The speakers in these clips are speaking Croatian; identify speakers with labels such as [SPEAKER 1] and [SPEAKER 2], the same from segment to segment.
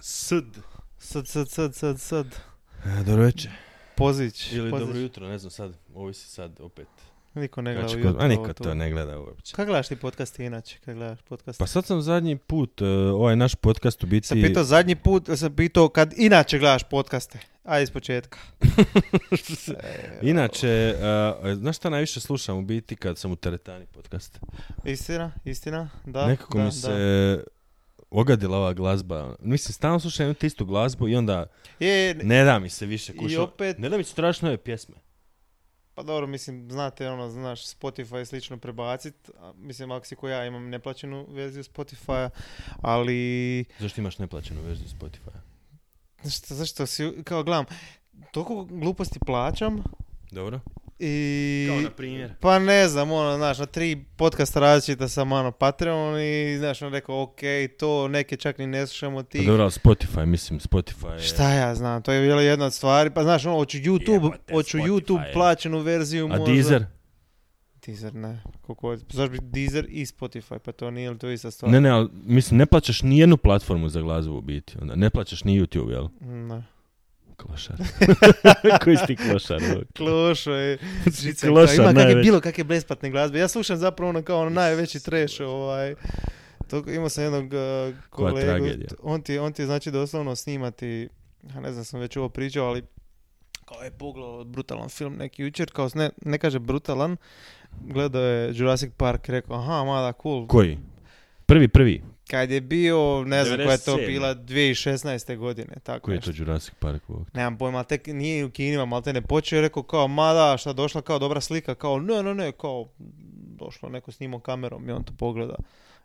[SPEAKER 1] Sd. Sad, sad, sad, sad, sad.
[SPEAKER 2] E, dobro večer.
[SPEAKER 1] Pozić.
[SPEAKER 3] Ili
[SPEAKER 1] pozić.
[SPEAKER 3] dobro jutro, ne znam sad, ovisi sad opet.
[SPEAKER 1] Niko ne gleda
[SPEAKER 2] Znači,
[SPEAKER 1] ujutro
[SPEAKER 2] kod- a
[SPEAKER 1] ovo
[SPEAKER 2] niko to ne gleda uopće.
[SPEAKER 1] Kako gledaš ti podcast inače? Kako gledaš podcast?
[SPEAKER 2] Pa sad sam zadnji put, e, ovaj naš podcast u biti...
[SPEAKER 1] sam pitao zadnji put, sam pitao kad inače gledaš podcaste. Ajde iz početka.
[SPEAKER 2] Inače, e, znaš šta najviše slušam u biti kad sam u teretani podcast?
[SPEAKER 1] Istina, istina, da.
[SPEAKER 2] Nekako
[SPEAKER 1] da,
[SPEAKER 2] mi se ogadila ova glazba. Mislim, stalno slušam jednu te istu glazbu i onda
[SPEAKER 1] Da. Je,
[SPEAKER 2] ne da mi se više
[SPEAKER 1] I
[SPEAKER 2] kuša.
[SPEAKER 1] opet-
[SPEAKER 2] Ne da mi se strašno je pjesme.
[SPEAKER 1] pa dobro, mislim, znate, ono, znaš, Spotify i slično prebacit. A, Mislim, ako si ko ja imam neplaćenu verziju Spotify, ali...
[SPEAKER 2] Zašto imaš neplaćenu verziju Spotify?
[SPEAKER 1] Šta, zašto si, kao gledam, toliko gluposti plaćam
[SPEAKER 2] Dobro.
[SPEAKER 1] i...
[SPEAKER 2] Kao na primjer.
[SPEAKER 1] Pa ne znam, ono, znaš, na tri podcasta različita sam, ono, Patreon i, znaš, on rekao, ok, to neke čak ni ne slušamo
[SPEAKER 2] Pa
[SPEAKER 1] ti.
[SPEAKER 2] Dobro, ali Spotify, mislim, Spotify je...
[SPEAKER 1] Šta ja znam, to je bila jedna od stvari, pa znaš, ono, hoću YouTube,
[SPEAKER 2] Jebote,
[SPEAKER 1] hoću
[SPEAKER 2] Spotify
[SPEAKER 1] YouTube
[SPEAKER 2] je.
[SPEAKER 1] plaćenu verziju
[SPEAKER 2] A
[SPEAKER 1] možda.
[SPEAKER 2] Deezer?
[SPEAKER 1] Deezer, ne, koliko je, zašto bi Deezer i Spotify, pa to nije li to ista stvar?
[SPEAKER 2] Ne, ne, ali mislim, ne plaćaš ni jednu platformu za glazbu u biti. Onda. Ne plaćaš ni YouTube, jel?
[SPEAKER 1] Ne.
[SPEAKER 2] Klošar. Koji si ti klošar?
[SPEAKER 1] Klošo je, žica,
[SPEAKER 2] Klošar
[SPEAKER 1] kao, ima kakve
[SPEAKER 2] Znači, najveći.
[SPEAKER 1] bilo kakve besplatne glazbe. Ja slušam zapravo ono kao ono najveći trash, ovaj, to, imao sam jednog uh,
[SPEAKER 2] Koja
[SPEAKER 1] kolegu,
[SPEAKER 2] tragedija.
[SPEAKER 1] on ti, on ti znači doslovno snimati, ja ne znam sam već ovo pričao, ali kao je pogledao brutalan film neki jučer, kao ne, ne kaže brutalan, gledao je Jurassic Park, rekao aha, mada cool.
[SPEAKER 2] Koji? Prvi, prvi.
[SPEAKER 1] Kad je bio, ne znam koja je to
[SPEAKER 2] 97..
[SPEAKER 1] bila, 2016. godine, tako
[SPEAKER 2] Koji je
[SPEAKER 1] nešto.
[SPEAKER 2] to Jurassic Park? Bog?
[SPEAKER 1] Nemam pojma, ali tek nije u kinima, malte ne počeo je rekao kao, mada, šta došla kao dobra slika, kao ne, ne, ne, kao došlo neko snimao kamerom i on to pogleda.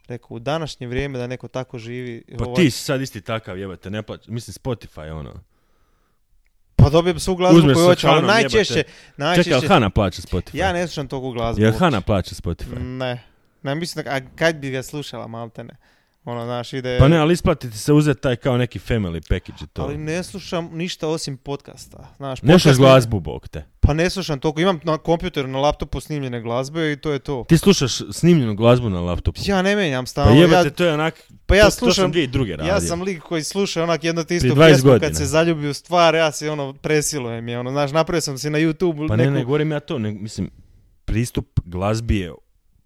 [SPEAKER 1] Rekao, u današnje vrijeme da neko tako živi.
[SPEAKER 2] Pa
[SPEAKER 1] ovaj-
[SPEAKER 2] ti si sad isti takav, jebate, ne plaćaš. Mislim, Spotify je ono.
[SPEAKER 1] pa dobijem svu glazbu
[SPEAKER 2] Uzmeš
[SPEAKER 1] koju
[SPEAKER 2] sa
[SPEAKER 1] hoće, ali
[SPEAKER 2] Hanom,
[SPEAKER 1] najčešće,
[SPEAKER 2] jebote.
[SPEAKER 1] najčešće,
[SPEAKER 2] Čekaj, ali Hana plaća Spotify?
[SPEAKER 1] ja ne slušam toliko glazbu.
[SPEAKER 2] Jel
[SPEAKER 1] uopće. Mm,
[SPEAKER 2] Hana plaća Spotify?
[SPEAKER 1] Ne, ne mislim, da- a kad bi ga slušala, malte ne. Ono, znaš, ide...
[SPEAKER 2] Pa ne, ali isplatiti se uzeti taj kao neki family package i to.
[SPEAKER 1] ali ne slušam ništa osim podcasta. Znaš,
[SPEAKER 2] Ne slušaš
[SPEAKER 1] podcast mi-
[SPEAKER 2] glazbu, bog te.
[SPEAKER 1] Pa ne slušam toliko. Imam na kompjuteru, na laptopu snimljene glazbe i to je to.
[SPEAKER 2] Ti slušaš snimljenu glazbu na laptopu.
[SPEAKER 1] Ja ne menjam
[SPEAKER 2] Pa
[SPEAKER 1] stalno. ja-
[SPEAKER 2] jebate, to je onak...
[SPEAKER 1] Pa ja
[SPEAKER 2] to- To
[SPEAKER 1] slušam-
[SPEAKER 2] sam dvije i druge radio.
[SPEAKER 1] Ja sam lik koji sluša onak jedno te istu
[SPEAKER 2] 20
[SPEAKER 1] pjesmu kad
[SPEAKER 2] godina.
[SPEAKER 1] se zaljubi u stvar, ja se ono presilujem je, ono, znaš, napravio sam si na YouTube
[SPEAKER 2] Pa ne,
[SPEAKER 1] neku...
[SPEAKER 2] ne govorim ja to, ne, mislim, pristup glazbi je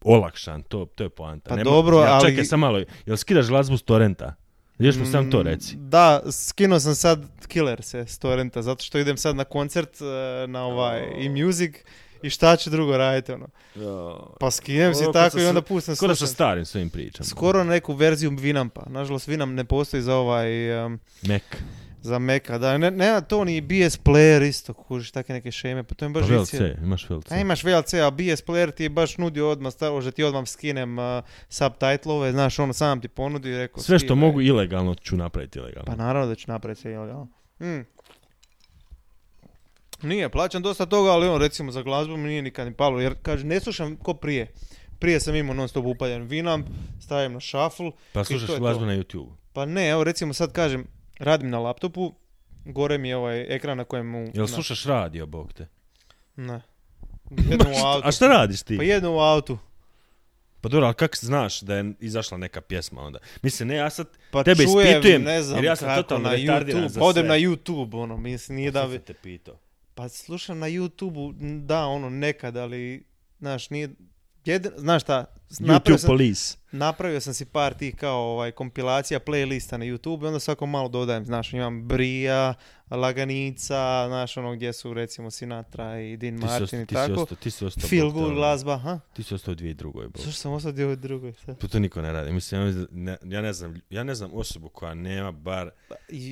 [SPEAKER 2] olakšan, to, to je poanta.
[SPEAKER 1] Pa
[SPEAKER 2] Nema-
[SPEAKER 1] dobro,
[SPEAKER 2] ja,
[SPEAKER 1] ali-
[SPEAKER 2] Čekaj, sam malo, jel skidaš glazbu s torrenta? Još mi sam to reci.
[SPEAKER 1] Mm, Da, skinuo sam sad Killer se s torrenta, zato što idem sad na koncert, e, na ovaj, i
[SPEAKER 2] Oh.
[SPEAKER 1] music, i šta ću drugo raditi, ono. Pa skinem si
[SPEAKER 2] Ovo, ko
[SPEAKER 1] tako
[SPEAKER 2] da
[SPEAKER 1] i
[SPEAKER 2] se-
[SPEAKER 1] onda pustim
[SPEAKER 2] Skoro sa
[SPEAKER 1] slušam.
[SPEAKER 2] starim svojim pričama.
[SPEAKER 1] Skoro neku verziju Vinampa. Nažalost, Vinamp ne postoji za ovaj... em,
[SPEAKER 2] Mek.
[SPEAKER 1] za Meka, da. Ne, nema to ni BS player isto, kužiš, take neke šeme. Pa to mi
[SPEAKER 2] Pa
[SPEAKER 1] baš
[SPEAKER 2] VLC,
[SPEAKER 1] vicija.
[SPEAKER 2] imaš VLC.
[SPEAKER 1] A imaš VLC, a BS player ti je baš nudio odmah, staro, že ti odmah skinem uh, subtitlove, znaš, ono sam ti ponudi i rekao...
[SPEAKER 2] Sve što
[SPEAKER 1] skidaj.
[SPEAKER 2] mogu ilegalno ću napraviti
[SPEAKER 1] Pa
[SPEAKER 2] ilegalno.
[SPEAKER 1] naravno da ću napraviti sve ilegalno. Mm. Nije, plaćam dosta toga, ali on recimo za glazbu mi nije nikad ni palo, jer kaže, ne slušam ko prije. Prije sam imao non stop upaljen Vinamp, stavim na shuffle,
[SPEAKER 2] Pa
[SPEAKER 1] i to je
[SPEAKER 2] slušaš
[SPEAKER 1] to.
[SPEAKER 2] glazbu na YouTube.
[SPEAKER 1] pa ne, evo recimo sad kažem, radim na laptopu, gore mi je ovaj ekran na kojem...
[SPEAKER 2] Jel slušaš radio, bog te?
[SPEAKER 1] Ne. Jedno u autu.
[SPEAKER 2] A šta radiš ti?
[SPEAKER 1] Pa jedno u autu.
[SPEAKER 2] Pa dobro, ali kak znaš da je izašla neka pjesma onda? Mislim, ne, ja sad
[SPEAKER 1] Pa
[SPEAKER 2] tebe
[SPEAKER 1] čujem,
[SPEAKER 2] ispitujem,
[SPEAKER 1] ne znam
[SPEAKER 2] jer ja sam
[SPEAKER 1] kako,
[SPEAKER 2] totalno
[SPEAKER 1] na
[SPEAKER 2] retardiran
[SPEAKER 1] YouTube.
[SPEAKER 2] za
[SPEAKER 1] Pa Odem
[SPEAKER 2] sve.
[SPEAKER 1] na YouTube, ono, mislim, nije da
[SPEAKER 2] Sad
[SPEAKER 1] bi...
[SPEAKER 2] sam te pitao.
[SPEAKER 1] Pa slušam na YouTube, da, ono, nekad, ali, znaš, nije... Jedin, znaš šta, napravio
[SPEAKER 2] YouTube
[SPEAKER 1] sam,
[SPEAKER 2] police.
[SPEAKER 1] napravio sam si par tih kao ovaj, kompilacija playlista na YouTube i onda svako malo dodajem, znaš, imam Brija, Laganica, znaš, ono gdje su recimo Sinatra i Dean
[SPEAKER 2] Ti si
[SPEAKER 1] Martin
[SPEAKER 2] ostao,
[SPEAKER 1] i
[SPEAKER 2] ti si
[SPEAKER 1] tako.
[SPEAKER 2] ostao, ti si ostao.
[SPEAKER 1] Feel
[SPEAKER 2] Bog te,
[SPEAKER 1] good
[SPEAKER 2] ono,
[SPEAKER 1] glazba, ha?
[SPEAKER 2] Ti si ostao u dvije drugoj, bog.
[SPEAKER 1] Zašto sam osadio ovoj drugoj sad?
[SPEAKER 2] Pa to niko ne radi. Mislim, ja ne, ja ne znam, ja ne znam osobu koja nema bar
[SPEAKER 1] Ja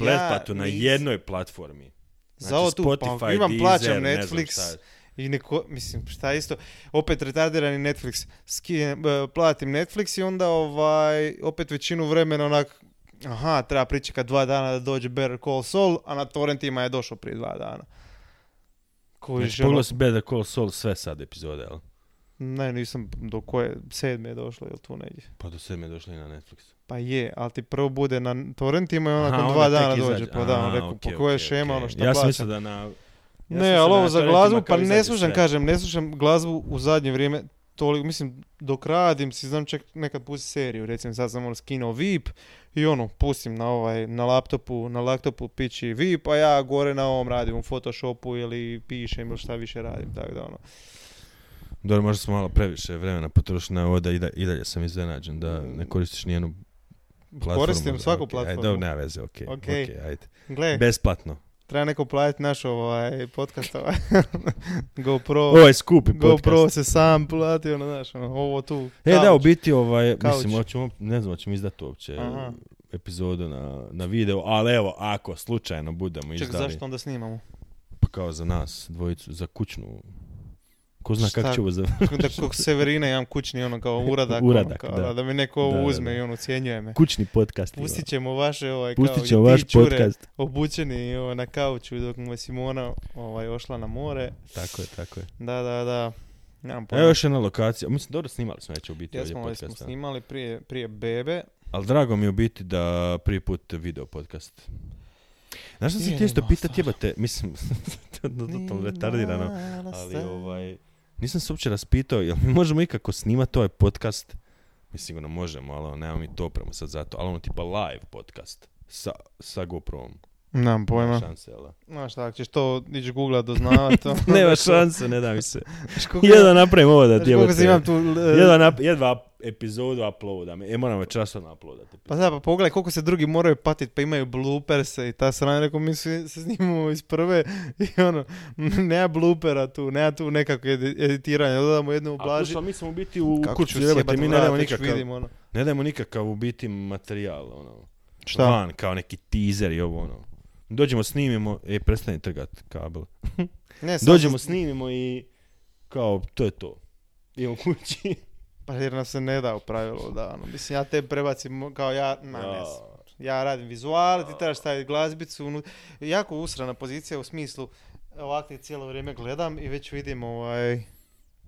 [SPEAKER 2] pretplatu na
[SPEAKER 1] nisam-
[SPEAKER 2] jednoj platformi. Znači,
[SPEAKER 1] za ovo tu, pa
[SPEAKER 2] Spotify,
[SPEAKER 1] imam
[SPEAKER 2] Deezer,
[SPEAKER 1] plaćam
[SPEAKER 2] ne znam šta Znači,
[SPEAKER 1] Netflix
[SPEAKER 2] je.
[SPEAKER 1] i neko, mislim, šta isto, opet retardirani Netflix, Skinem, e, platim Netflix i onda ovaj, opet većinu vremena onak, aha, treba pričekat dva dana da dođe Better Call Saul, a na torrentima je došao prije dva dana. Koji
[SPEAKER 2] Znači, pogledao si Better Call Saul sve sad epizode, jel?
[SPEAKER 1] Ne, nisam, do koje, sedme je došlo, jel tu negdje?
[SPEAKER 2] Pa do sedme je došli na Netflix.
[SPEAKER 1] Pa je, ali ti prvo bude na torrentima i
[SPEAKER 2] Aha,
[SPEAKER 1] onda nakon
[SPEAKER 2] onda
[SPEAKER 1] dva
[SPEAKER 2] tek
[SPEAKER 1] dana
[SPEAKER 2] izađe.
[SPEAKER 1] dođe, pa da, on
[SPEAKER 2] Aha,
[SPEAKER 1] rekao,
[SPEAKER 2] okej,
[SPEAKER 1] po koje
[SPEAKER 2] okej,
[SPEAKER 1] šema, ono
[SPEAKER 2] okej.
[SPEAKER 1] šta
[SPEAKER 2] Ja sam
[SPEAKER 1] plaćam.
[SPEAKER 2] mislio da na... ja sam
[SPEAKER 1] Ne,
[SPEAKER 2] mislio
[SPEAKER 1] ali
[SPEAKER 2] da
[SPEAKER 1] ovo
[SPEAKER 2] na
[SPEAKER 1] za
[SPEAKER 2] torrentima
[SPEAKER 1] glazbu, pa
[SPEAKER 2] kao
[SPEAKER 1] ne
[SPEAKER 2] izađe
[SPEAKER 1] slušam,
[SPEAKER 2] sve.
[SPEAKER 1] kažem, ne slušam glazbu u zadnje vrijeme toliko, mislim, dok radim si znam čak nekad pusti seriju, recimo sad sam ono skinuo VIP i ono, pustim na ovaj, na laptopu, na laptopu pići VIP, a ja gore na ovom radim u Photoshopu ili pišem ili šta više radim, tako da ono.
[SPEAKER 2] Dobro, možda smo malo previše vremena potrošili na ovo da i, da, i dalje sam iznenađen da ne koristiš nijednu platformu.
[SPEAKER 1] Mm. Koristim svaku
[SPEAKER 2] Okej, ajde,
[SPEAKER 1] platformu.
[SPEAKER 2] Dobro, nema veze, okej.
[SPEAKER 1] Ok. E.
[SPEAKER 2] okej, ajde.
[SPEAKER 1] Gle,
[SPEAKER 2] Besplatno.
[SPEAKER 1] treba neko platiti naš ovaj podcast, ovaj GoPro.
[SPEAKER 2] Ovo je skupi Ovaj podcast.
[SPEAKER 1] GoPro se sam platio, ono, znaš, ono, ovo tu.
[SPEAKER 2] E, da, u biti, ovaj,
[SPEAKER 1] Kauč.
[SPEAKER 2] mislim, hoćemo, ne znam, hoćemo izdati uopće
[SPEAKER 1] Aha.
[SPEAKER 2] epizodu na, na video, ali evo, ako slučajno budemo
[SPEAKER 1] Ček,
[SPEAKER 2] izdali,
[SPEAKER 1] zašto onda snimamo?
[SPEAKER 2] pa kao za nas, dvojicu, za kućnu, ko zna
[SPEAKER 1] Šta?
[SPEAKER 2] kako će ovo za...
[SPEAKER 1] Da kog Severina imam kućni ono kao uradak, ono,
[SPEAKER 2] Uradak,
[SPEAKER 1] kao,
[SPEAKER 2] da.
[SPEAKER 1] da. mi neko ovo
[SPEAKER 2] Da, da,
[SPEAKER 1] uzme
[SPEAKER 2] da.
[SPEAKER 1] i ono ucijenjuje me.
[SPEAKER 2] kućni podcast. Ivan.
[SPEAKER 1] Pustit ćemo vaše ovaj kao
[SPEAKER 2] Pustit
[SPEAKER 1] i
[SPEAKER 2] ćemo
[SPEAKER 1] ti,
[SPEAKER 2] vaš
[SPEAKER 1] Čure,
[SPEAKER 2] podcast.
[SPEAKER 1] obučeni ovaj, na kauču dok mu je Simona ovaj, ošla na more.
[SPEAKER 2] Tako je, tako je.
[SPEAKER 1] Da, da, da. Nemam pojma.
[SPEAKER 2] Evo još jedna lokacija. Mislim, dobro snimali smo već u biti
[SPEAKER 1] Ja
[SPEAKER 2] ovdje
[SPEAKER 1] smo, ovaj, smo
[SPEAKER 2] podcasta.
[SPEAKER 1] snimali prije, prije bebe.
[SPEAKER 2] Ali drago mi je u biti da prvi put video podcast. Znaš što sam
[SPEAKER 1] Nije
[SPEAKER 2] ti isto
[SPEAKER 1] ni
[SPEAKER 2] pitati, jebate, mislim, to je totalno retardirano, ali ovaj, nisam se uopće raspitao, jel mi možemo ikako snimati ovaj podcast? Mi sigurno možemo, ali ono, nemamo mi to opremu sad za to, ali ono tipa live podcast sa, sa GoPro-om.
[SPEAKER 1] Nemam
[SPEAKER 2] Nema
[SPEAKER 1] pojma.
[SPEAKER 2] šanse, jel da?
[SPEAKER 1] Znaš tako, ćeš to ići googlat, doznavat. ono.
[SPEAKER 2] Nema šanse, ne da mi se.
[SPEAKER 1] Znaš koliko-
[SPEAKER 2] Jedva napravim ovo da
[SPEAKER 1] znaš
[SPEAKER 2] ti
[SPEAKER 1] koliko sam imam tu... e, l-
[SPEAKER 2] Jedva, nap- jedva epizodu uploadam. E, moram večeras odmah uploadati.
[SPEAKER 1] Pa da, pa pogledaj koliko se drugi moraju patit, pa imaju blooperse i ta sranja, rekao mi se, se snimamo iz prve i ono, nema bloopera tu, nema tu nekakve edi- editiranja, dodamo jednu
[SPEAKER 2] A
[SPEAKER 1] ublaži.
[SPEAKER 2] plus, mi smo u biti u
[SPEAKER 1] Kako ću
[SPEAKER 2] kurcu, jebate,
[SPEAKER 1] sjebat
[SPEAKER 2] mi ne
[SPEAKER 1] vrat,
[SPEAKER 2] dajemo
[SPEAKER 1] već
[SPEAKER 2] nikakav,
[SPEAKER 1] vidim, ono.
[SPEAKER 2] ne dajemo nikakav u biti materijal, ono.
[SPEAKER 1] Šta?
[SPEAKER 2] Van, kao neki teaser i ovo, ono. Dođemo, snimimo, e, prestani trgat kabel.
[SPEAKER 1] Ne, E, sad
[SPEAKER 2] Dođemo,
[SPEAKER 1] se-
[SPEAKER 2] snimimo i kao, to je to. Idemo kući.
[SPEAKER 1] Pa jer nam se ne da u pravilu, da, ono, mislim, ja te prebacim, kao ja, ma, ne
[SPEAKER 2] A,
[SPEAKER 1] znam. Ja radim vizual, ti trebaš staviti glazbicu. unu- Jako usrana pozicija u smislu ovakve cijelo vrijeme gledam i već vidim ovaj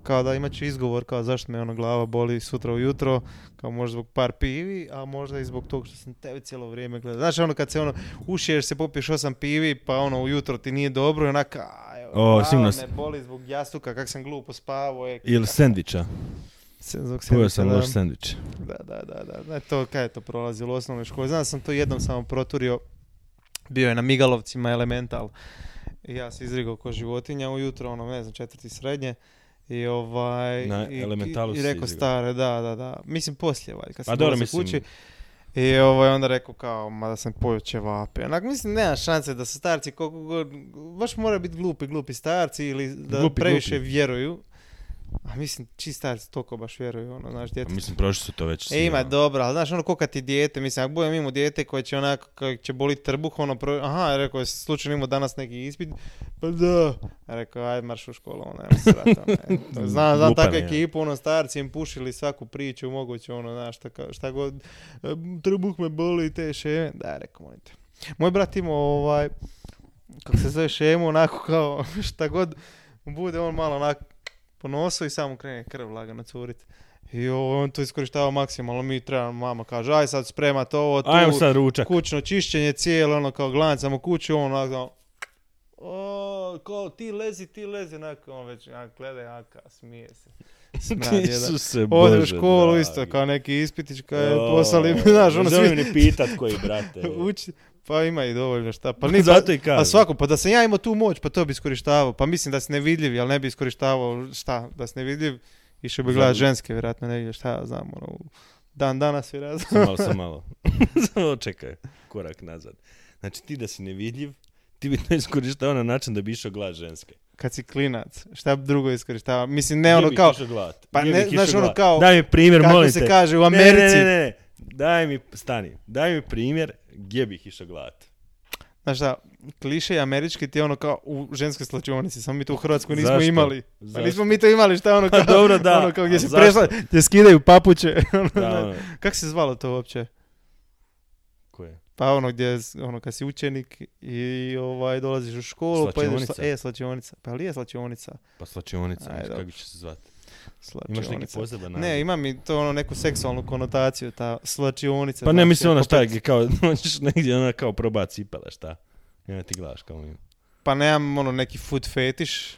[SPEAKER 1] kao da imat ću izgovor kao zašto me ono glava boli sutra ujutro, kao možda zbog par pivi, a možda i zbog tog što sam tebe cijelo vrijeme gledao. Znaš ono kad se ono ušiješ se popiješ osam pivi pa ono ujutro ti nije dobro i onaka evo,
[SPEAKER 2] O,
[SPEAKER 1] glava
[SPEAKER 2] sigurno
[SPEAKER 1] me
[SPEAKER 2] si-
[SPEAKER 1] boli zbog jastuka kak sam glupo spavao. Je,
[SPEAKER 2] Ili sendviča.
[SPEAKER 1] se, zbog sendviča,
[SPEAKER 2] Pojeo sam
[SPEAKER 1] da.
[SPEAKER 2] loš sendvič.
[SPEAKER 1] Da, da, da, da. da. To, kaj je to prolazilo u osnovnoj školi? Znam da sam to jednom samo proturio. Bio je na Migalovcima Elemental. I ja se izrigao ko životinja ujutro, ono, ne znam, četvrti srednje. I ovaj...
[SPEAKER 2] Na
[SPEAKER 1] i,
[SPEAKER 2] Elementalu
[SPEAKER 1] i,
[SPEAKER 2] si
[SPEAKER 1] i
[SPEAKER 2] se
[SPEAKER 1] rekao
[SPEAKER 2] izrigao.
[SPEAKER 1] stare, da, da, da. Mislim poslije, valjda, kad
[SPEAKER 2] A
[SPEAKER 1] sam
[SPEAKER 2] Pa dobro,
[SPEAKER 1] dolazio
[SPEAKER 2] mislim-
[SPEAKER 1] kući. I ovaj, onda rekao kao, ma da sam pojio ćevape. Onak, mislim, nema šanse da su starci koliko god, baš mora biti glupi, glupi starci ili da
[SPEAKER 2] Glupi,
[SPEAKER 1] previše vjeruju. A mislim, čiji starci toliko baš vjeruju, ono, znaš, djeca
[SPEAKER 2] pa Mislim, prošli su to već.
[SPEAKER 1] E,
[SPEAKER 2] svi,
[SPEAKER 1] ima,
[SPEAKER 2] ono.
[SPEAKER 1] dobro, ali znaš, ono, ko kad ti dijete, mislim, ako budem imao dijete koje će onako, koje će boliti trbuh, ono, pro... aha, rekao, je slučajno imao danas neki ispit, pa da, rekao, ajde, marš u školu, ono, nema srata, ne. To- Znam, znam
[SPEAKER 2] Glupan
[SPEAKER 1] takvu
[SPEAKER 2] je.
[SPEAKER 1] ekipu, ono, starci im pušili svaku priču, moguće, ono, znaš, šta, kao- šta god, e, trbuh me boli, te šeme, da, rekao, molim te. Moj brat imao, ovaj, kako se zove šemu, onako kao, šta god, bude on malo onako po nosu i samo krene krv lagano curit. I ovo, on to iskorištava maksimalno, mi trebamo, mama kaže, aj sad spremat ovo, tu,
[SPEAKER 2] Ajmo sad ručak.
[SPEAKER 1] kućno čišćenje cijelo, ono kao glancamo kuću, on onako, ono, o, kao ti lezi, ti lezi, onako, on već onak gleda i onako kao smije se. Smrad jedan.
[SPEAKER 2] Isuse
[SPEAKER 1] Ode u
[SPEAKER 2] Bože
[SPEAKER 1] školu isto,
[SPEAKER 2] dragi.
[SPEAKER 1] kao neki ispitić, kao je
[SPEAKER 2] Joj,
[SPEAKER 1] poslali, znaš, ono
[SPEAKER 2] nemoj
[SPEAKER 1] svi,
[SPEAKER 2] ni pitat koji, brate.
[SPEAKER 1] uči, pa ima i dovoljno šta, pa ni,
[SPEAKER 2] Zato i kažem.
[SPEAKER 1] a svako, pa da sam ja imao tu moć, pa to bi iskorištavao. Pa mislim da si nevidljiv, jel ne bi iskorištavao šta? Da si nevidljiv, išao bi gledat
[SPEAKER 2] Znam.
[SPEAKER 1] ženske, vjerojatno negdje, šta ja znam, ono, u- dan danas vjerojatno.
[SPEAKER 2] Samo malo, samo malo. Samo čekaj, korak nazad. Znači ti da si nevidljiv, ti bi to iskorištao na način da bi išao glas ženske.
[SPEAKER 1] Kad si klinac, šta bi drugo iskorištavao? Mislim, ne
[SPEAKER 2] Gdje
[SPEAKER 1] ono
[SPEAKER 2] bi
[SPEAKER 1] kao,
[SPEAKER 2] išao gledat?
[SPEAKER 1] pa
[SPEAKER 2] Gdje
[SPEAKER 1] ne,
[SPEAKER 2] bi išao
[SPEAKER 1] znaš, ono
[SPEAKER 2] gledat?
[SPEAKER 1] kao-
[SPEAKER 2] Daj mi primjer,
[SPEAKER 1] kako
[SPEAKER 2] molim
[SPEAKER 1] se
[SPEAKER 2] te.
[SPEAKER 1] kaže u
[SPEAKER 2] Ne, ne,
[SPEAKER 1] Americi,
[SPEAKER 2] Ne, ne, ne, Daj mi, stani, daj mi primjer gdje bih išao gledat.
[SPEAKER 1] znaš šta, kliše američki ti je ono kao u ženskoj slačionici, samo mi to u Hrvatskoj nismo
[SPEAKER 2] Zašto?
[SPEAKER 1] imali. Pa
[SPEAKER 2] Zašto?
[SPEAKER 1] nismo mi to imali, šta ono
[SPEAKER 2] Pa
[SPEAKER 1] kao,
[SPEAKER 2] dobro, da,
[SPEAKER 1] ono kao gdje
[SPEAKER 2] ali
[SPEAKER 1] se
[SPEAKER 2] zašto?
[SPEAKER 1] prešla, gdje skidaju papuće. ono,
[SPEAKER 2] Da,
[SPEAKER 1] znaš.
[SPEAKER 2] ono,
[SPEAKER 1] Kak se zvalo to uopće?
[SPEAKER 2] ko je?
[SPEAKER 1] Pa ono gdje, s- ono kad si učenik i ovaj dolaziš u školu, pa ideš, sla-
[SPEAKER 2] Slačionica.
[SPEAKER 1] e, slačionica, pa ali je slačionica?
[SPEAKER 2] Pa slačionica,
[SPEAKER 1] Ajde,
[SPEAKER 2] kako
[SPEAKER 1] dobro.
[SPEAKER 2] će se zvati? Imaš neki
[SPEAKER 1] Slačionica.
[SPEAKER 2] poseban naziv?
[SPEAKER 1] Ne, ima mi to ono neku seksualnu konotaciju, ta slačionica.
[SPEAKER 2] Pa ne,
[SPEAKER 1] znači,
[SPEAKER 2] mislim ona
[SPEAKER 1] ako
[SPEAKER 2] šta,
[SPEAKER 1] te-
[SPEAKER 2] gdje kao, dođeš negdje, ona kao proba cipela, šta? Ja ti gledaš kao mi.
[SPEAKER 1] Pa nemam ono neki food fetiš,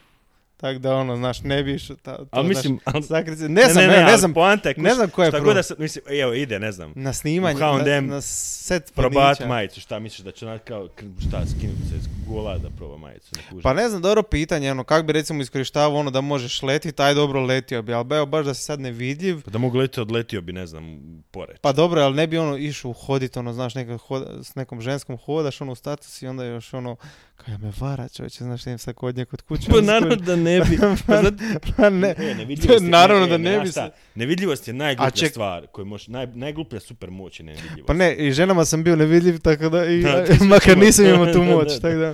[SPEAKER 1] Tako da ono, znaš, ne bi išao. ta- to,
[SPEAKER 2] Ali
[SPEAKER 1] znaš,
[SPEAKER 2] mislim, ali-
[SPEAKER 1] sakrit se- ne znam, ne, ne,
[SPEAKER 2] ali
[SPEAKER 1] znam,
[SPEAKER 2] poanta je,
[SPEAKER 1] ne
[SPEAKER 2] kuš,
[SPEAKER 1] znam ko je
[SPEAKER 2] šta
[SPEAKER 1] pro-
[SPEAKER 2] god da se, mislim, e, evo, ide, ne znam.
[SPEAKER 1] na snimanje,
[SPEAKER 2] U
[SPEAKER 1] na,
[SPEAKER 2] H&M
[SPEAKER 1] na set
[SPEAKER 2] Probat
[SPEAKER 1] planića.
[SPEAKER 2] majicu, šta misliš da će ona kao, kr- šta, skinuti se s gola da proba majicu? ne kužim.
[SPEAKER 1] Pa ne znam, dobro pitanje, ono, kak bi recimo iskorištavao ono da možeš letit, aj dobro letio bi, ali evo baš da si sad nevidljiv,
[SPEAKER 2] Pa da mogu letiti, odletio bi, ne znam, pored.
[SPEAKER 1] pa dobro, ali ne bi ono išao hodit, ono, znaš, neka hoda- s nekom ženskom hodaš, ono, u status i onda još ono, kao ja me vara, čovječe, znaš, idem sad kod nje kod kuće.
[SPEAKER 2] Pa
[SPEAKER 1] ono,
[SPEAKER 2] naravno da ne bi. Pa znate,
[SPEAKER 1] Pa ne,
[SPEAKER 2] E, nevidljivost je-
[SPEAKER 1] naravno
[SPEAKER 2] e,
[SPEAKER 1] da
[SPEAKER 2] e,
[SPEAKER 1] ne
[SPEAKER 2] znaš
[SPEAKER 1] bi
[SPEAKER 2] šta,
[SPEAKER 1] se...
[SPEAKER 2] Nevidljivost je
[SPEAKER 1] A
[SPEAKER 2] najgluplja
[SPEAKER 1] ček-
[SPEAKER 2] stvar koju možeš, naj, najgluplja super moć je nevidljivost.
[SPEAKER 1] Pa ne, i ženama sam bio nevidljiv, tako da, i,
[SPEAKER 2] Da, ti si
[SPEAKER 1] makar
[SPEAKER 2] imao-
[SPEAKER 1] nisam imao tu
[SPEAKER 2] Da, da,
[SPEAKER 1] moć,
[SPEAKER 2] da.
[SPEAKER 1] tako da,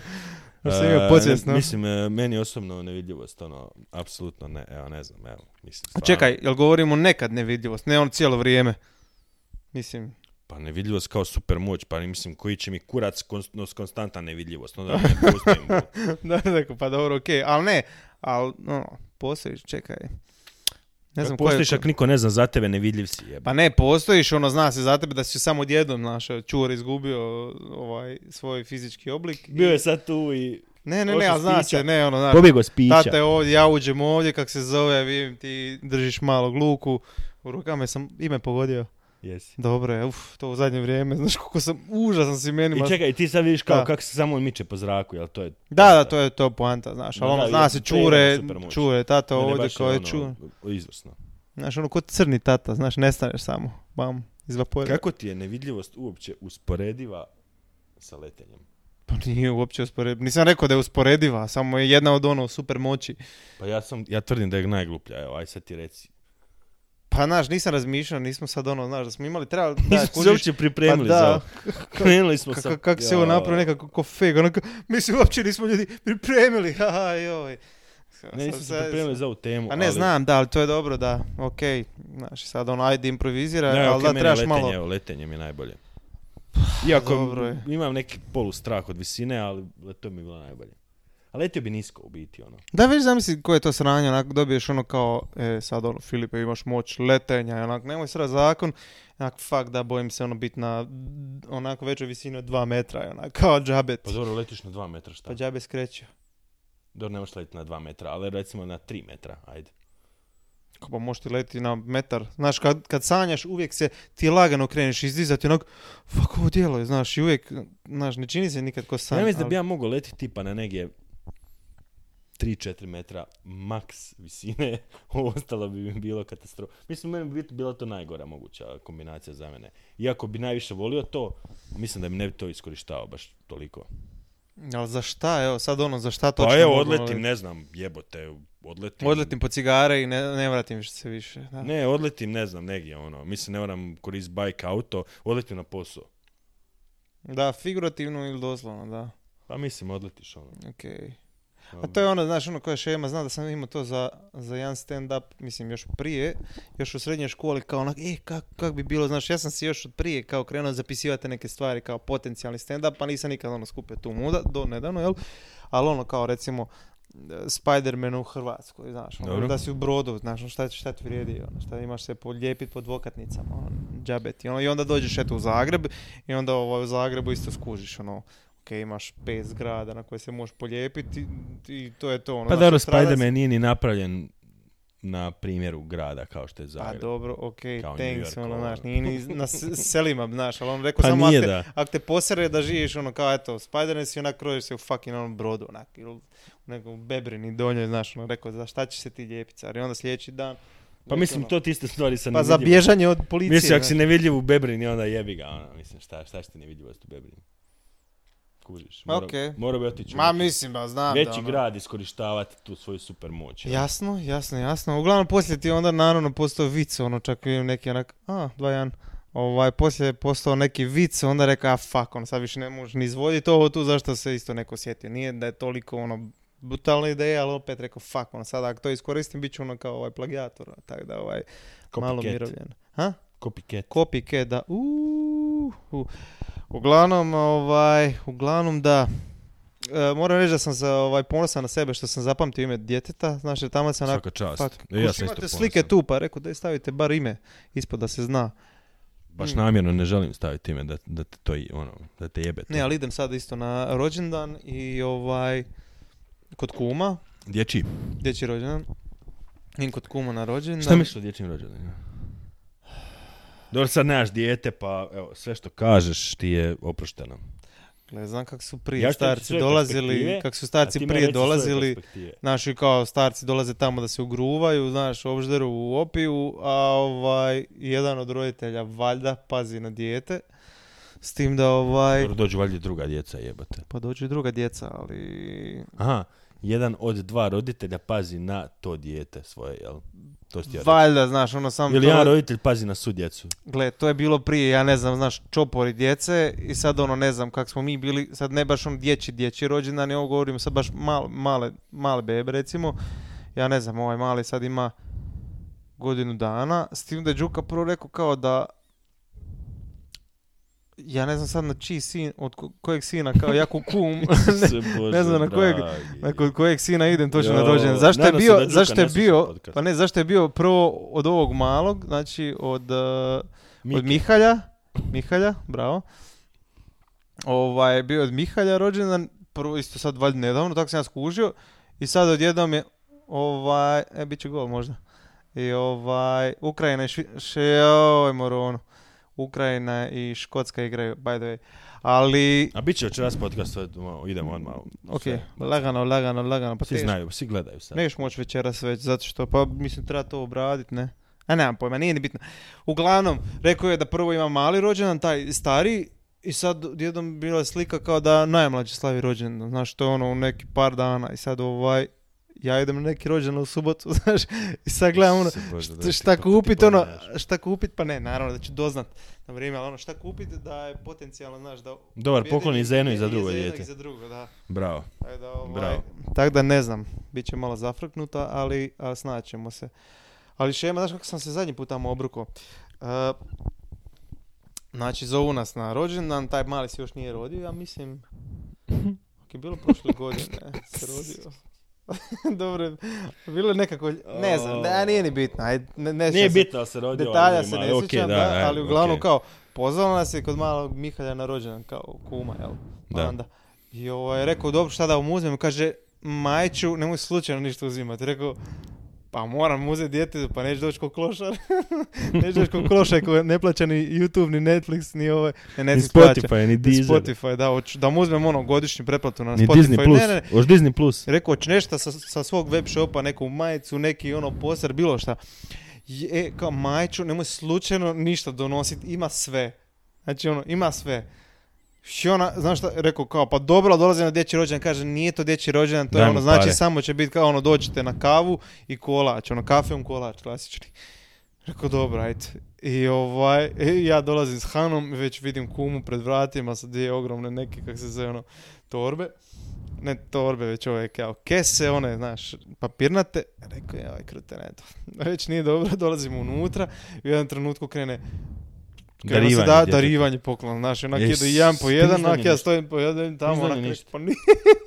[SPEAKER 1] da sam
[SPEAKER 2] E,
[SPEAKER 1] imao podsvjesno.
[SPEAKER 2] ne, Mislim, e, meni osobno nevidljivost, ono, apsolutno ne, evo, ne znam, evo, mislim,
[SPEAKER 1] A
[SPEAKER 2] stvarno.
[SPEAKER 1] Pa čekaj, jel govorimo nekad nevidljivost, ne on cijelo vrijeme? Mislim,
[SPEAKER 2] Pa nevidljivost kao super moć, pa mislim, koji će mi kurac konst, konstanta nevidljivost, onda ne postojim.
[SPEAKER 1] da, da, pa dobro, okej, ali ne, ali, no, postojiš, čekaj. Ne znam koje...
[SPEAKER 2] Postojiš ako niko ne zna za tebe, nevidljiv si jeba.
[SPEAKER 1] Pa ne, postojiš, ono, zna se za tebe da si samo odjednom, naš čur izgubio ovaj, svoj fizički oblik. i-
[SPEAKER 2] Bio je sad tu i
[SPEAKER 1] Ne, ne, ne,
[SPEAKER 2] Ošao
[SPEAKER 1] ali
[SPEAKER 2] s
[SPEAKER 1] zna
[SPEAKER 2] pića.
[SPEAKER 1] se, ne, ono, znaš,
[SPEAKER 2] pobjegao s pića.
[SPEAKER 1] Tata je ovdje, ja uđem ovdje, kak se zove, vidim ti držiš malog luku, u rukama sam ime pogodio.
[SPEAKER 2] Jesi.
[SPEAKER 1] Dobro je, uf, to u zadnje vrijeme, znaš koliko sam, užasan si meni. ma-
[SPEAKER 2] I čekaj, ti sad vidiš kao
[SPEAKER 1] Da.
[SPEAKER 2] kako se samo on miče po zraku, jel to je...
[SPEAKER 1] Da, da, to je to je poanta, znaš,
[SPEAKER 2] Da,
[SPEAKER 1] ali ono,
[SPEAKER 2] da,
[SPEAKER 1] zna
[SPEAKER 2] je-
[SPEAKER 1] se,
[SPEAKER 2] to je jedna
[SPEAKER 1] čure,
[SPEAKER 2] supermoć.
[SPEAKER 1] čure, tata
[SPEAKER 2] Mene
[SPEAKER 1] ovdje
[SPEAKER 2] baš
[SPEAKER 1] koji je
[SPEAKER 2] ono,
[SPEAKER 1] čure.
[SPEAKER 2] Izvrsno.
[SPEAKER 1] Znaš, ono, ko crni tata, znaš, nestaneš samo, bam, izvapori.
[SPEAKER 2] Kako ti je nevidljivost uopće usporediva sa letenjem?
[SPEAKER 1] Pa nije uopće usporediva, nisam rekao da je usporediva, samo je jedna od ono super moći.
[SPEAKER 2] Pa ja sam, ja tvrdim da je najgluplja, evo, aj sad ti reci.
[SPEAKER 1] Pa, znaš, nisam razmišljao, nismo sad ono, znaš, da smo imali, trebali, da,
[SPEAKER 2] Nismo se
[SPEAKER 1] kužiš,
[SPEAKER 2] uopće pripremili
[SPEAKER 1] Pa da.
[SPEAKER 2] za ovo. Krenuli smo
[SPEAKER 1] Kako
[SPEAKER 2] sa...
[SPEAKER 1] kak se ovo
[SPEAKER 2] Ja.
[SPEAKER 1] napravi nekako ko fake, onako, mi se uopće nismo ljudi pripremili, haha, joj.
[SPEAKER 2] Ne, nismo se
[SPEAKER 1] Sad-
[SPEAKER 2] pripremili za ovu temu,
[SPEAKER 1] Pa ne,
[SPEAKER 2] ali-
[SPEAKER 1] znam, da, ali to je dobro, da, okej, znaš, sad ono, ajde improviziraj,
[SPEAKER 2] Ne,
[SPEAKER 1] ali
[SPEAKER 2] okej,
[SPEAKER 1] da
[SPEAKER 2] meni
[SPEAKER 1] trebaš
[SPEAKER 2] letenje,
[SPEAKER 1] malo...
[SPEAKER 2] evo, letenje mi je najbolje. Iako
[SPEAKER 1] dobro je.
[SPEAKER 2] imam neki polu strah od visine, ali to mi je bilo najbolje. A letio bi nisko u biti, ono.
[SPEAKER 1] Da, već zamisli koje je to sranje, onako dobiješ ono kao, e, sad ono, Filipe, imaš moć letenja, i onako, nemoj sra zakon, onako, fuck, da, bojim se ono biti na, d- onako, većoj visini od dva metra, i onako, kao džabet.
[SPEAKER 2] Pa dobro, letiš na dva metra, šta?
[SPEAKER 1] Pa džabe skrećio.
[SPEAKER 2] Dobro, ne možeš letiti na dva metra, ali recimo na tri metra, ajde.
[SPEAKER 1] Kako pa možeš ti leti na metar. Znaš, kad, kad sanjaš, uvijek se ti lagano kreneš izdizati, onako, fuck, ovo djelo je, znaš, i uvijek, znaš, ne čini se nikad ko
[SPEAKER 2] Ja
[SPEAKER 1] sanja.
[SPEAKER 2] mislim da bi
[SPEAKER 1] ali-
[SPEAKER 2] ja mogao letiti tipa na negdje 3-4 metra maks visine, ovo ostalo bi mi bilo katastrofa. Mislim, meni bi bila to najgora moguća kombinacija za mene. Iako bi najviše volio to, mislim da bi ne bi to iskorištavao baš toliko.
[SPEAKER 1] Ali za šta, evo, sad ono, za šta točno?
[SPEAKER 2] Pa evo,
[SPEAKER 1] mogu,
[SPEAKER 2] odletim,
[SPEAKER 1] ono,
[SPEAKER 2] ne znam, jebote, odletim.
[SPEAKER 1] Odletim po cigare i ne, ne vratim se više. Da.
[SPEAKER 2] Ne, odletim, ne znam, negdje ono. Mislim, ne moram koristiti bajk, auto, odletim na posao.
[SPEAKER 1] da, figurativno ili doslovno, da.
[SPEAKER 2] Pa mislim, odletiš ono.
[SPEAKER 1] Okej. A to je ono, znaš, ono koja šema, znam da sam imao to za, za jedan stand-up, mislim, još prije, još u srednjoj školi, kao onak, e, kak, kak bi bilo, znaš, ja sam si još od prije kao krenuo zapisivati neke stvari kao potencijalni stand-up, pa nisam nikad ono skupio tu muda, do nedavno, jel? Ali ono kao, recimo, e, Spider-Man u Hrvatskoj, znaš, ono,
[SPEAKER 2] Dobro.
[SPEAKER 1] da si u brodu, znaš, ono, šta, šta ti vrijedi, ono, šta imaš se polijepit po dvokatnicama, ono, džabeti, ono, i onda dođeš eto u Zagreb i onda ovaj, u Zagrebu isto skužiš, ono, ok, imaš pet zgrada na koje se možeš polijepiti i to je to, ono,
[SPEAKER 2] Pa
[SPEAKER 1] znaš,
[SPEAKER 2] dobro,
[SPEAKER 1] stradac-
[SPEAKER 2] Spider-Man nije ni napravljen na primjeru grada kao što je
[SPEAKER 1] Pa
[SPEAKER 2] Zagreb.
[SPEAKER 1] dobro, ok,
[SPEAKER 2] Kao New
[SPEAKER 1] thanks,
[SPEAKER 2] York,
[SPEAKER 1] ono,
[SPEAKER 2] ono.
[SPEAKER 1] znaš, nije ni na s- selima, znaš, ali on rekao
[SPEAKER 2] Pa
[SPEAKER 1] samo,
[SPEAKER 2] nije,
[SPEAKER 1] ak te,
[SPEAKER 2] da.
[SPEAKER 1] ak te posere da živiš, ono, kao, eto, Spider-Man si, onak, krojiš se u fucking onom brodu, onak, ili u nekom bebrini donjoj, znaš, ono, rekao, za šta će se ti lijepiti, ali onda sljedeći dan...
[SPEAKER 2] Pa
[SPEAKER 1] već,
[SPEAKER 2] mislim,
[SPEAKER 1] ono,
[SPEAKER 2] to ti iste stvari sa
[SPEAKER 1] Pa za
[SPEAKER 2] nevidljivošću.
[SPEAKER 1] bježanje od policije,
[SPEAKER 2] Mislim, ako si
[SPEAKER 1] znaš.
[SPEAKER 2] nevidljiv u Bebrini, onda jebi ga, ono, mislim, šta, šta će ti nevidljivost u Bebrini? Kužiš, morao,
[SPEAKER 1] Okej.
[SPEAKER 2] morao bi otići u
[SPEAKER 1] Ma
[SPEAKER 2] neki
[SPEAKER 1] mislim, ba, znam da,
[SPEAKER 2] veći
[SPEAKER 1] ono-
[SPEAKER 2] grad iskorištavati tu svoju super moć. jel?
[SPEAKER 1] Jasno, jasno, jasno. Uglavnom poslije ti je onda naravno postao vic, ono čak vidim neki onak, a, 2-1. Ovaj, poslije je postao neki vic, onda rekao, a fuck, ono sad više ne možeš ni izvoditi ovo tu, zašto se isto neko sjetio. Nije da je toliko ono brutalna ideja, ali opet rekao, fuck, ono sad ako to iskoristim, bit ću ono kao ovaj plagijator, tako da ovaj, malo
[SPEAKER 2] Copycat.
[SPEAKER 1] mirovljen. Ha?
[SPEAKER 2] Copycat.
[SPEAKER 1] Copycat, da, uuuu. Uglavnom, ovaj, uglavnom da, E, moram reći da sam se ovaj, ponosan na sebe što sam zapamtio ime djeteta, znači tamo sam onako
[SPEAKER 2] Svaka čast.
[SPEAKER 1] Fuck.
[SPEAKER 2] E, ja sam isto
[SPEAKER 1] imate slike
[SPEAKER 2] ponosan.
[SPEAKER 1] tu, pa rekao da stavite bar ime ispod da se zna. Mm.
[SPEAKER 2] Baš namjerno ne želim staviti time da, da te to, i- ono, da te jebe to.
[SPEAKER 1] Ne, ali idem sad isto na rođendan i ovaj, kod kuma
[SPEAKER 2] Dječji.
[SPEAKER 1] Dječji rođendan. Idem kod kuma na rođendan.
[SPEAKER 2] Šta misliš o dječjim rođendanima? Dobro, sad nemaš dijete, pa evo, sve što kažeš ti je oprošteno.
[SPEAKER 1] Gle, znam kako su prije
[SPEAKER 3] Ja ću ti reći
[SPEAKER 1] starci
[SPEAKER 3] svoje
[SPEAKER 1] dolazili,
[SPEAKER 3] perspektive,
[SPEAKER 1] kako su
[SPEAKER 3] A ti
[SPEAKER 1] starci
[SPEAKER 3] meni
[SPEAKER 1] prije
[SPEAKER 3] reci svoje
[SPEAKER 1] dolazili.
[SPEAKER 3] perspektive.
[SPEAKER 1] Znaš, i kao starci dolaze tamo da se ugruvaju, znaš, obžderu u opiju, a ovaj, jedan od roditelja valjda pazi na dijete. S tim da ovaj...
[SPEAKER 2] Dobro, dođu valjda i druga djeca jebate.
[SPEAKER 1] Pa dođu i druga djeca, ali...
[SPEAKER 2] Aha, jedan od dva roditelja pazi na to dijete svoje, jel? To si ti ja rekao.
[SPEAKER 1] Valjda, znaš, ono sam...
[SPEAKER 2] Ili
[SPEAKER 1] to-
[SPEAKER 2] jedan roditelj pazi na su djecu.
[SPEAKER 1] Gle, to je bilo prije, ja ne znam, znaš, čopori djece i sad ono, ne znam kak smo mi bili, sad ne baš on dječji, dječji rođendan, ja ovo govorim sad baš mal, male, male bebe recimo, ja ne znam, ovaj mali sad ima godinu dana, s tim da je Đuka prvo rekao kao da ja ne znam sad na čiji sin, od ko- kojeg sina, kao ja ku- kum, ne,
[SPEAKER 2] Sve Bože
[SPEAKER 1] ne znam na kojeg-
[SPEAKER 2] dragi.
[SPEAKER 1] na E, kod kojeg sina idem točno na
[SPEAKER 2] Jo,
[SPEAKER 1] rođendan. Zašto je
[SPEAKER 2] nadam se
[SPEAKER 1] bio,
[SPEAKER 2] da Đuka
[SPEAKER 1] zašto je
[SPEAKER 2] ne sluša
[SPEAKER 1] bio,
[SPEAKER 2] podcast.
[SPEAKER 1] pa ne, zašto je bio prvo od ovog malog, znači od, eh, od
[SPEAKER 2] Miki.
[SPEAKER 1] Mihalja, Mihalja, bravo. Ovaj, bio je od Mihalja rođendan, prvo isto sad valjda nedavno, tako sam ja skužio. I sad odjednom je, ovaj, e, bit će gol možda. I ovaj, Ukrajina i Švi... Še, oj, Moronu. Ukrajina i Škotska igraju, by the way. Ali,
[SPEAKER 2] A bit će večeras podcast, sad, ono, idemo odmah.
[SPEAKER 1] ok,
[SPEAKER 2] Sve.
[SPEAKER 1] lagano, lagano, lagano. Pa
[SPEAKER 2] Svi
[SPEAKER 1] teško.
[SPEAKER 2] znaju, svi gledaju sad.
[SPEAKER 1] Neš moći večeras već, zato što, pa mislim, treba to obradit, ne? A nemam pojma, nije ni bitno. Uglavnom, rekao je da prvo ima mali rođendan, taj stari, i sad odjednom bila je slika kao da najmlađi slavi rođendan, znaš, to je ono u neki par dana i sad ovaj, ja idem na neki rođendan u subotu, znaš, i sad gledam ono,
[SPEAKER 2] Sve Bože,
[SPEAKER 1] šta,
[SPEAKER 2] dragi,
[SPEAKER 1] šta
[SPEAKER 2] pa ti
[SPEAKER 1] kupit, ono,
[SPEAKER 2] pogledaš.
[SPEAKER 1] šta kupit, pa ne, naravno da ću doznat na vrijeme, ali ono, šta kupit da je potencijalno, znaš, da...
[SPEAKER 2] Dobar poklon i za jedno i za
[SPEAKER 1] objedini
[SPEAKER 2] drugo
[SPEAKER 1] jednog
[SPEAKER 2] dijete.
[SPEAKER 1] I za drugo, da.
[SPEAKER 2] Bravo.
[SPEAKER 1] Tako da, ovaj,
[SPEAKER 2] Bravo.
[SPEAKER 1] tak da ne znam, bit će malo zafrknuta, ali a, snaćemo se. Ali šema, znaš kako sam se zadnji put tamo obruko. E, znači, zovu nas na rođendan, taj mali se još nije rodio, ja mislim... Ok, bilo prošle godine se rodio. Dobro, bilo je nekako, ne znam, da, nije ni bitno, ajde, ne, ne
[SPEAKER 2] Nije
[SPEAKER 1] sjećam E, se.
[SPEAKER 2] bitno da se ovaj rodio.
[SPEAKER 1] Detalja
[SPEAKER 2] ali
[SPEAKER 1] se
[SPEAKER 2] ono ima, e,
[SPEAKER 1] ne
[SPEAKER 2] ok,
[SPEAKER 1] sjećam,
[SPEAKER 2] da,
[SPEAKER 1] da,
[SPEAKER 2] da,
[SPEAKER 1] ali uglavnom
[SPEAKER 2] ok.
[SPEAKER 1] kao, pozvalo nas je kod malog Mihalja na rođendan, kao kuma, jel?
[SPEAKER 2] Da.
[SPEAKER 1] Da. Onda. I ovaj, rekao, dobro, šta da mu uzmem? Kaže, majču, nemoj slučajno ništa uzimati. Rekao, pa moram uzeti djetetu, pa neću doći ko klošar. neću doći ko klošar, ko ne plaća ni YouTube, ni Netflix, ni ovaj. Ne,
[SPEAKER 2] Ni
[SPEAKER 1] Netflix plaća.
[SPEAKER 2] Spotify, ni
[SPEAKER 1] Ni
[SPEAKER 2] Deezer.
[SPEAKER 1] Spotify, da, hoću da mu uzmem ono godišnju pretplatu na
[SPEAKER 2] Ni
[SPEAKER 1] Spotify.
[SPEAKER 2] Disney Plus.
[SPEAKER 1] Ne, ne, ne.
[SPEAKER 2] Još Disney Plus.
[SPEAKER 1] Rekao, hoću nešto sa, sa svog web shopa, neku majicu, neki ono poster, bilo šta. Je, kao majču, nemoj slučajno ništa donositi, ima sve. Znači ono, ima sve. I ona, znaš šta, rekao kao, pa dobro, ali dolazi na dječji rođendan, kaže, nije to dječji rođendan, to je
[SPEAKER 2] Daj mu
[SPEAKER 1] ono, znači
[SPEAKER 2] pare.
[SPEAKER 1] samo će biti kao ono, dođite na kavu i kolač, ono, kafeom kolač, klasični. Rekao, dobro, ajde. I ovaj, e, ja dolazim s Hanom, već vidim kumu pred vratima sa dvije ogromne neke, kak se zove, ono, torbe. Ne torbe, već ove kao kese, one, znaš, papirnate. Rekao je, ovaj krute, ne, to već nije dobro, dolazim unutra i u jednom trenutku krene Krene se da,
[SPEAKER 2] djetetu.
[SPEAKER 1] darivanje poklon, znaš, i onak
[SPEAKER 2] Jes,
[SPEAKER 1] jedu jedan po
[SPEAKER 2] ti
[SPEAKER 1] jedan,
[SPEAKER 2] nisi donio
[SPEAKER 1] onak ja
[SPEAKER 2] ništa.
[SPEAKER 1] stojim po jedan tamo,
[SPEAKER 2] Nisi donio
[SPEAKER 1] onak
[SPEAKER 2] ništa.
[SPEAKER 1] pa nije,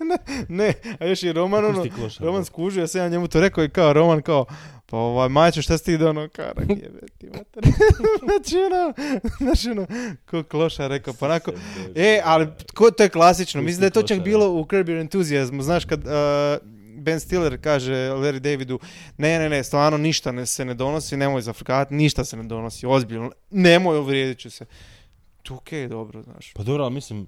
[SPEAKER 1] ne, ne, a još i Roman, ono,
[SPEAKER 2] Pusti klošar,
[SPEAKER 1] Roman
[SPEAKER 2] da.
[SPEAKER 1] skužio, ja sam ja njemu to rekao i kao, Roman kao, pa ovaj, mačo, šta si ti do ono, kao, rak jebe ti mater, znači ono, znači ono, ko kloša rekao, pa onako,
[SPEAKER 2] Sve Bože,
[SPEAKER 1] E, ali tko, to je klasično.
[SPEAKER 2] Pusti
[SPEAKER 1] Mislim da je to čak
[SPEAKER 2] klošara.
[SPEAKER 1] bilo u Curb Your Enthusiasm. Znaš kad uh, Ben Stiller kaže Larry Davidu ne, ne, ne, stvarno ništa ne, se ne donosi, nemoj zafrkat, ništa se ne donosi, ozbiljno, nemoj, uvrijedit ću se. Tu okej, dobro, znaš.
[SPEAKER 2] Pa dobro, ali mislim,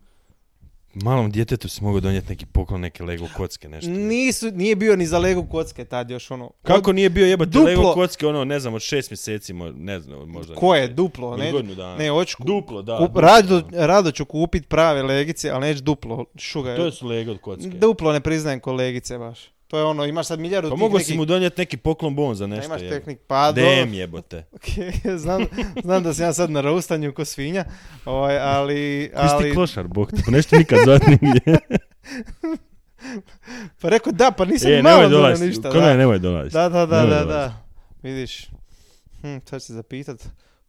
[SPEAKER 2] malom djetetu si mogao donijeti neki poklon, neke Lego kocke, nešto.
[SPEAKER 1] Nisu, nije bio ni za Lego kocke tad još ono.
[SPEAKER 2] Kako nije bio jebati
[SPEAKER 1] Duplo-
[SPEAKER 2] Lego kocke, ono, ne znam, od šest mjeseci, mo- ne znam, možda.
[SPEAKER 1] Ko je, duplo,
[SPEAKER 2] Od
[SPEAKER 1] ne?
[SPEAKER 2] godinu dana.
[SPEAKER 1] Ne, hoću, ku-
[SPEAKER 2] Duplo, da.
[SPEAKER 1] kup-
[SPEAKER 2] duplo,
[SPEAKER 1] rado,
[SPEAKER 2] da.
[SPEAKER 1] rado ću kupit prave legice, ali neću duplo, šuga. je.
[SPEAKER 2] To su Lego od kocke.
[SPEAKER 1] Duplo ne priznajem kolegice baš. To je ono, imaš sad milijardu
[SPEAKER 2] Pa
[SPEAKER 1] tih
[SPEAKER 2] mogao si
[SPEAKER 1] nekih-
[SPEAKER 2] mu donijeti neki poklon bon za
[SPEAKER 1] Pa
[SPEAKER 2] nešto.
[SPEAKER 1] imaš
[SPEAKER 2] jebe.
[SPEAKER 1] tehnik, pa dobro.
[SPEAKER 2] Dem jebote.
[SPEAKER 1] Ok, znam, znam da sam ja sad na raustanju ko svinja, ovaj, ali, ali
[SPEAKER 2] klošar, bog ti, pa nešto nikad zvat nigdje.
[SPEAKER 1] pa rekao da, pa nisam
[SPEAKER 2] E,
[SPEAKER 1] ni malo
[SPEAKER 2] nemoj
[SPEAKER 1] donio
[SPEAKER 2] dolaziti,
[SPEAKER 1] ništa.
[SPEAKER 2] kod mene
[SPEAKER 1] Da,
[SPEAKER 2] nemoj dolaziti.
[SPEAKER 1] da, da, da,
[SPEAKER 2] nemoj
[SPEAKER 1] da,
[SPEAKER 2] dolaziti.
[SPEAKER 1] da. vidiš, hm, to ću se zapitat.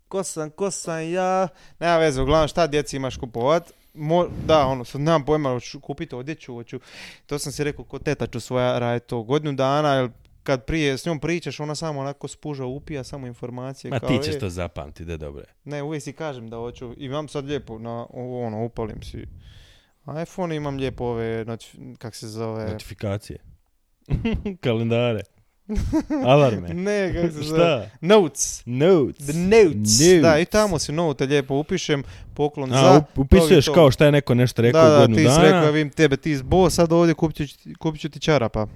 [SPEAKER 1] Ko sam, ko sam ja, nema veze, uglavnom šta djeci imaš kupovat, Mo- da, ono, sad nemam pojma, hoću kupiti odjeću, hoću, to sam si rekao, ko teta ću svoja raditi to godinu dana, jer kad prije s njom pričaš, ona samo onako spuža, upija samo informacije.
[SPEAKER 2] Ma
[SPEAKER 1] kao,
[SPEAKER 2] ti
[SPEAKER 1] e,
[SPEAKER 2] ćeš to zapamtiti, da dobro je.
[SPEAKER 1] Ne, uvijek si kažem da hoću, imam sad lijepo, na, ovo, ono, upalim si iPhone, imam lijepo ove, notif- kak se zove,
[SPEAKER 2] Notifikacije. Kalendare. Alarme.
[SPEAKER 1] Ne, kako se zove?
[SPEAKER 2] Šta?
[SPEAKER 1] Notes.
[SPEAKER 2] Notes.
[SPEAKER 1] The notes.
[SPEAKER 2] Notes.
[SPEAKER 1] Da, i tamo si note lijepo upišem, poklon
[SPEAKER 2] A,
[SPEAKER 1] za...
[SPEAKER 2] up- upisuješ
[SPEAKER 1] to i to.
[SPEAKER 2] kao šta je neko nešto rekao
[SPEAKER 1] da, da,
[SPEAKER 2] godinu
[SPEAKER 1] ti si
[SPEAKER 2] dana.
[SPEAKER 1] rekao, ja vidim tebe, ti bo, sad ovdje kupit ću, ti- kupit ću ti čarapa.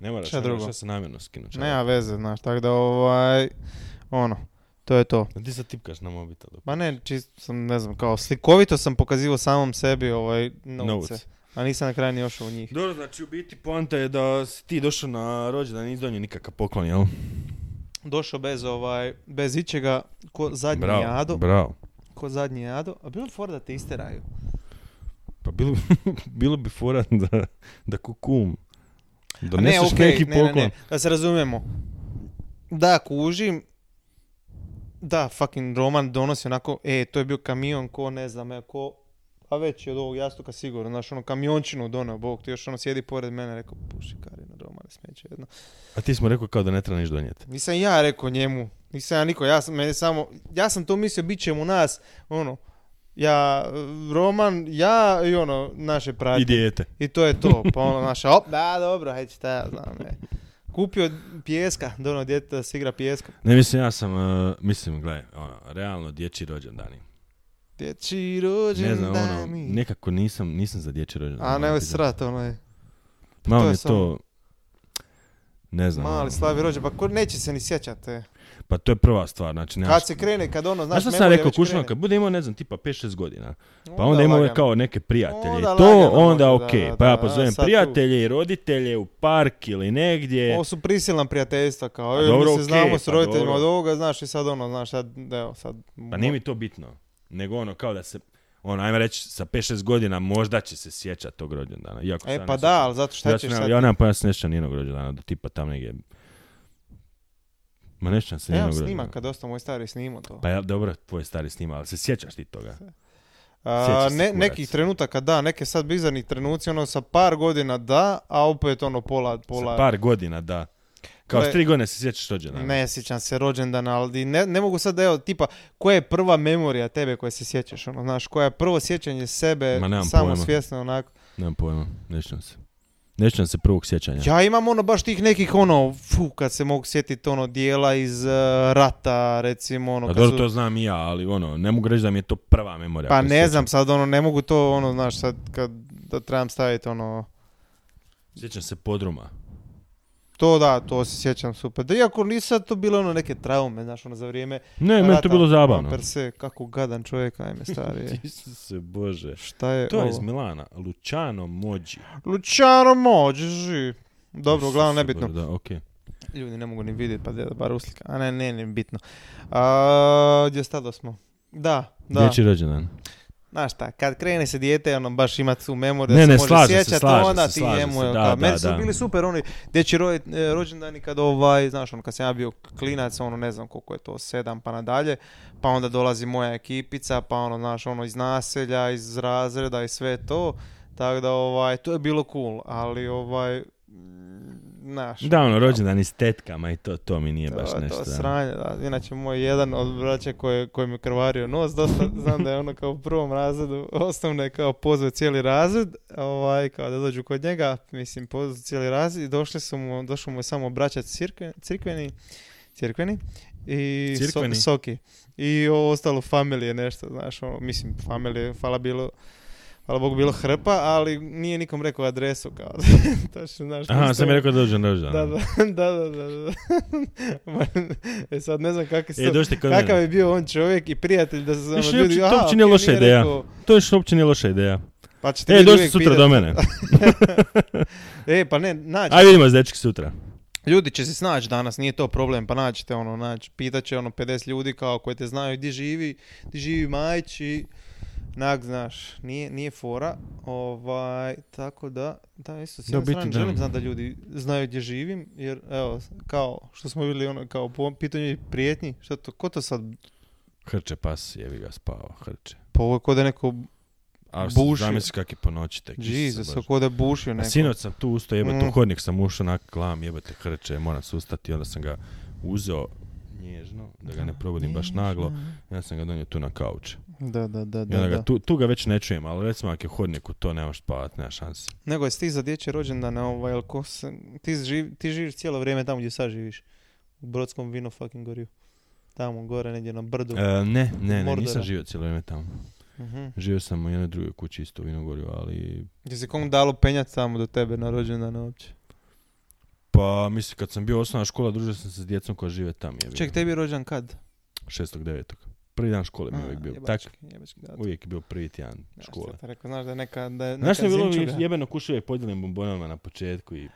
[SPEAKER 2] Ne moraš,
[SPEAKER 1] Šta
[SPEAKER 2] ne moraš,
[SPEAKER 1] drugo?
[SPEAKER 2] ja sam namjerno skinu čarap.
[SPEAKER 1] Nema veze, znaš, tako da ovaj, ono, to je to.
[SPEAKER 2] A Ti sad tipkaš na mobitelu.
[SPEAKER 1] Ma ne, čisto sam, ne znam, kao slikovito sam pokazivao samom sebi ovaj novce,
[SPEAKER 2] Notes.
[SPEAKER 1] a nisam na kraju ni ošao u njih.
[SPEAKER 2] Dobro, znači u biti poanta je da si ti došao na rođendan i nisi donio nikakav poklon, jel?
[SPEAKER 1] Došao bez ovaj, bez ičega, ko zadnji jado,
[SPEAKER 2] bravo.
[SPEAKER 1] ko zadnji jado, a bilo bi fora da te isteraju.
[SPEAKER 2] Pa bilo, bi- bilo bi fora da, da kukum
[SPEAKER 1] A ne,
[SPEAKER 2] doneseš
[SPEAKER 1] okej,
[SPEAKER 2] neki
[SPEAKER 1] ne, ne,
[SPEAKER 2] poklon.
[SPEAKER 1] ne, da se razumijemo. Da, kužim, da, fucking Roman donosi onako, e, to je bio kamion ko, ne znam, e, ko, a veći od ovog jastuka sigurno, znaš, ono kamiončinu donio, bog, ti još ono sjedi pored mene, rekao, puši Karina, Roman, smeće jedno.
[SPEAKER 2] A ti smo rekao kao da ne treba niš donijeti.
[SPEAKER 1] Nisam ja rekao njemu, nisam ja niko, ja sam, mene samo, ja sam to mislio, bit ćemo nas, ono, ja, Roman, ja i ono, naše
[SPEAKER 2] I
[SPEAKER 1] pratnje.
[SPEAKER 2] dijete.
[SPEAKER 1] I to je to, pa ono naša, op, da, dobro, hajde šta ja znam, ne. Kupio pijeska, dono djete da se igra pijeska.
[SPEAKER 2] Ne, mislim, ja sam, e, mislim, gledaj, ono, realno dječji rođendani.
[SPEAKER 1] Dječi
[SPEAKER 2] Ne znam,
[SPEAKER 1] rođen
[SPEAKER 2] ono,
[SPEAKER 1] dani.
[SPEAKER 2] nekako nisam, nisam za dječji rođendan.
[SPEAKER 1] A ne,
[SPEAKER 2] moram
[SPEAKER 1] ovo je
[SPEAKER 2] ti da-
[SPEAKER 1] srat, ono je.
[SPEAKER 2] Malo
[SPEAKER 1] to je
[SPEAKER 2] mi je
[SPEAKER 1] samo-
[SPEAKER 2] to, ne znam, ono,
[SPEAKER 1] Mali slavi rođen, pa ko neće se ni sjećati. e.
[SPEAKER 2] pa to je prva stvar, znači, nemaš
[SPEAKER 1] Kad se krene, kad ono, znaš,
[SPEAKER 2] Znaš šta
[SPEAKER 1] memorija
[SPEAKER 2] sam rekao,
[SPEAKER 1] već
[SPEAKER 2] kušno,
[SPEAKER 1] krene.
[SPEAKER 2] kad bude imao, ne znam, tipa 5-6 godina, pa
[SPEAKER 1] Onda
[SPEAKER 2] onda ima ove
[SPEAKER 1] lagano.
[SPEAKER 2] kao neke prijatelje i
[SPEAKER 1] Onda
[SPEAKER 2] to,
[SPEAKER 1] lagano
[SPEAKER 2] onda
[SPEAKER 1] može, da,
[SPEAKER 2] okej,
[SPEAKER 1] da,
[SPEAKER 2] pa ja
[SPEAKER 1] da,
[SPEAKER 2] pozovem
[SPEAKER 1] sad tu.
[SPEAKER 2] prijatelje i roditelje u park ili negdje.
[SPEAKER 1] Ovo su prisilna prijateljstva, kao,
[SPEAKER 2] A
[SPEAKER 1] e,
[SPEAKER 2] E. dobro,
[SPEAKER 1] mi se
[SPEAKER 2] okej,
[SPEAKER 1] znamo s
[SPEAKER 2] pa
[SPEAKER 1] roditeljima
[SPEAKER 2] dobro.
[SPEAKER 1] od ovoga, znaš, i sad ono, znaš, sad, evo, sad...
[SPEAKER 2] Pa nije mi to bitno, nego ono kao da se, ono, ajmo reći, sa 5-6 godina možda će se sjećati tog rođendana. Iako se
[SPEAKER 1] E,
[SPEAKER 2] ja
[SPEAKER 1] pa
[SPEAKER 2] ne
[SPEAKER 1] da, ali zato šta
[SPEAKER 2] ja,
[SPEAKER 1] ćeš
[SPEAKER 2] sam-
[SPEAKER 1] sad...
[SPEAKER 2] ja nemam pojma sjećam nijednog rođendana, do tipa tam negdje. Ma ne sjećam se
[SPEAKER 1] Evo
[SPEAKER 2] nijednog
[SPEAKER 1] snima,
[SPEAKER 2] rođendana.
[SPEAKER 1] Pa kad dosta moj stari snimao to.
[SPEAKER 2] Pa ja, dobro, tvoj stari snima, ali se sjećaš ti toga.
[SPEAKER 1] A,
[SPEAKER 2] Sjeća se
[SPEAKER 1] ne,
[SPEAKER 2] kurac.
[SPEAKER 1] nekih trenutaka da, neke sad bizarni trenuci, ono sa par godina da, a opet ono pola,
[SPEAKER 2] Sa
[SPEAKER 1] pola.
[SPEAKER 2] par godina, da. Kao s
[SPEAKER 1] Gle-
[SPEAKER 2] tri godine se sjećaš rođendana.
[SPEAKER 1] Ne sjećam se rođendana, ali ne, ne mogu sad, evo, tipa, koja je prva memorija tebe koje se sjećaš, ono, znaš, koja je prvo sjećanje sebe,
[SPEAKER 2] Ma, nemam
[SPEAKER 1] samo
[SPEAKER 2] pojma.
[SPEAKER 1] svjesno, onako.
[SPEAKER 2] Nemam pojma, ne sjećam se. Ne sjećam se prvog sjećanja.
[SPEAKER 1] Ja imam ono baš tih nekih, ono, fu, kad se mogu sjetiti, ono, dijela iz eh, rata, recimo, ono,
[SPEAKER 2] A
[SPEAKER 1] kad
[SPEAKER 2] Pa dobro,
[SPEAKER 1] su-
[SPEAKER 2] to znam i ja, ali ono, ne mogu reći da mi je to prva memorija.
[SPEAKER 1] Pa
[SPEAKER 2] koju
[SPEAKER 1] ne
[SPEAKER 2] sjećam.
[SPEAKER 1] znam, sad, ono, ne mogu to, ono, znaš, sad, kad, da trebam staviti, ono,
[SPEAKER 2] Sjećam se podruma.
[SPEAKER 1] To da, to se sjećam super. Da iako nisu sad to bile ono neke traume, znaš, ono za vrijeme
[SPEAKER 2] Ne, meni je
[SPEAKER 1] rata,
[SPEAKER 2] to bilo
[SPEAKER 1] ono,
[SPEAKER 2] zabavno.
[SPEAKER 1] Per se, kako gadan čovjek, ajme starije.
[SPEAKER 2] Isuse Bože.
[SPEAKER 1] E. Šta je
[SPEAKER 2] To
[SPEAKER 1] ovo?
[SPEAKER 2] je iz Milana, Luciano Mođi.
[SPEAKER 1] Luciano Mođi. Dobro, uglavnom
[SPEAKER 2] Isuse
[SPEAKER 1] nebitno.
[SPEAKER 2] Bože, Da, okej.
[SPEAKER 1] Ljudi ne mogu ni vidjeti, pa da bar uslika. A ne, ne, ne, bitno. A, gdje stado smo? Da, da.
[SPEAKER 2] Dječji rođendan.
[SPEAKER 1] Znaš šta, kad krene se dijete, ono, baš ima tu memoriju da
[SPEAKER 2] Ne,
[SPEAKER 1] se
[SPEAKER 2] ne,
[SPEAKER 1] može
[SPEAKER 2] slažem se,
[SPEAKER 1] sjećati,
[SPEAKER 2] slažem
[SPEAKER 1] onda
[SPEAKER 2] se,
[SPEAKER 1] ti
[SPEAKER 2] slažem
[SPEAKER 1] njemu,
[SPEAKER 2] se,
[SPEAKER 1] evo,
[SPEAKER 2] da,
[SPEAKER 1] kao,
[SPEAKER 2] da,
[SPEAKER 1] meni su
[SPEAKER 2] da.
[SPEAKER 1] bili super oni dječji roj, e, rođendani kad ovaj, znaš, ono, kad sam ja bio klinac, ono, ne znam koliko je to, sedam pa nadalje, pa onda dolazi moja ekipica, pa ono, znaš, ono, iz naselja, iz razreda i sve to, tako da, ovaj, to je bilo cool, ali, ovaj, mm, znaš,
[SPEAKER 2] Da, ono, rođendan i s tetkama i to, to mi nije
[SPEAKER 1] to-
[SPEAKER 2] baš nešto.
[SPEAKER 1] To
[SPEAKER 2] da.
[SPEAKER 1] sranje, da. Inače, moj jedan od braća koji, koji mi je krvario nos, dosta znam da je ono kao u prvom razredu osnovne kao pozvao cijeli razred, ovaj, kao da dođu kod njega, mislim, pozvao cijeli razred i došli su mu, došao mu je samo braća cirkve, cirkveni, cirkveni i so-
[SPEAKER 2] Cirkveni?
[SPEAKER 1] soki. I ovo ostalo familije nešto, znaš, ono, mislim, familije, hvala bilo, hvala Bogu bilo hrpa, ali nije nikom rekao adresu, kao, točno, znaš.
[SPEAKER 2] Aha,
[SPEAKER 1] niste-
[SPEAKER 2] sam mi rekao da dođem rođendan.
[SPEAKER 1] da, da, da, da, da, da. Ma, e sad ne znam kakav,
[SPEAKER 2] E, dođite kod
[SPEAKER 1] kakav
[SPEAKER 2] mene.
[SPEAKER 1] je bio on čovjek i prijatelj da se ono,
[SPEAKER 2] Više,
[SPEAKER 1] ljudi,
[SPEAKER 2] uopće- to
[SPEAKER 1] aha,
[SPEAKER 2] uopće nije
[SPEAKER 1] ok,
[SPEAKER 2] loša
[SPEAKER 1] nije
[SPEAKER 2] ideja.
[SPEAKER 1] rekao,
[SPEAKER 2] To još uopće nije loša ideja.
[SPEAKER 1] Pa ćete
[SPEAKER 2] E,
[SPEAKER 1] ljudi
[SPEAKER 2] dođi
[SPEAKER 1] uvijek
[SPEAKER 2] sutra do
[SPEAKER 1] pitati-
[SPEAKER 2] mene.
[SPEAKER 1] E, pa ne, nađi.
[SPEAKER 2] Aj vidimo se dečki sutra.
[SPEAKER 1] Ljudi će se snaći danas, nije to problem, pa naćite ono, naći. Pitaće ono 50 ljudi kao koji te znaju, di živi, di živi Majić i nak, znaš, nije, nije fora, ovaj, tako da, da, isto, s
[SPEAKER 2] Da,
[SPEAKER 1] jedne
[SPEAKER 2] biti
[SPEAKER 1] strane
[SPEAKER 2] da.
[SPEAKER 1] želim znati da ljudi znaju gdje živim, jer, evo, kao, što smo vidjeli, ono, kao, po ovom pitanju i prijetnji, šta to, ko to sad,
[SPEAKER 2] Hrče pas, jebi ga spava, hrče.
[SPEAKER 1] pa ovo je ko da je neko,
[SPEAKER 2] A
[SPEAKER 1] Bušio.
[SPEAKER 2] zamisli kak je po noći tek. Isuse
[SPEAKER 1] Jesus,
[SPEAKER 2] Bože.
[SPEAKER 1] ko da je bušio
[SPEAKER 2] A
[SPEAKER 1] neko.
[SPEAKER 2] sinoć sam tu ustao, jebote,
[SPEAKER 1] Mm.
[SPEAKER 2] u hodnik sam ušao, onak, glam, jebote, hrče, moram se ustati, onda sam ga uzeo, nježno, da ga ne probudim baš naglo. Ja sam ga donio tu na kauč.
[SPEAKER 1] Da, da, da,
[SPEAKER 2] I
[SPEAKER 1] da.
[SPEAKER 2] onda ga,
[SPEAKER 1] da.
[SPEAKER 2] tu, tu ga već ne čujem, ali recimo ako je u hodniku, to nemaš spavat, nema šanse.
[SPEAKER 1] Nego jesi ti za dječje rođendane, ovaj, jel ko se- ti, živ, ti živiš cijelo vrijeme tamo gdje sad živiš. U Brodskom vino fucking goriju. Tamo gore, negdje na brdu.
[SPEAKER 2] E, ne, ne, ne,
[SPEAKER 1] Mordora.
[SPEAKER 2] nisam živio cijelo vrijeme tamo.
[SPEAKER 1] Mhm.
[SPEAKER 2] Živio sam u jednoj drugoj kući isto u Vinogorju, ali...
[SPEAKER 1] Gdje se kom dalo penjati tamo do tebe na rođendane uopće.
[SPEAKER 2] Pa, mislim, kad sam bio osnovna škola, družio sam se s djecom koja žive tam. Je
[SPEAKER 1] Ček, tebi je rođen kad?
[SPEAKER 2] 6.9. Prvi dan škole mi je
[SPEAKER 1] A,
[SPEAKER 2] uvijek bio. Tak,
[SPEAKER 1] jebački, jebački datum.
[SPEAKER 2] uvijek je bio prvi tjedan
[SPEAKER 1] Znaš šta
[SPEAKER 2] škole.
[SPEAKER 1] ti Rekao, znaš da je neka, da je neka
[SPEAKER 2] Znaš što je bilo
[SPEAKER 1] zimčuga.
[SPEAKER 2] jebeno kušio i podijelim bombonama na početku i...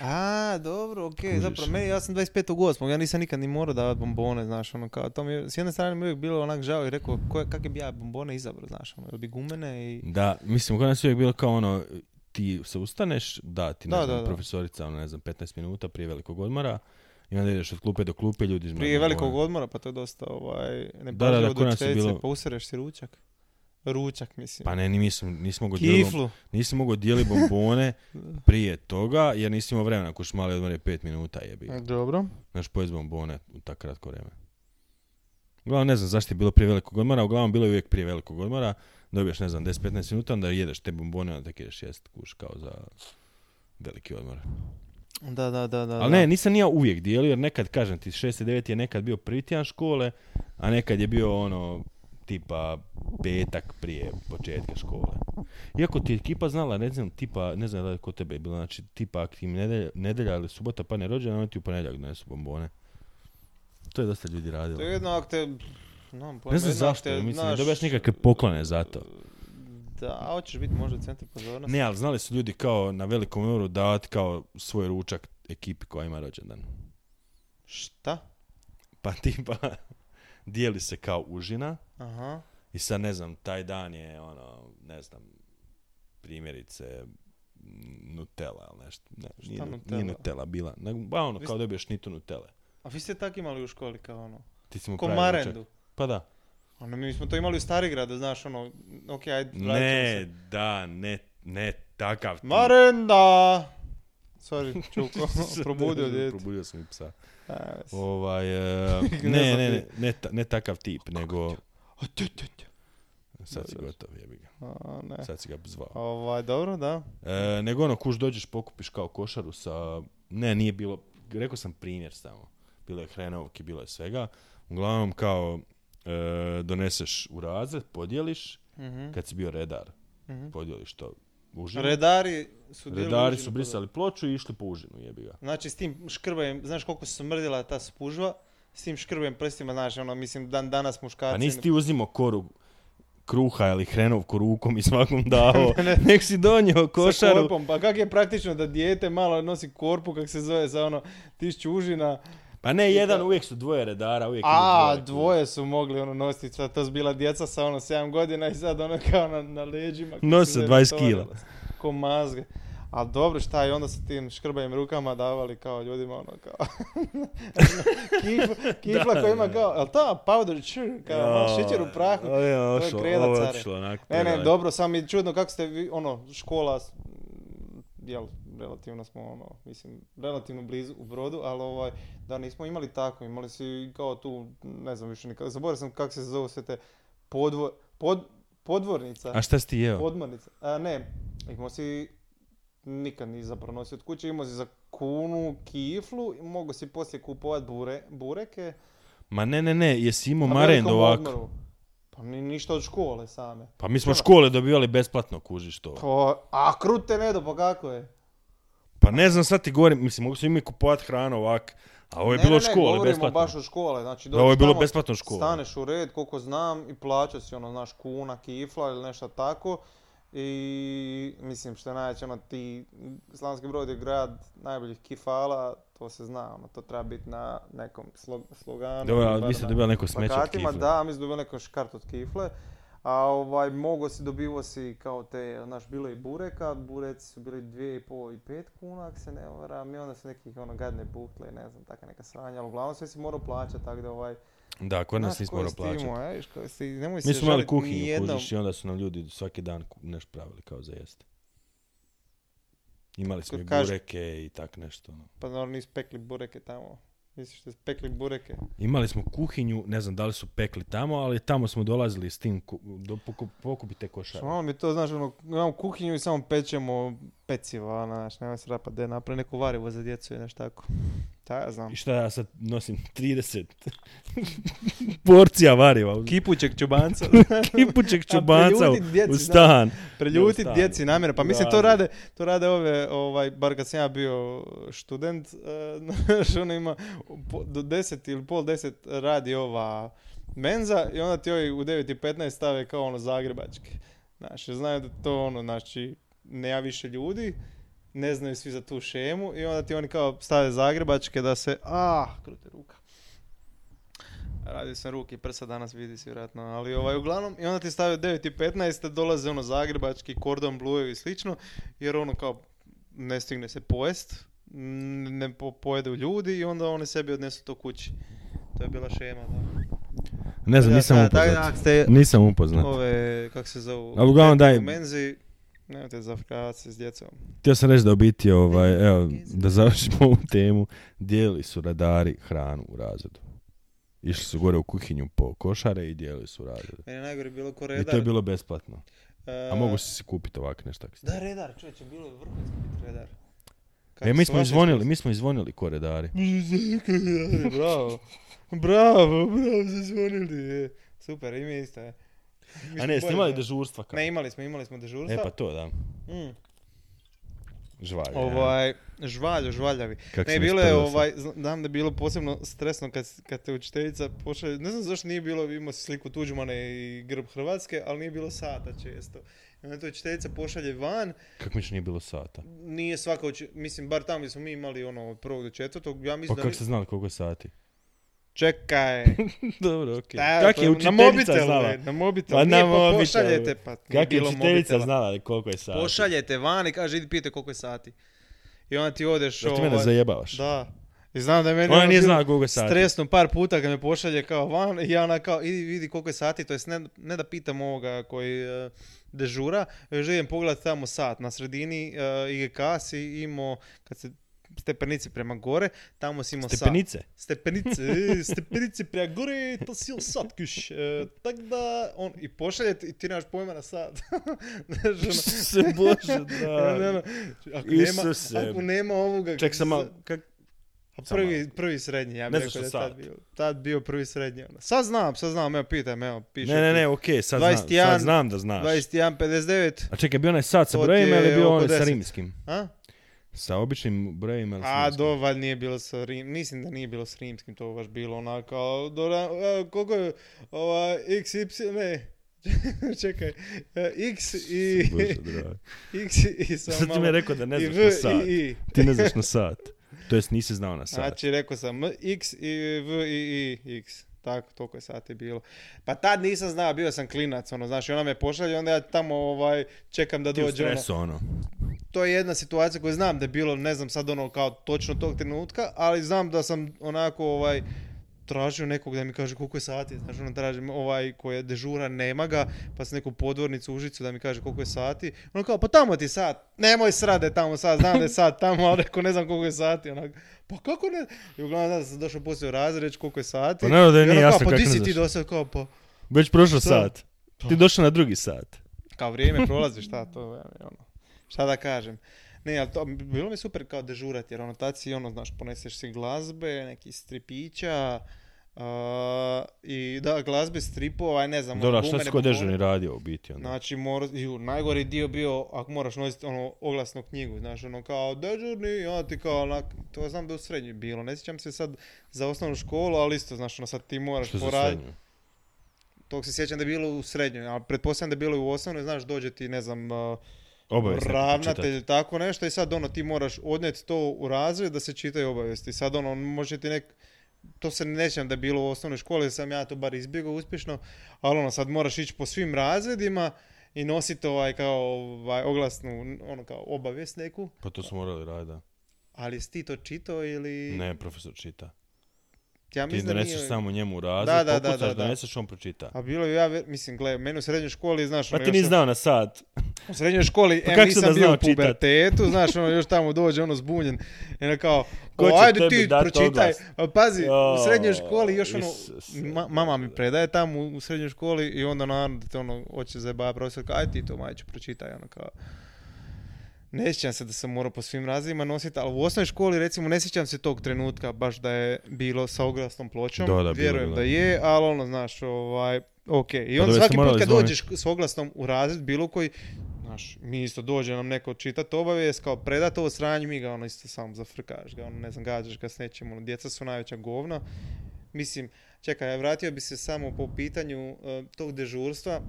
[SPEAKER 1] A, dobro, okej,
[SPEAKER 2] Kužiš,
[SPEAKER 1] zapravo, meni, ja sam 25.8. ja nisam nikad ni morao davati bombone, znaš, ono, kao, to mi je, s jedne strane mi je uvijek bilo onak žao i rekao, koje, kakve bi ja bombone izabrao, znaš, ono, jel bi gumene i...
[SPEAKER 2] Da, mislim, kod nas je uvijek bilo kao ono, ti se ustaneš, da, ti ne
[SPEAKER 1] Da,
[SPEAKER 2] znam,
[SPEAKER 1] da, da.
[SPEAKER 2] profesorica, ono, ne znam, 15 minuta prije velikog odmora i onda ideš od klupe do klupe, ljudi ono. između
[SPEAKER 1] Prije velikog odmora, pa to je dosta, ovaj, ne
[SPEAKER 2] Da, da, da, kod
[SPEAKER 1] do
[SPEAKER 2] nas je
[SPEAKER 1] učiteljice,
[SPEAKER 2] bilo-
[SPEAKER 1] pa usereš si ručak. Ručak, mislim.
[SPEAKER 2] Pa ne, ni- nisam, nisam mogao dijeliti
[SPEAKER 1] Kiflu.
[SPEAKER 2] Nisi mogao dijeli bombone prije toga, jer nisi imao vremena, kuš mali odmor je 5 minuta jebi.
[SPEAKER 1] E, Dobro.
[SPEAKER 2] Znaš, pojez bombone u tako kratko vrijeme. Uglavnom, ne znam zašto je bilo prije velikog odmora, uglavnom bilo je uvijek prije velikog odmora, dobiješ, ne znam, 10-15 minuta, onda jedeš te bombone, onda tek ideš jest, kuš, kao za veliki odmor.
[SPEAKER 1] Da, da, da, da.
[SPEAKER 2] Ali
[SPEAKER 1] da.
[SPEAKER 2] ne, nisam ni ja uvijek dijelio, jer nekad, kažem ti, 6 i 9 je nekad bio prvi tjedan škole, a nekad je bio ono, tipa petak prije početka škole. Iako ti je ekipa znala, ne znam, tipa, ne znam da li je kod tebe bilo, znači, tipa, ako ti nedelja, nedelja ili subota pa ne rođena, oni ti u ponedjeljak donesu bombone. To je dosta ljudi radilo.
[SPEAKER 1] To je jedno ako te... No,
[SPEAKER 2] Ne znam zašto, mislim, ne dobijaš nikakve poklone za to.
[SPEAKER 1] Da, a hoćeš biti možda centar pozornosti.
[SPEAKER 2] Ne, ali znali su ljudi kao na velikom euru davati kao svoj ručak ekipi koja ima rođendan.
[SPEAKER 1] Šta?
[SPEAKER 2] Pa tipa, dijeli se kao užina,
[SPEAKER 1] Aha.
[SPEAKER 2] I sad ne znam, taj dan je ono, ne znam, primjerice m, Nutella ili nešto. Ne, nije, Nu-
[SPEAKER 1] Nutella?
[SPEAKER 2] nije Nutella bila. Nego, Ba ono,
[SPEAKER 1] Vi
[SPEAKER 2] kao dobiješ nitu Nutelle.
[SPEAKER 1] A vi ste tak imali u školi kao ono?
[SPEAKER 2] Ti si mu
[SPEAKER 1] Ko
[SPEAKER 2] pravi
[SPEAKER 1] marendu.
[SPEAKER 2] ručak. Pa da.
[SPEAKER 1] Ono, mi smo to imali u Starigradu, znaš, ono, ok, ajde, vratit ćemo
[SPEAKER 2] Ne,
[SPEAKER 1] se.
[SPEAKER 2] da, ne, ne, takav ti.
[SPEAKER 1] Marenda! Sorry, čuko,
[SPEAKER 2] Sad
[SPEAKER 1] probudio
[SPEAKER 2] ne znam,
[SPEAKER 1] djete.
[SPEAKER 2] Probudio sam i psa.
[SPEAKER 1] A, ves.
[SPEAKER 2] Ovaj, e,
[SPEAKER 1] Ne
[SPEAKER 2] ne,
[SPEAKER 1] znam
[SPEAKER 2] ne,
[SPEAKER 1] ti.
[SPEAKER 2] ne, ne, ta- ne takav tip, nego...
[SPEAKER 1] A, tju, tju, tju.
[SPEAKER 2] Sad si
[SPEAKER 1] Dobro. E.
[SPEAKER 2] gotov, jebi ga.
[SPEAKER 1] A, ne.
[SPEAKER 2] Sad si ga zvao.
[SPEAKER 1] Ovaj, dobro, da.
[SPEAKER 2] E, nego ono, kuš dođeš, pokupiš kao košaru sa... Ne, nije bilo... Rekao sam primjer samo. Bilo je hrenovki, bilo je svega. Uglavnom kao e, doneseš u razred, podijeliš.
[SPEAKER 1] Mhm,
[SPEAKER 2] Kad si bio redar,
[SPEAKER 1] mhm.
[SPEAKER 2] podijeliš to užinu.
[SPEAKER 1] Redari su dijelili
[SPEAKER 2] Redari
[SPEAKER 1] užinu, pa
[SPEAKER 2] su brisali ploču i išli po užinu, jebi ga.
[SPEAKER 1] da. Znači, s tim škrbajem, znaš koliko se smrdila ta spužva, s tim škrbajem prstima, znaš, ono, mislim, dan danas muškarci...
[SPEAKER 2] A Pa nisi ti uzimo koru kruha ili hrenovku rukom i svakom dao. Nek si donio
[SPEAKER 1] Sa
[SPEAKER 2] košaru.
[SPEAKER 1] korpom, pa kak je praktično da dijete malo nosi korpu, kak se zove, za ono, tišću užina,
[SPEAKER 2] Pa ne, jedan, uvijek su dvoje redara, uvijek idu
[SPEAKER 1] A,
[SPEAKER 2] kužiš.
[SPEAKER 1] dvoje su mogli ono nositi, sad to su bila djeca sa ono 7 godina i sad ono kao na, na leđima. kako
[SPEAKER 2] Nose
[SPEAKER 1] se zove,
[SPEAKER 2] 20
[SPEAKER 1] tovarila
[SPEAKER 2] kila.
[SPEAKER 1] se, Ko mazge. A dobro šta i onda sa tim škrbajim rukama davali kao ljudima ono kao kifla, kifla
[SPEAKER 2] Da,
[SPEAKER 1] koja ima
[SPEAKER 2] da.
[SPEAKER 1] kao, jel ta powder sugar, kao ono, šećer u prahu.
[SPEAKER 2] Ovo je
[SPEAKER 1] je
[SPEAKER 2] ošlo,
[SPEAKER 1] kreda
[SPEAKER 2] ovo je
[SPEAKER 1] care.
[SPEAKER 2] otišlo onako.
[SPEAKER 1] Ne, ne,
[SPEAKER 2] predaleko.
[SPEAKER 1] dobro, samo mi je čudno kako ste vi, ono, škola, s- jel, relativno smo, ono, mislim, relativno blizu u brodu, ali ovaj, da nismo imali tako, imali si kao tu, ne znam više nikako, zaboravio sam kako se zovu sve te podvo, pod, podvornica,
[SPEAKER 2] A šta si ti jeo?
[SPEAKER 1] podmornica, a ne, imao si, nikad nisi zapravo nosio od kuće, imao si za kunu kiflu, i mogao si poslije kupovat bure, bureke,
[SPEAKER 2] Ma ne, ne, ne, jesi imao
[SPEAKER 1] na
[SPEAKER 2] marendu
[SPEAKER 1] velikom
[SPEAKER 2] ovako.
[SPEAKER 1] odmoru. Pa ni, ništa od škole same.
[SPEAKER 2] Pa mi smo od škole dobivali besplatno, kužiš to.
[SPEAKER 1] Pa, a krute ne do, pa kako je?
[SPEAKER 2] Pa ne znam, sad ti govorim, mislim, mogu se i mi kupovat hranu ovak, a ovo je
[SPEAKER 1] Ne,
[SPEAKER 2] bilo
[SPEAKER 1] ne,
[SPEAKER 2] od
[SPEAKER 1] ne,
[SPEAKER 2] škole,
[SPEAKER 1] govorimo
[SPEAKER 2] besplatno.
[SPEAKER 1] baš od škole, znači
[SPEAKER 2] Da, ovo je
[SPEAKER 1] dođeš
[SPEAKER 2] bilo
[SPEAKER 1] tamo,
[SPEAKER 2] besplatno od škole.
[SPEAKER 1] Staneš u red, koliko znam, i plaća si ono, znaš, kuna, kifla ili nešto tako. I mislim što je najveće, ono, ti, Slavonski Brod je grad najboljih kifala, to se zna, ono, to treba biti na nekom slo- sloganu.
[SPEAKER 2] Dobro,
[SPEAKER 1] ili
[SPEAKER 2] ali
[SPEAKER 1] bar
[SPEAKER 2] vi ste
[SPEAKER 1] na
[SPEAKER 2] dobili neko smeće od
[SPEAKER 1] plakatima,
[SPEAKER 2] kifle.
[SPEAKER 1] Da, mi smo dobili neko škart od kifle. A ovaj, mogo si, dobivo si kao te, znaš, bilo je i bureka, bureci su bili dvije i pol i pet kuna, ako se ne varam, i onda su nekih ono gadne bukle, i ne znam, taka neka sranja, ali uglavnom sve si morao plaćati, tako da ovaj...
[SPEAKER 2] Da, kod nas
[SPEAKER 1] znaš
[SPEAKER 2] nismo
[SPEAKER 1] koji
[SPEAKER 2] morali
[SPEAKER 1] si ti imao,
[SPEAKER 2] plaćati.
[SPEAKER 1] e, viš, koji si- nemoj se
[SPEAKER 2] Mi smo imali
[SPEAKER 1] žalit
[SPEAKER 2] kuhinju,
[SPEAKER 1] nijednom.
[SPEAKER 2] kužiš, i onda su nam ljudi svaki dan ku- nešto pravili kao za jesti. Imali smo i
[SPEAKER 1] Kaže-
[SPEAKER 2] bureke i tak nešto. ono.
[SPEAKER 1] Pa naravno nisu pekli bureke tamo. Misliš da su pekli bureke?
[SPEAKER 2] Imali smo kuhinju, ne znam da li su pekli tamo, ali tamo smo dolazili s tim ku, do, poku- pokupite košare.
[SPEAKER 1] Malo mi je to, znaš, ono, imamo kuhinju i samo pečemo peciva, ono, znaš, nema se rapa da je napravi neko varivo za djecu i nešto tako. Ta ja znam.
[SPEAKER 2] I šta ja sad nosim 30 porcija variva, u-
[SPEAKER 1] Kipućeg čubanca.
[SPEAKER 2] kipućeg
[SPEAKER 1] A
[SPEAKER 2] čubanca u,
[SPEAKER 1] preljutit djeci,
[SPEAKER 2] u
[SPEAKER 1] znaš.
[SPEAKER 2] stan.
[SPEAKER 1] Preljutit
[SPEAKER 2] Jednostavno.
[SPEAKER 1] djeci namjerno. Pa mislim, to
[SPEAKER 2] Rade.
[SPEAKER 1] rade, to rade ove, ovaj, bar kad sam ja bio student, eh, znaš, ono ima po- do deset ili pol deset radi ova menza i onda ti ovi u 9.15 stave kao ono zagrebačke. Znaš, jer znaju da to ono, znači, nema više ljudi, ne znaju svi za tu šemu i onda ti oni kao stave zagrebačke da se, ah, krute ruka. Radio sam ruke i prsa danas vidi si vjerojatno, ali ovaj, uglavnom, i onda ti stave 9.15, dolaze ono zagrebački, kordon blue i slično, jer ono kao ne stigne se pojest, n- ne po- pojedu ljudi i onda oni sebi odnesu to kući. To je bila šema, da.
[SPEAKER 2] Ne znam,
[SPEAKER 1] Da,
[SPEAKER 2] nisam
[SPEAKER 1] da, da,
[SPEAKER 2] upoznat.
[SPEAKER 1] ako ste
[SPEAKER 2] Nisam upoznat.
[SPEAKER 1] ove, kak se zovu,
[SPEAKER 2] Ali uglavnom daj-
[SPEAKER 1] u menzi, nemojte zafrkavati se s djecom.
[SPEAKER 2] Htio sam reći da u biti, ovaj, evo, da završimo ovu temu, dijelili su radari hranu u razredu. Išli su gore u kuhinju po košare i dijelili su u razredu.
[SPEAKER 1] Meni je najgore bilo ko
[SPEAKER 2] I
[SPEAKER 1] redar.
[SPEAKER 2] E, to je bilo besplatno.
[SPEAKER 1] e,
[SPEAKER 2] A mogu si si kupiti ovak nešto. ako si-
[SPEAKER 1] Da, redar, čovječe, bilo je vrhunski biti redar.
[SPEAKER 2] E, mi smo
[SPEAKER 1] Kako su
[SPEAKER 2] izvonili, mi smo izvonili ko redari.
[SPEAKER 1] bravo. Bravo, bravo, zazvonili. je. Super, i mi isto je. Mi
[SPEAKER 2] A
[SPEAKER 1] smo bolji,
[SPEAKER 2] ne, snimali
[SPEAKER 1] da.
[SPEAKER 2] dežurstva kao.
[SPEAKER 1] Ne, imali smo, imali smo dežurstva.
[SPEAKER 2] E pa to, da.
[SPEAKER 1] Mm.
[SPEAKER 2] Žvalj.
[SPEAKER 1] Ovaj, žvalju, žvaljavi.
[SPEAKER 2] Kak
[SPEAKER 1] ne,
[SPEAKER 2] sam
[SPEAKER 1] bilo je,
[SPEAKER 2] isprljao sam.
[SPEAKER 1] ovaj, zna- znam da je bilo posebno stresno kad, kad te učiteljica pošalje, ne znam zašto nije bilo, imao si sliku Tuđmana i grb Hrvatske, ali nije bilo sata često. I onda te učiteljica pošalje van,
[SPEAKER 2] Kako mi još nije bilo sata?
[SPEAKER 1] nije svaka, uči- mislim, bar tamo gdje smo mi imali ono od prvog do četvrtog, ja
[SPEAKER 2] Pa
[SPEAKER 1] mislim da...
[SPEAKER 2] kako
[SPEAKER 1] ni-
[SPEAKER 2] ste znali koliko je sati?
[SPEAKER 1] Čekaj,
[SPEAKER 2] Dobro, okej.
[SPEAKER 1] Da,
[SPEAKER 2] Kak
[SPEAKER 1] to
[SPEAKER 2] je
[SPEAKER 1] na
[SPEAKER 2] učiteljica
[SPEAKER 1] mobitelu,
[SPEAKER 2] znala?
[SPEAKER 1] je, na mobitelu.
[SPEAKER 2] Pa
[SPEAKER 1] Pa
[SPEAKER 2] na
[SPEAKER 1] Nije, pa
[SPEAKER 2] mobitelu.
[SPEAKER 1] pošaljete, pa nije
[SPEAKER 2] Kak je
[SPEAKER 1] bilo
[SPEAKER 2] učiteljica
[SPEAKER 1] mobitela.
[SPEAKER 2] znala koliko je sati?
[SPEAKER 1] Pošaljete van i kaže, idi pite koliko je sati. I onda ti odeš
[SPEAKER 2] Da ti mene
[SPEAKER 1] ovaj-
[SPEAKER 2] zajebavaš.
[SPEAKER 1] Da. I znam da je meni
[SPEAKER 2] Ona
[SPEAKER 1] ono
[SPEAKER 2] nije
[SPEAKER 1] bilo
[SPEAKER 2] znala koliko je sati.
[SPEAKER 1] Stresno par puta kad me pošalje kao van i ja ona kao idi vidi koliko je sati, to jest ne, ne da pitam ovoga koji e, dežura, već želim pogledati tamo sat. Na sredini e, IGK si imao, kad se stepenice prema gore, tamo si imao sat.
[SPEAKER 2] Stepenice.
[SPEAKER 1] Stepenice, e, stepenice prema gore, to si on sad kuš. E, tak da, on i pošalje ti- i ti nemaš pojma na sad. Znaš, ono,
[SPEAKER 2] Se bože,
[SPEAKER 1] ono, ono,
[SPEAKER 2] da.
[SPEAKER 1] ako, nema,
[SPEAKER 2] Isuse.
[SPEAKER 1] ako nema ovoga...
[SPEAKER 2] Ček sam malo, kak...
[SPEAKER 1] za- Prvi, prvi srednji, ja
[SPEAKER 2] Ne
[SPEAKER 1] bih
[SPEAKER 2] znaš
[SPEAKER 1] rekao da je
[SPEAKER 2] šta
[SPEAKER 1] tad
[SPEAKER 2] sad.
[SPEAKER 1] bio, tad bio prvi srednji. ono. Sad znam, sad znam, evo pitam, evo piše.
[SPEAKER 2] Ne, ne,
[SPEAKER 1] tu.
[SPEAKER 2] ne, okej, sad, znam,
[SPEAKER 1] 21,
[SPEAKER 2] sad znam da znaš.
[SPEAKER 1] 21.59,
[SPEAKER 2] A čekaj, bio onaj sat sa
[SPEAKER 1] To ti
[SPEAKER 2] brojevima
[SPEAKER 1] je
[SPEAKER 2] ili bio
[SPEAKER 1] oko
[SPEAKER 2] onaj sa
[SPEAKER 1] 10.
[SPEAKER 2] rimskim?
[SPEAKER 1] a?
[SPEAKER 2] Sa običnim brojevima ili sa
[SPEAKER 1] A,
[SPEAKER 2] rimskim?
[SPEAKER 1] dovalj nije bilo sa rim, mislim da nije bilo s rimskim, to baš bilo onako, a, dora, a, koliko je, ova, x, y, ne, čekaj, e, x i,
[SPEAKER 2] Bože, dragi.
[SPEAKER 1] x i sam
[SPEAKER 2] Sad ti mi je
[SPEAKER 1] malo-
[SPEAKER 2] rekao da ne
[SPEAKER 1] i
[SPEAKER 2] znaš
[SPEAKER 1] v
[SPEAKER 2] na
[SPEAKER 1] i
[SPEAKER 2] sat.
[SPEAKER 1] i.
[SPEAKER 2] Ti ne znaš na sat. To jest nisi znao na sat.
[SPEAKER 1] Znači, rekao sam m, x i v i i x. Tako, toliko je sati bilo. Pa tad nisam znao, bio sam klinac, ono, znaš, i ona me pošalje, onda ja tamo, ovaj, čekam da
[SPEAKER 2] Ti u
[SPEAKER 1] dođe, ono,
[SPEAKER 2] stresu ono.
[SPEAKER 1] to je jedna situacija koju znam da je bilo, ne znam sad ono kao točno tog trenutka, ali znam da sam onako ovaj tražio nekog da mi kaže koliko je sati, znaš ono tražim ovaj koji je dežura, nema ga, pa sam neku podvornicu u Užicu da mi kaže koliko je sati, ono kao pa tamo ti je sat, nemoj srat da je tamo sat, znam da je sat tamo, ali rekao ne znam koliko je sati, onako, pa kako ne, i uglavnom da sam došao poslije u razred reći koliko je sati,
[SPEAKER 2] Pa naravno da
[SPEAKER 1] I
[SPEAKER 2] nije
[SPEAKER 1] ono kao,
[SPEAKER 2] jasno
[SPEAKER 1] pa
[SPEAKER 2] kako
[SPEAKER 1] di
[SPEAKER 2] ne
[SPEAKER 1] si ti
[SPEAKER 2] znaš."
[SPEAKER 1] dosad, kao pa,
[SPEAKER 2] Već prošlo
[SPEAKER 1] Šta?
[SPEAKER 2] sat.
[SPEAKER 1] Pa.
[SPEAKER 2] Ti došao na drugi sat.
[SPEAKER 1] kao vrijeme prolazi, šta to, je, ono, šta da kažem. Ne, ali to, bilo mi je super kao dežurat, jer ono, tad si, ono, znaš, poneseš si glazbe, neki stripića, a, i da, glazbe, stripova, ne znam, ono,
[SPEAKER 2] Dobro, a šta
[SPEAKER 1] gumene
[SPEAKER 2] si ko
[SPEAKER 1] bombone.
[SPEAKER 2] dežurni radio u biti ono? onda?
[SPEAKER 1] Znači, mora, ju, najgori dio bio, ako moraš nositi ono, oglasnu knjigu, znaš, ono kao dežurni, i onda ti kao, onak, to znam da je u srednjoj bilo, ne sjećam se sad za osnovnu školu, ali isto, znaš, ono, sad ti moraš
[SPEAKER 2] Što za
[SPEAKER 1] poraditi.
[SPEAKER 2] srednju?
[SPEAKER 1] Tog se sjećam da je bilo u srednjoj, ali pretpostavljam da je bilo i u osnovnoj, znaš, dođe ti, ne znam, a,
[SPEAKER 2] Obavezno je
[SPEAKER 1] ravnatelj
[SPEAKER 2] pročitati.
[SPEAKER 1] ili tako nešto i sad ono ti moraš odnijeti to u razred da se čitaju obavijesti. Sad ono može ti nek to se ne sjećam da je bilo u osnovnoj školi, jer sam ja to bar izbjegao uspješno, ali ono sad moraš ići po svim razredima i nositi ovaj kao ovaj, oglasnu ono kao obavijest neku,
[SPEAKER 2] Pa to su morali raditi, da.
[SPEAKER 1] ali jesi ti to čitao ili
[SPEAKER 2] Ne, profesor čita.
[SPEAKER 1] Ja
[SPEAKER 2] Ti
[SPEAKER 1] mislim da
[SPEAKER 2] doneseš
[SPEAKER 1] nije-
[SPEAKER 2] samo njemu razred,
[SPEAKER 1] Da, da, da,
[SPEAKER 2] pokucaš,
[SPEAKER 1] da, da.
[SPEAKER 2] doneseš, on pročita.
[SPEAKER 1] A bilo je, ja, ve- mislim, gle, meni u srednjoj školi, znaš,
[SPEAKER 2] Pa
[SPEAKER 1] ono,
[SPEAKER 2] ti
[SPEAKER 1] još
[SPEAKER 2] nisi
[SPEAKER 1] sam-
[SPEAKER 2] znao na sat.
[SPEAKER 1] u srednjoj školi,
[SPEAKER 2] Pa
[SPEAKER 1] em,
[SPEAKER 2] kako
[SPEAKER 1] nisam
[SPEAKER 2] sam da
[SPEAKER 1] bio
[SPEAKER 2] znao
[SPEAKER 1] u
[SPEAKER 2] čitat?
[SPEAKER 1] pubertetu, znaš, ono, još tamo dođe, ono, zbunjen, i ono kao,
[SPEAKER 2] Ko
[SPEAKER 1] o,
[SPEAKER 2] će
[SPEAKER 1] ajde
[SPEAKER 2] tebi
[SPEAKER 1] ti
[SPEAKER 2] dat
[SPEAKER 1] pročitaj,
[SPEAKER 2] oglas?
[SPEAKER 1] A pazi, u srednjoj
[SPEAKER 2] Jo,
[SPEAKER 1] školi, još ono,
[SPEAKER 2] Isuse,
[SPEAKER 1] ma- mama mi predaje tamo u, u srednjoj školi i onda, naravno, da te, ono, hoće zajebava profesor, kao, ajde ti to, majče, pročitaj, ono, kao, ne sjećam se da sam morao po svim razredima nositi, ali u osnovnoj školi recimo ne sjećam se tog trenutka baš da je bilo sa oglasnom pločom.
[SPEAKER 2] Da, da, bilo,
[SPEAKER 1] Vjerujem
[SPEAKER 2] bilo.
[SPEAKER 1] da je, ali ono, znaš, ovaj, ok. I
[SPEAKER 2] Pa
[SPEAKER 1] onda
[SPEAKER 2] da
[SPEAKER 1] svaki
[SPEAKER 2] jeste
[SPEAKER 1] put
[SPEAKER 2] morali
[SPEAKER 1] kad
[SPEAKER 2] zvonit?
[SPEAKER 1] dođeš s oglasnom u razred bilo koji, znaš, mi isto dođe nam neko čitat obavijest, kao predat ovo sranje, mi ga ono isto samo zafrkaš ga, ono ne znam, gađaš ga s nečim, ono, djeca su najveća govna. Mislim, čekaj, vratio bi se samo po pitanju eh, tog dežurstva,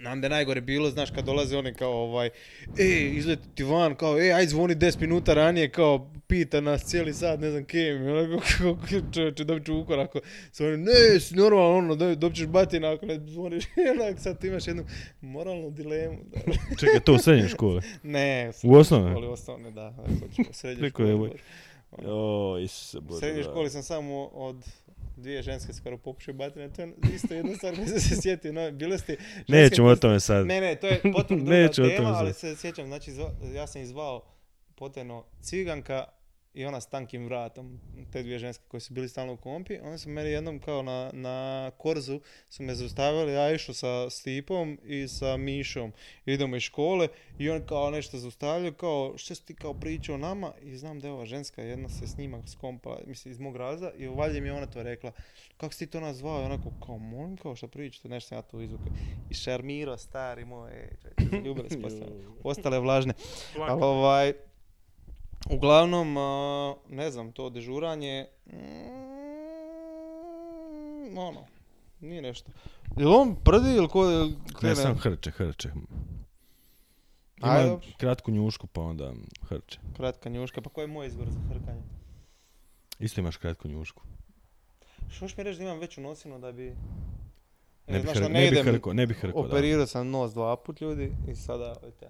[SPEAKER 1] Znam da je najgore bilo, znaš, kad dolaze oni kao ovaj, ej, izleti ti van, kao, ej, aj zvoni 10 minuta ranije, kao, pita nas cijeli sat, ne znam kem, i onako, kao, čovječe, dobit ću ukor ako se oni, ono, ne, si normalno, ono, dobi- dobit ćeš batina ako ne zvoniš, I onak, sad ti imaš jednu moralnu dilemu. Da.
[SPEAKER 2] Čekaj, to u srednjoj školi.
[SPEAKER 1] Ne,
[SPEAKER 2] U osnovnoj?
[SPEAKER 1] školi, osnovne, da, ako ćemo, u srednjoj
[SPEAKER 2] Rekao je,
[SPEAKER 1] školi.
[SPEAKER 2] boj.
[SPEAKER 1] Bože.
[SPEAKER 2] O, Isuse
[SPEAKER 1] U
[SPEAKER 2] Bože,
[SPEAKER 1] srednjoj
[SPEAKER 2] da.
[SPEAKER 1] školi sam samo od dvije ženske skoro popušio batine, to je isto jedna stvar koju sam se sjetio, no, bile ste ženske
[SPEAKER 2] Nećemo
[SPEAKER 1] koje
[SPEAKER 2] o
[SPEAKER 1] ste-
[SPEAKER 2] tome sad.
[SPEAKER 1] ne, ne, to je potpuno druga
[SPEAKER 2] Neću o
[SPEAKER 1] tema,
[SPEAKER 2] tome
[SPEAKER 1] ali
[SPEAKER 2] sad.
[SPEAKER 1] se sjećam, znači zva- ja sam izvao poteno ciganka i ona s tankim vratom, te dvije ženske koje su bili stalno u kompi, one su meni jednom kao na, na korzu su me zaustavili, ja išao sa Stipom i sa Mišom, idemo iz škole i on kao nešto zaustavljaju, kao što si ti kao pričao o nama i znam da je ova ženska jedna se s njima s kompa, mislim iz mog razda i valjda mi je ona to rekla, kako si ti to nazvao, I onako kao molim kao šta pričate, nešto sam ja to izvukao i šarmirao stari moj, ej, čovječe, zaljubili smo se, ostale vlažne. Ali ovaj, uglavnom, a, ne znam, to dežuranje, mm, ono, nije nešto. Jel on prdi ili ko je
[SPEAKER 2] Ne,
[SPEAKER 1] krene?
[SPEAKER 2] sam hrče, hrče. Ima
[SPEAKER 1] Ajde, dobro.
[SPEAKER 2] kratku njušku, pa onda hrče.
[SPEAKER 1] Kratka njuška, pa koji je moj izbor za hrkanje?
[SPEAKER 2] Isto imaš kratku njušku.
[SPEAKER 1] Što još mi reći da imam veću nosinu da bi...
[SPEAKER 2] Ne
[SPEAKER 1] Jer,
[SPEAKER 2] bi,
[SPEAKER 1] E, znaš,
[SPEAKER 2] hr-
[SPEAKER 1] da
[SPEAKER 2] ne bi
[SPEAKER 1] idem-
[SPEAKER 2] hrko, ne bi hrko, da.
[SPEAKER 1] Operirao sam nos dva put ljudi i sada, vidite,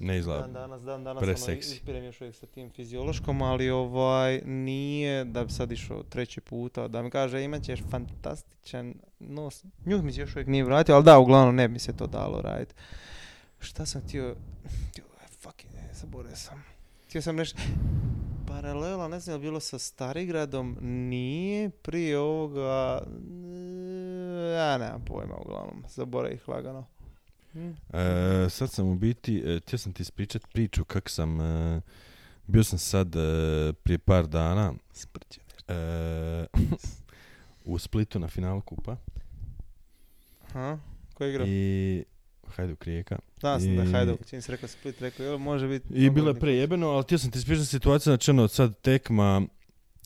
[SPEAKER 2] Ne
[SPEAKER 1] dan
[SPEAKER 2] izgleda.
[SPEAKER 1] danas, dan danas, ono,
[SPEAKER 2] preseksi.
[SPEAKER 1] ispirem još uvijek sa tim fiziološkom, ali ovaj, nije da bi sad išao treći puta, da mi kaže imat ćeš fantastičan nos, njuh mi se još uvijek nije vratio, ali da, uglavnom ne bi se to dalo raditi. Šta sam htio, htio e, fucking, ne, zaboravio sam. Htio sam nešto, paralela, ne znam je li bilo sa Starigradom, nije prije ovoga, e, ja nemam pojma uglavnom, zaboravih lagano.
[SPEAKER 2] E, sad sam u biti, e, htio sam ti ispričat priču kak sam, e, bio sam sad e, prije par dana e, u Splitu na finalu kupa
[SPEAKER 1] Ha? Ko je igrao?
[SPEAKER 2] i Hajduk Rijeka.
[SPEAKER 1] Znao sam da je
[SPEAKER 2] I-
[SPEAKER 1] Hajduk, čim si rekao Split, rekao, jel može biti...
[SPEAKER 2] I bilo je
[SPEAKER 1] nogometni klub."
[SPEAKER 2] prejebeno, ali htio sam ti ispričat situaciju, znači ono sad tekma,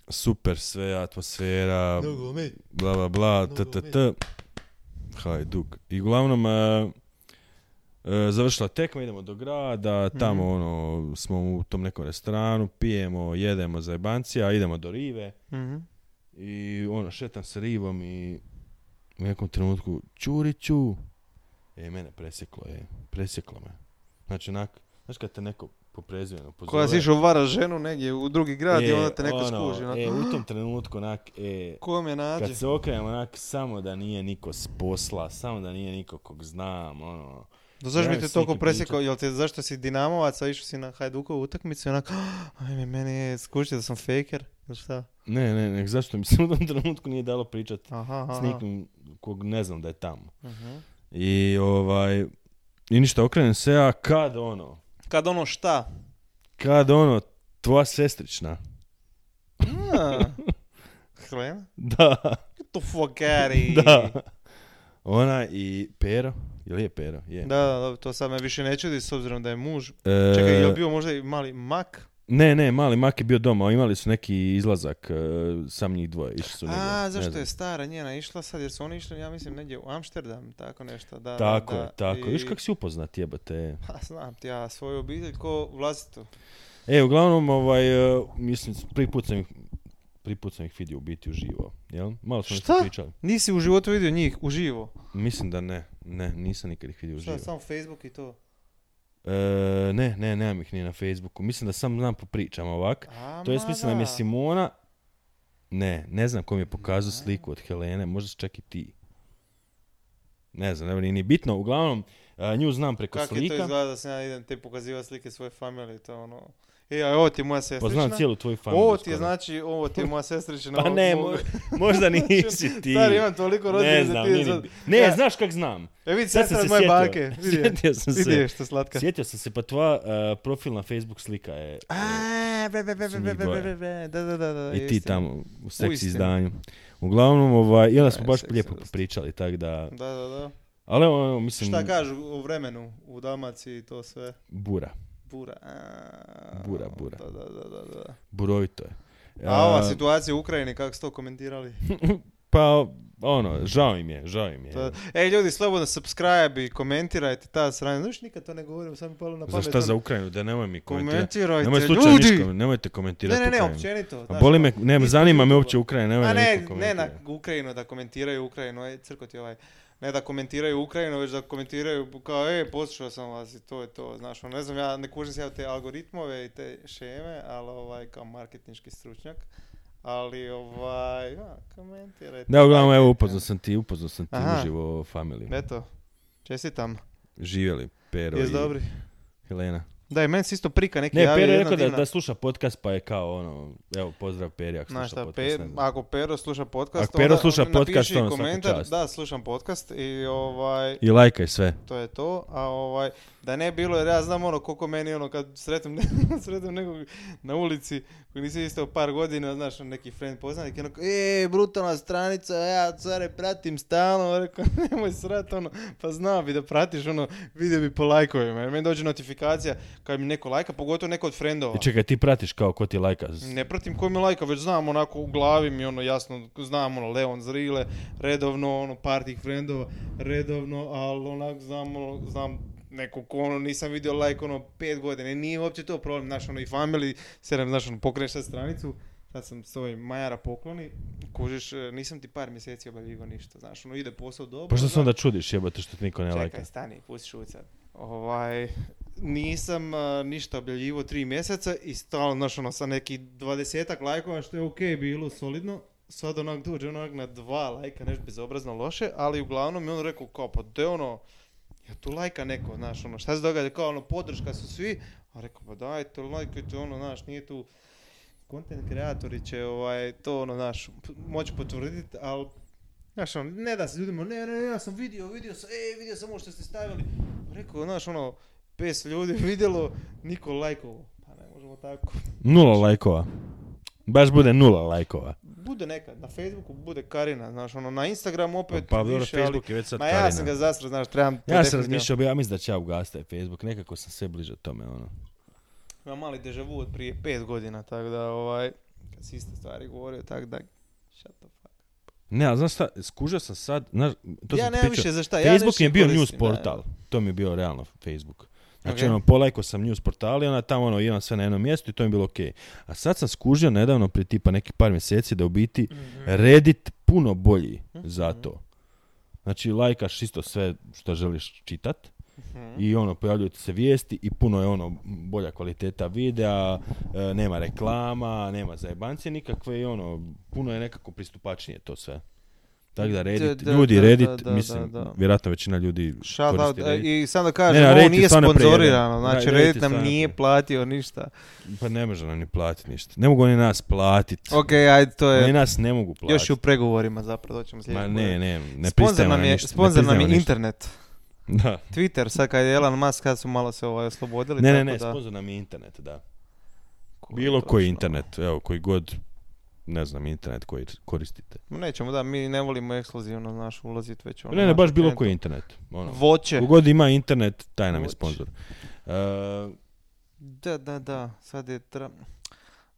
[SPEAKER 2] super sve, atmosfera, bla bla bla, t t t. Hajduk. I uglavnom, e, e, završila tekma, idemo do grada, tamo
[SPEAKER 1] Mhm.
[SPEAKER 2] ono, smo u tom nekom restoranu, pijemo, jedemo za jebancija, idemo do rive
[SPEAKER 1] Mhm.
[SPEAKER 2] i ono, šetam se rivom i u nekom trenutku, Ćuriću, e, mene presjeklo, je, presjeklo me. Znači, onak, znaš kad te neko po prezimenu pozove.
[SPEAKER 1] Koja si išao vara ženu negdje u drugi grad i
[SPEAKER 2] e,
[SPEAKER 1] onda te neko
[SPEAKER 2] ono,
[SPEAKER 1] skuži. onako,
[SPEAKER 2] E, u tom trenutku, onak, e,
[SPEAKER 1] Ko me nađe?
[SPEAKER 2] kad se okrenem onak, samo da nije niko s posla, samo da nije niko kog znam, ono.
[SPEAKER 1] Da zašto bi
[SPEAKER 2] nemam
[SPEAKER 1] te
[SPEAKER 2] s
[SPEAKER 1] toliko
[SPEAKER 2] nikim
[SPEAKER 1] presjekao? Jel te, zašto si Dinamovac, a išao si na Hajdukovu utakmicu i onako, ajme, meni je skušio da sam faker. Ili šta?
[SPEAKER 2] Ne, ne, ne, zašto mi se u tom trenutku nije dalo pričat
[SPEAKER 1] Aha, aha.
[SPEAKER 2] s nikim kog ne znam da je tamo.
[SPEAKER 1] Mhm.
[SPEAKER 2] I ovaj, i ništa, okrenem se ja, kad ono,
[SPEAKER 1] Kad ono šta?
[SPEAKER 2] kad ono, tvoja sestrična.
[SPEAKER 1] A. Helena?
[SPEAKER 2] Da,
[SPEAKER 1] Get the fuck out of here.
[SPEAKER 2] da. Ona i Pero, jel je Pero? Je.
[SPEAKER 1] Da, da, dobro, to sad me više ne čudi s obzirom da je muž.
[SPEAKER 2] E,
[SPEAKER 1] Čekaj, je li bio možda i mali mak?
[SPEAKER 2] Ne, ne, mali Mak je bio doma, imali su neki izlazak, e, sam njih dvoje, išli su negdje,
[SPEAKER 1] A,
[SPEAKER 2] ne
[SPEAKER 1] zašto
[SPEAKER 2] znam.
[SPEAKER 1] je stara njena išla sad, jer su oni išli, ja mislim, negdje u Amsterdam, tako nešto, da. da,
[SPEAKER 2] Tako
[SPEAKER 1] da,
[SPEAKER 2] je, tako je. Viš
[SPEAKER 1] i-
[SPEAKER 2] kako si upoznat jebate.
[SPEAKER 1] Pa znam ti ja svoju obitelj ko vlastitu.
[SPEAKER 2] E, uglavnom, ovaj, e, mislim, prvi put sam ih, prvi put sam ih vidio u biti uživo, jel? Malo smo nešto
[SPEAKER 1] Šta?
[SPEAKER 2] pričali.
[SPEAKER 1] Nisi u životu vidio njih uživo.
[SPEAKER 2] Mislim da ne, ne, nisam nikad ih vidio uživo.
[SPEAKER 1] Šta, samo Facebook i to?
[SPEAKER 2] E, ne, ne, nemam ih ni na Facebooku. Mislim da sam znam po pričama ovak.
[SPEAKER 1] A,
[SPEAKER 2] To jest, mislim da mi je Simona Ne, ne znam ko mi je pokazao sliku od Helene, možda si čak i ti. Ne znam, evo nije ni bitno. Uglavnom, a, nju znam preko
[SPEAKER 1] Kako je to
[SPEAKER 2] slika.
[SPEAKER 1] izgleda da sam ja idem te pokaziva slike svoje familije, to ono... E, a ovo ti je moja
[SPEAKER 2] pa
[SPEAKER 1] sestrična.
[SPEAKER 2] znam cijelu tvoju familiju.
[SPEAKER 1] Ovo ti je,
[SPEAKER 2] skoro.
[SPEAKER 1] znači, ovo ti je moja sestrična.
[SPEAKER 2] Pa
[SPEAKER 1] ovo
[SPEAKER 2] ne,
[SPEAKER 1] mogu-
[SPEAKER 2] mo- možda nisi ti.
[SPEAKER 1] Stari, imam toliko roditelja
[SPEAKER 2] ne
[SPEAKER 1] da
[SPEAKER 2] znam,
[SPEAKER 1] ti
[SPEAKER 2] nije ni
[SPEAKER 1] sad-
[SPEAKER 2] bi- Ne,
[SPEAKER 1] Ja-
[SPEAKER 2] znaš kak znam.
[SPEAKER 1] E vidi,
[SPEAKER 2] Sad
[SPEAKER 1] sestra
[SPEAKER 2] sam se
[SPEAKER 1] od moje
[SPEAKER 2] sjetio.
[SPEAKER 1] bake. Vidi je.
[SPEAKER 2] Sjetio sam se.
[SPEAKER 1] Vidi je što slatka.
[SPEAKER 2] Sjetio sam se, pa tvoja uh, profilna Facebook slika je
[SPEAKER 1] A, be, be, be,
[SPEAKER 2] Su
[SPEAKER 1] be, be,
[SPEAKER 2] njih
[SPEAKER 1] be,
[SPEAKER 2] dvoje.
[SPEAKER 1] be, be, da, da, da, da,
[SPEAKER 2] i ti
[SPEAKER 1] istina.
[SPEAKER 2] tamo u seksi
[SPEAKER 1] Uistinu. E,
[SPEAKER 2] izdanju. Uglavnom, ovaj, i onda smo
[SPEAKER 1] Da,
[SPEAKER 2] baš
[SPEAKER 1] seksi
[SPEAKER 2] lijepo
[SPEAKER 1] dosta.
[SPEAKER 2] popričali, tako da...
[SPEAKER 1] Da, da, da.
[SPEAKER 2] Ali evo, evo, mislim,
[SPEAKER 1] Šta kažu o vremenu u Dalmaciji i to sve?
[SPEAKER 2] bura.
[SPEAKER 1] Bura. a,
[SPEAKER 2] Bura, bura.
[SPEAKER 1] Da, da, da, da, da.
[SPEAKER 2] Burovito je.
[SPEAKER 1] A ova situacija u Ukrajini, kako ste to komentirali?
[SPEAKER 2] Pa, ono, žao im je, žao im je.
[SPEAKER 1] Da. Ej, ljudi, slobodno subscribe i komentirajte ta strana. Znaš, nikad to ne govorim, sam mi palo na pamet.
[SPEAKER 2] Za šta
[SPEAKER 1] ono,
[SPEAKER 2] za Ukrajinu, da nemoj mi komentirati.
[SPEAKER 1] Komentirajte,
[SPEAKER 2] Nemoj slučajno
[SPEAKER 1] ljudi!
[SPEAKER 2] ništa, kom- nemojte komentirati
[SPEAKER 1] Ne, ne, ne,
[SPEAKER 2] Ukrajinu.
[SPEAKER 1] općenito.
[SPEAKER 2] A
[SPEAKER 1] znaš,
[SPEAKER 2] boli
[SPEAKER 1] ono,
[SPEAKER 2] me, ne,
[SPEAKER 1] ispod
[SPEAKER 2] zanima me
[SPEAKER 1] YouTubea.
[SPEAKER 2] uopće Ukrajina, nemoj
[SPEAKER 1] A
[SPEAKER 2] me
[SPEAKER 1] ne,
[SPEAKER 2] niko
[SPEAKER 1] ne na
[SPEAKER 2] komentirati.
[SPEAKER 1] Ukrajinu da komentiraju Ukrajinu, aj crko ti ovaj. Ne da komentiraju Ukrajinu, već da komentiraju kao, e, poslušao sam vas i to je to, znaš, ono, ne znam, ja ne kužim se ja u te algoritmove i te šeme, ali ovaj, kao marketinški stručnjak, ali ovaj, ja, komentirajte.
[SPEAKER 2] Da, uglavnom, evo, upoznao sam ti, upoznao sam ti
[SPEAKER 1] Aha.
[SPEAKER 2] uživo familiju.
[SPEAKER 1] Eto, čestitam,
[SPEAKER 2] Živjeli, Pero
[SPEAKER 1] jes
[SPEAKER 2] i
[SPEAKER 1] dobri.
[SPEAKER 2] Helena.
[SPEAKER 1] Da, i meni se isto prika neki
[SPEAKER 2] Ne,
[SPEAKER 1] javio,
[SPEAKER 2] Pero je
[SPEAKER 1] jedna
[SPEAKER 2] rekao da,
[SPEAKER 1] divna-
[SPEAKER 2] da sluša podcast, pa je kao ono, evo, pozdrav Peri ako
[SPEAKER 1] Znaš
[SPEAKER 2] sluša
[SPEAKER 1] šta,
[SPEAKER 2] podcast.
[SPEAKER 1] Pe-
[SPEAKER 2] ne znam.
[SPEAKER 1] ako Pero sluša podcast,
[SPEAKER 2] Ako Pero
[SPEAKER 1] onda
[SPEAKER 2] sluša
[SPEAKER 1] napiši
[SPEAKER 2] podcast, ono, svaka
[SPEAKER 1] komentar,
[SPEAKER 2] čast.
[SPEAKER 1] da, slušam podcast i ovaj,
[SPEAKER 2] I lajkaj sve.
[SPEAKER 1] to je to, a ovaj, da ne bilo, jer ja znam ono koliko meni ono kad sretnem, sretnem nekog na ulici koji nisi isto par godina, znaš, neki friend poznanik, i ono, e, brutalna stranica, ja care pratim stalno, rekao, nemoj srat, ono, pa znao bi da pratiš, ono, vidio bi po lajkovima, jer meni dođe notifikacija kad mi neko lajka, pogotovo neko od friendova.
[SPEAKER 2] I čekaj, ti pratiš kao ko ti lajka. s-
[SPEAKER 1] Ne pratim ko mi lajka, već znam onako u glavi mi ono jasno, znam ono Leon Zrile, redovno ono party friendova, redovno, ali onak znam ono, znam neku ko ono, nisam vidio lajk ono pet godina i nije uopće to problem, znaš ono i family, sedam, znaš ono pokreneš sad stranicu, sad sam s ovim Majara pokloni, kužiš, e, nisam ti par mjeseci obavljivao ništa, znaš ono ide posao dobro.
[SPEAKER 2] Pa što se
[SPEAKER 1] znaš.
[SPEAKER 2] onda čudiš jebote što ti niko ne lajka?
[SPEAKER 1] Čekaj, stani, pusti šut sad. Ovaj, nisam a, ništa objavljivo tri mjeseca i stalno, znaš, ono, sa nekih dvadesetak lajkova, što je okej bilo, solidno. Sad onak dođe onak na dva lajka, nešto bezobrazno loše, ali uglavnom mi on rekao kao, pa de ono, ja tu lajka neko, znaš, ono, šta se događa, kao ono, podrška su svi, a rekao, pa dajte, lajkajte, ono, znaš, nije tu, content kreatori će, ovaj, to, ono, znaš, p- moći potvrditi, ali Znaš, ono, ne da se ljudima, ne, ne, ja sam vidio, vidio sam, e, vidio sam ovo što ste stavili. Rekao, znaš, ono, 500 ljudi vidjelo, niko lajkovo. Pa ne možemo tako.
[SPEAKER 2] Nula lajkova. Baš bude nula lajkova.
[SPEAKER 1] Bude nekad, na Facebooku bude Karina, znaš, ono, na Instagramu opet
[SPEAKER 2] Pa dobro,
[SPEAKER 1] više, ali-
[SPEAKER 2] Facebook je već sad
[SPEAKER 1] Ma ja
[SPEAKER 2] Karina.
[SPEAKER 1] sam ga zasrao, znaš, trebam to
[SPEAKER 2] Ja sam
[SPEAKER 1] definitivno.
[SPEAKER 2] razmišljao, bi- ja mislim da će ja ugasiti taj Facebook, nekako sam sve bliže tome, ono.
[SPEAKER 1] Imam mali deja vu od prije 5 godina, tako da, ovaj, kad si iste stvari govorio, tako da, shut the fuck.
[SPEAKER 2] Ne, ali znaš šta, skužio sam sad, znaš, to
[SPEAKER 1] ja
[SPEAKER 2] sam ti
[SPEAKER 1] nemam
[SPEAKER 2] pričao.
[SPEAKER 1] više za šta, ja
[SPEAKER 2] Facebook
[SPEAKER 1] nešto
[SPEAKER 2] mi je bio
[SPEAKER 1] koristim,
[SPEAKER 2] news
[SPEAKER 1] da.
[SPEAKER 2] portal, to mi je bio realno Facebook. Znači,
[SPEAKER 1] Ok.
[SPEAKER 2] ono, polajko sam news portal i onda tamo, ono, imam sve na jednom mjestu i to mi je bilo okej. A sad sam skužio nedavno, prije tipa nekih par mjeseci, da u biti
[SPEAKER 1] Mhm.
[SPEAKER 2] Reddit puno bolji za to. Znači, lajkaš isto sve što želiš čitat
[SPEAKER 1] Mhm.
[SPEAKER 2] i ono, pojavljuju ti se vijesti i puno je ono, bolja kvaliteta videa, e, nema reklama, nema zajebancije nikakve i ono, puno je nekako pristupačnije to sve. Tako da Reddit,
[SPEAKER 1] da,
[SPEAKER 2] ljudi
[SPEAKER 1] da,
[SPEAKER 2] Reddit,
[SPEAKER 1] da, da,
[SPEAKER 2] mislim,
[SPEAKER 1] da, da.
[SPEAKER 2] vjerojatno većina ljudi
[SPEAKER 1] Shout out,
[SPEAKER 2] koristi
[SPEAKER 1] e,
[SPEAKER 2] Reddit.
[SPEAKER 1] i sam da kažem,
[SPEAKER 2] Ne, ne,
[SPEAKER 1] ovo
[SPEAKER 2] Reddit je
[SPEAKER 1] nije
[SPEAKER 2] stvarno
[SPEAKER 1] sponzorirano,
[SPEAKER 2] prejeden.
[SPEAKER 1] znači
[SPEAKER 2] Ra- Reddit je
[SPEAKER 1] Reddit nam
[SPEAKER 2] stvarno
[SPEAKER 1] nije
[SPEAKER 2] prejeden.
[SPEAKER 1] platio ništa.
[SPEAKER 2] Pa ne može nam ni platiti ništa. Ne mogu oni nas platiti.
[SPEAKER 1] Ok, ajde, to
[SPEAKER 2] Oni
[SPEAKER 1] je
[SPEAKER 2] nas ne mogu platiti.
[SPEAKER 1] još i u pregovorima zapravo, doćemo
[SPEAKER 2] Ma
[SPEAKER 1] sljedeći.
[SPEAKER 2] ne, ne, ne
[SPEAKER 1] Sponzor
[SPEAKER 2] pristajemo
[SPEAKER 1] nam
[SPEAKER 2] na
[SPEAKER 1] je,
[SPEAKER 2] ništa, ne
[SPEAKER 1] sponzor nam
[SPEAKER 2] pristajemo
[SPEAKER 1] je
[SPEAKER 2] na ništa.
[SPEAKER 1] internet.
[SPEAKER 2] Da.
[SPEAKER 1] Twitter, sad kad je Elon Musk, kad su malo se ovaj oslobodili.
[SPEAKER 2] Ne,
[SPEAKER 1] tako
[SPEAKER 2] ne, ne,
[SPEAKER 1] da-
[SPEAKER 2] sponzor nam je internet, da.
[SPEAKER 1] Koji
[SPEAKER 2] Bilo
[SPEAKER 1] točno?
[SPEAKER 2] koji internet, evo, koji god, ne znam, internet koji koristite.
[SPEAKER 1] Ma Nećemo, da, mi ne volimo ekskluzivno, znaš, ulaziti već ono.
[SPEAKER 2] Ne, ne,
[SPEAKER 1] naš
[SPEAKER 2] baš bilo
[SPEAKER 1] općenito.
[SPEAKER 2] koji internet. Ono,
[SPEAKER 1] Voće.
[SPEAKER 2] Kogod ima internet, taj nam je
[SPEAKER 1] Voće.
[SPEAKER 2] sponzor. E,
[SPEAKER 1] Da, da, da, sad je tra...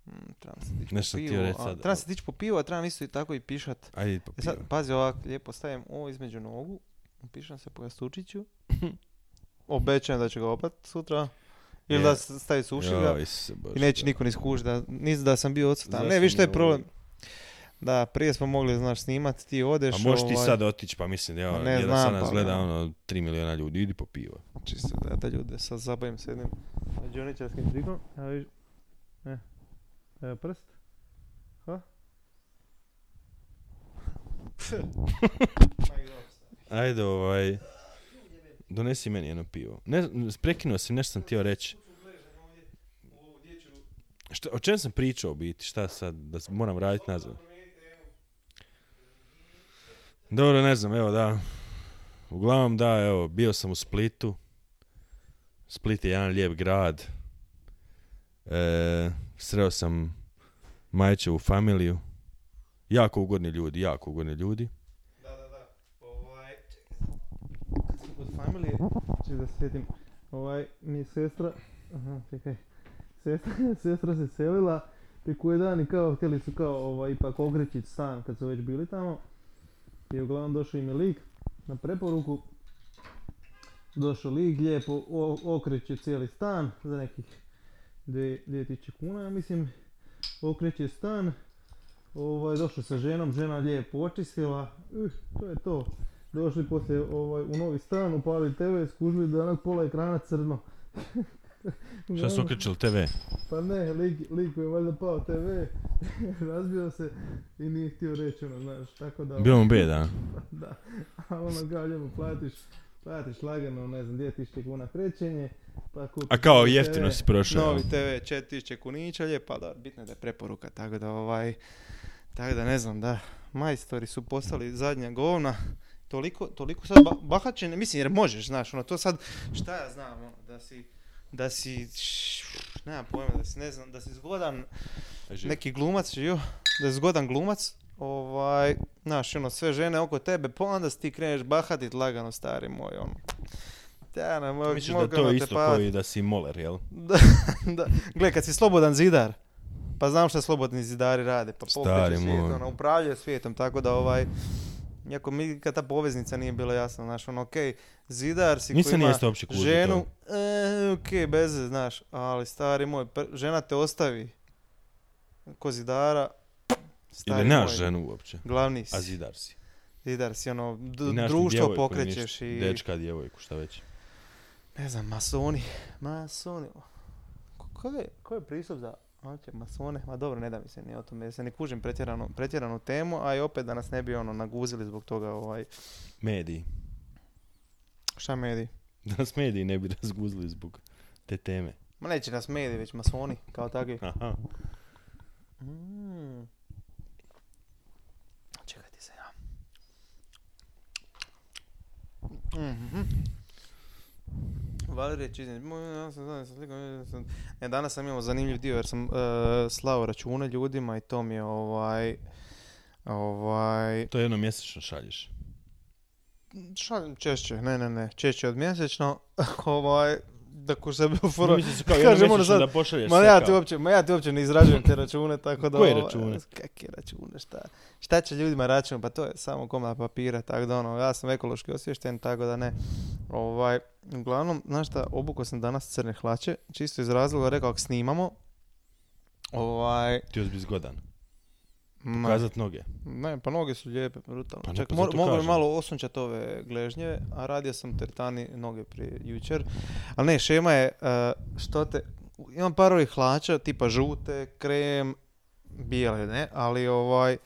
[SPEAKER 1] Mm, Trebam se dići
[SPEAKER 2] Nešto
[SPEAKER 1] po
[SPEAKER 2] sam
[SPEAKER 1] pivu,
[SPEAKER 2] htio reći
[SPEAKER 1] a-
[SPEAKER 2] sad,
[SPEAKER 1] trebam
[SPEAKER 2] ali-
[SPEAKER 1] se dići po pivu, a trebam isto i tako i pišat.
[SPEAKER 2] ajde, pa
[SPEAKER 1] E sad,
[SPEAKER 2] pivo.
[SPEAKER 1] pazi ovako, lijepo stavim ovo između nogu, upišem se po gastučiću, obećajem da ću ga opet sutra, ili
[SPEAKER 2] Je.
[SPEAKER 1] da s- stavi suši ga,
[SPEAKER 2] Joj, Isuse Bože,
[SPEAKER 1] i neće
[SPEAKER 2] da.
[SPEAKER 1] niko ni skužiti da, nis da sam bio odsutan.
[SPEAKER 2] Zašto
[SPEAKER 1] Ne, viš što je
[SPEAKER 2] mi
[SPEAKER 1] problem. Da, prije smo mogli, znaš, snimat, ti odeš.
[SPEAKER 2] A možeš ti
[SPEAKER 1] ovaj,
[SPEAKER 2] sad otići, pa mislim da je
[SPEAKER 1] Ma
[SPEAKER 2] ono,
[SPEAKER 1] ne
[SPEAKER 2] jedan
[SPEAKER 1] znam,
[SPEAKER 2] sad nas
[SPEAKER 1] pa
[SPEAKER 2] gleda
[SPEAKER 1] da.
[SPEAKER 2] ono, 3 milijuna ljudi, idi po pivo.
[SPEAKER 1] Čisto da, da ljude sad zabavim s jednim džoničarskim trikom. Evo viš. E, e, prst. Ha?
[SPEAKER 2] Ajde, ovaj... Donesi meni jedno pivo. Ne, prekinuo sam, nešto sam htio reći. Šta, o čem sam pričao u biti? Šta sad? Da s- moram raditi nazad? Dobro, ne znam, evo da. Uglavnom da, evo, bio sam u Splitu. Split je jedan lijep grad. E, sreo sam Majićevu familiju. Jako ugodni ljudi, jako ugodni ljudi.
[SPEAKER 1] Da, da, da. Ovaj... Kad sam kod familije, čekaj da se sjetim. Ovaj, mi je sestra... Aha, čekaj. Sestra, sestra se selila, te koji dan i kao, htjeli su kao ovaj, ipak ogrećit stan kad su već bili tamo. I uglavnom došao im je lik na preporuku. Došao lik, lijepo o- okreće cijeli stan za nekih dvije- 2000 kuna, ja mislim. Okreće stan, ovaj, došao sa ženom, žena lijepo očistila, uh, to je to. Došli poslije ovaj, u novi stan, upali TV, skužili da je onak pola ekrana crno.
[SPEAKER 2] Šta su
[SPEAKER 1] Uglavnom-
[SPEAKER 2] okrećali TV?
[SPEAKER 1] pa ne, lik, lik mu je valjda pao TV, razbio se i nije htio reći ono, znaš, tako da...
[SPEAKER 2] Bio mu beda.
[SPEAKER 1] Da, a ono kao njemu platiš, platiš lagano, ne znam, 2000 kuna krećenje, pa kupiš...
[SPEAKER 2] A kao
[SPEAKER 1] novi
[SPEAKER 2] jeftino
[SPEAKER 1] TV.
[SPEAKER 2] si prošao.
[SPEAKER 1] Novi TV, 4000 kunića, lijepa, da, bitno je da je preporuka, tako da ovaj... Tako da ne znam, da, majstori su postali zadnja govna, toliko, toliko sad ba- bahaćenje, mislim jer možeš, znaš, ono, to sad, šta ja znam, ono, da si, da si, nemam pojma, da si, ne znam, da si zgodan, neki glumac, ju, da je zgodan glumac, ovaj, znaš, ono, sve žene oko tebe, pa onda si ti kreneš bahatit lagano, stari moj, ono. Da, na moj,
[SPEAKER 2] Misliš da je to isto kao i da si moler, jel?
[SPEAKER 1] Da, da. Gle, kad si slobodan zidar, pa znam šta slobodni zidari rade, pa
[SPEAKER 2] Stari
[SPEAKER 1] pokreće svijet,
[SPEAKER 2] moj.
[SPEAKER 1] ono, upravljaju svijetom, tako da ovaj, Iako mi nikad ta poveznica nije bila jasna, znaš, ono, okej, zidar si
[SPEAKER 2] Nisam
[SPEAKER 1] koji
[SPEAKER 2] ja
[SPEAKER 1] ima
[SPEAKER 2] isto uopće kužio
[SPEAKER 1] ženu, e, okej, bez, veze, znaš, ali stari moj, pr- žena te ostavi ko zidara,
[SPEAKER 2] Ili
[SPEAKER 1] stari
[SPEAKER 2] nemaš
[SPEAKER 1] moj,
[SPEAKER 2] ženu uopće,
[SPEAKER 1] glavni
[SPEAKER 2] a
[SPEAKER 1] si,
[SPEAKER 2] zidar si.
[SPEAKER 1] zidar si, ono, d-
[SPEAKER 2] I nemaš ni
[SPEAKER 1] društvo
[SPEAKER 2] djevojku, ni
[SPEAKER 1] pokrećeš
[SPEAKER 2] ništa.
[SPEAKER 1] i,
[SPEAKER 2] Dečka, djevojku, šta već.
[SPEAKER 1] ne znam, masoni, masoni, ko, ko je, ko je pristup za Oće, masone, ma dobro, ne da mi se ni o tome, jer se ne kužim pretjeranu, pretjeranu temu, a i opet da nas ne bi ono naguzili zbog toga ovaj,
[SPEAKER 2] Mediji.
[SPEAKER 1] šta mediji?
[SPEAKER 2] Da nas mediji ne bi razguzili zbog te teme.
[SPEAKER 1] Ma neće nas mediji, već masoni, kao takvi.
[SPEAKER 2] Aha.
[SPEAKER 1] Mm. Čekaj ti se ja. Mhm. Valerije Čiznić. Moj, ja sam zadnji sa slikom, ja sam- E, danas sam imao zanimljiv dio jer sam e, slao račune ljudima i to mi je ovaj... Ovaj...
[SPEAKER 2] To jedno mjesečno šalješ.
[SPEAKER 1] Šaljem češće, ne, ne, ne, češće od mjesečno. ovaj... Da ko sebe
[SPEAKER 2] Prvo,
[SPEAKER 1] ufora.
[SPEAKER 2] misliš se kao
[SPEAKER 1] Kažem,
[SPEAKER 2] jedno
[SPEAKER 1] ono
[SPEAKER 2] mjesečno
[SPEAKER 1] sad,
[SPEAKER 2] da pošalješ
[SPEAKER 1] Ma
[SPEAKER 2] sve
[SPEAKER 1] ja ti
[SPEAKER 2] kao.
[SPEAKER 1] uopće, ma ja ti uopće ne izrađujem te račune, tako da...
[SPEAKER 2] Koje
[SPEAKER 1] ovaj,
[SPEAKER 2] račune?
[SPEAKER 1] Kakve račune, šta? Šta će ljudima račun? Pa to je samo komad papira, tako da ono, ja sam ekološki osviješten, tako da ne. Ovaj, uglavnom, znaš šta, obuko sam danas crne hlače, čisto iz razloga rekao, ako snimamo, ovaj...
[SPEAKER 2] Ti još bi zgodan.
[SPEAKER 1] Ma,
[SPEAKER 2] Pokazat noge.
[SPEAKER 1] ne, pa noge su lijepe, brutalno.
[SPEAKER 2] Pa ne,
[SPEAKER 1] Čak,
[SPEAKER 2] pa
[SPEAKER 1] mor-
[SPEAKER 2] zato
[SPEAKER 1] mogu bi
[SPEAKER 2] kažem.
[SPEAKER 1] malo osunčati ove gležnjeve, a radio sam teretani noge prije jučer. Ali ne, šema je, eh, što te, imam par ovih hlača, tipa žute, krem, bijele, ne, ali ovaj,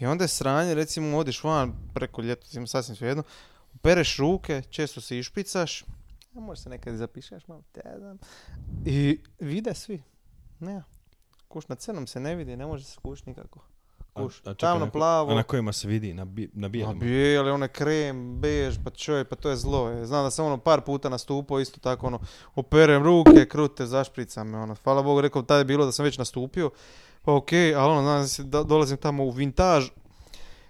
[SPEAKER 1] i onda je sranje, recimo odiš van preko ljeta, recimo, sasvim svejedno, pereš ruke, često se išpicaš, a možda se nekad i zapišeš malo, te znam, i vide svi, ne, kuš na crnom se ne vidi, ne može se kuš nikako.
[SPEAKER 2] A-
[SPEAKER 1] Kuš,
[SPEAKER 2] a čekaj,
[SPEAKER 1] tamno
[SPEAKER 2] na ko-
[SPEAKER 1] plavo.
[SPEAKER 2] A na kojima se vidi, na, bi, na
[SPEAKER 1] Ma
[SPEAKER 2] bijelima.
[SPEAKER 1] bijeli, onaj krem, bež, pa čovjek, pa to je zlo. Je. Znam da sam ono par puta nastupao, isto tako ono, operem ruke, krute, zašpricam me, ono. Hvala Bogu, rekao, tada je bilo da sam već nastupio. Pa okej, ali ono, znam da se do- dolazim tamo u vintaž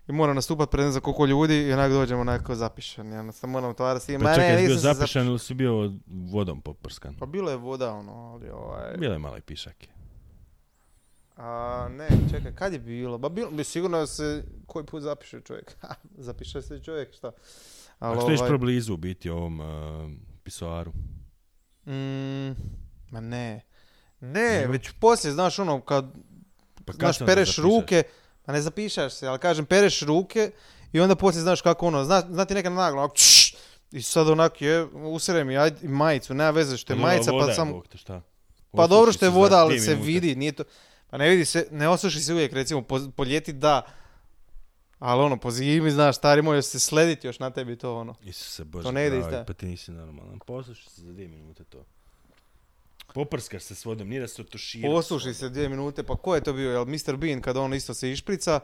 [SPEAKER 1] i moram nastupat pred ne znam koliko ljudi i onak dođem onako zapišan. Ja sam moram otvarati s tim,
[SPEAKER 2] Pa
[SPEAKER 1] "Ma
[SPEAKER 2] čekaj,
[SPEAKER 1] ne,
[SPEAKER 2] jesi bio
[SPEAKER 1] nisam se zapi-"
[SPEAKER 2] zapišan ili si bio vodom poprskan?
[SPEAKER 1] Pa bilo je voda, ono, ali ovaj...
[SPEAKER 2] Bile male pišake.
[SPEAKER 1] A ne, čekaj, kad je bilo? Ba bilo, bi sigurno se koji put zapiše čovjek. Ha, zapiše se čovjek, šta?
[SPEAKER 2] A
[SPEAKER 1] Ali
[SPEAKER 2] što ješ
[SPEAKER 1] ovaj-
[SPEAKER 2] problizu u biti ovom uh, pisoaru?
[SPEAKER 1] Mm, ma ne. Ne, već poslije, znaš ono, kad,
[SPEAKER 2] Pa kad
[SPEAKER 1] znaš,
[SPEAKER 2] se onda
[SPEAKER 1] pereš
[SPEAKER 2] zapišeš?
[SPEAKER 1] ruke, pa ne zapišaš se, ali kažem, pereš ruke i onda poslije znaš kako ono, zna, zna ti nekad naglo, ovako, čš, i sad onak je, usere mi aj, majicu, nema veze što je
[SPEAKER 2] dobro,
[SPEAKER 1] majica,
[SPEAKER 2] voda
[SPEAKER 1] pa
[SPEAKER 2] je,
[SPEAKER 1] sam,
[SPEAKER 2] Bog te, šta?
[SPEAKER 1] pa dobro što je
[SPEAKER 2] Osuši se
[SPEAKER 1] voda,
[SPEAKER 2] za
[SPEAKER 1] ali
[SPEAKER 2] dvije
[SPEAKER 1] se
[SPEAKER 2] minute.
[SPEAKER 1] vidi, nije to, pa ne vidi se, ne osuši se uvijek, recimo, po, po ljeti da, Ali ono, po zimi, znaš, stari moj, još se slediti još na tebi to ono.
[SPEAKER 2] Isuse Bože,
[SPEAKER 1] To ne ide
[SPEAKER 2] pravi,
[SPEAKER 1] izda.
[SPEAKER 2] pa ti nisi normalan. Poslušaj se za dvije minute to. Poprskaš se s vodom, nije da se otušira.
[SPEAKER 1] Posluši se dvije minute, pa ko je to bio? Jel Mr. Bean kada on isto se išprica?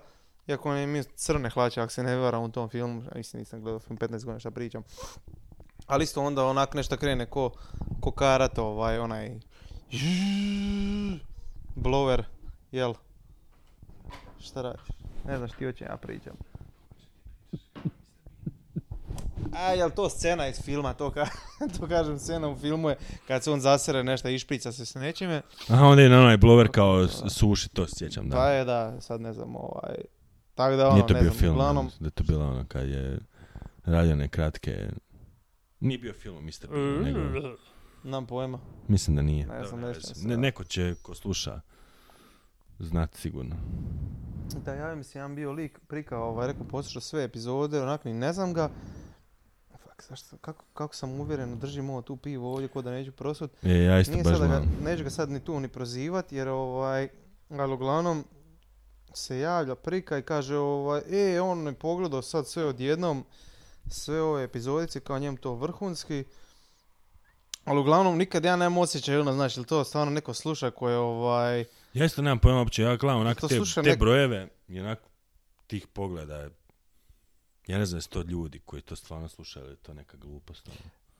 [SPEAKER 1] Iako on je imao crne hlače, ako se ne varam u tom filmu, a mislim nisam gledao film 15 godina šta pričam. Ali isto onda onak nešto krene ko, ko karat ovaj onaj blower, jel? Šta radiš? Ne znaš ti o čem ja pričam. A, jel to scena iz filma, to, ka, to kažem scena u filmu je kad se on zasere nešto i išprica se s nečime.
[SPEAKER 2] Aha, onda je na onaj blower kao s- suši, to se sjećam, da.
[SPEAKER 1] Pa je da, sad ne znam, ovaj... Tako da ono,
[SPEAKER 2] Nije to
[SPEAKER 1] ne
[SPEAKER 2] bio
[SPEAKER 1] znam,
[SPEAKER 2] film,
[SPEAKER 1] uglavnom...
[SPEAKER 2] da je to bilo ono kad je radio one kratke... Nije bio film, Mr. Bean, nego...
[SPEAKER 1] Nam pojma.
[SPEAKER 2] Mislim da nije.
[SPEAKER 1] Ne znam,
[SPEAKER 2] Dobro,
[SPEAKER 1] ne
[SPEAKER 2] veze.
[SPEAKER 1] sjećam se,
[SPEAKER 2] Ne-
[SPEAKER 1] da.
[SPEAKER 2] neko će, ko sluša, znat sigurno.
[SPEAKER 1] Da, javio mi se jedan bio lik, prikao, ovaj, rekao, poslušao sve epizode, onak ni ne znam ga. Fak, zašto, kako, kako sam uvjeren, držim ovo tu pivo ovdje, ko da neću prosut.
[SPEAKER 2] E, ja isto
[SPEAKER 1] Nije
[SPEAKER 2] baš
[SPEAKER 1] sada ga,
[SPEAKER 2] gledam.
[SPEAKER 1] neću ga sad ni tu ni prozivat, jer ovaj, ali uglavnom se javlja prika i kaže ovaj, e, on je pogledao sad sve odjednom, sve ove epizodice, kao njem to vrhunski. Ali uglavnom nikad ja nemam osjećaj, ono, znači, jel to stvarno neko sluša koje ovaj,
[SPEAKER 2] Ja isto nemam pojma uopće, ja gledam onak
[SPEAKER 1] To
[SPEAKER 2] te,
[SPEAKER 1] slušam
[SPEAKER 2] te
[SPEAKER 1] nek-
[SPEAKER 2] brojeve i onak tih pogleda je... Ja ne znam jesu to ljudi koji to stvarno slušaju, ili je to neka glupost.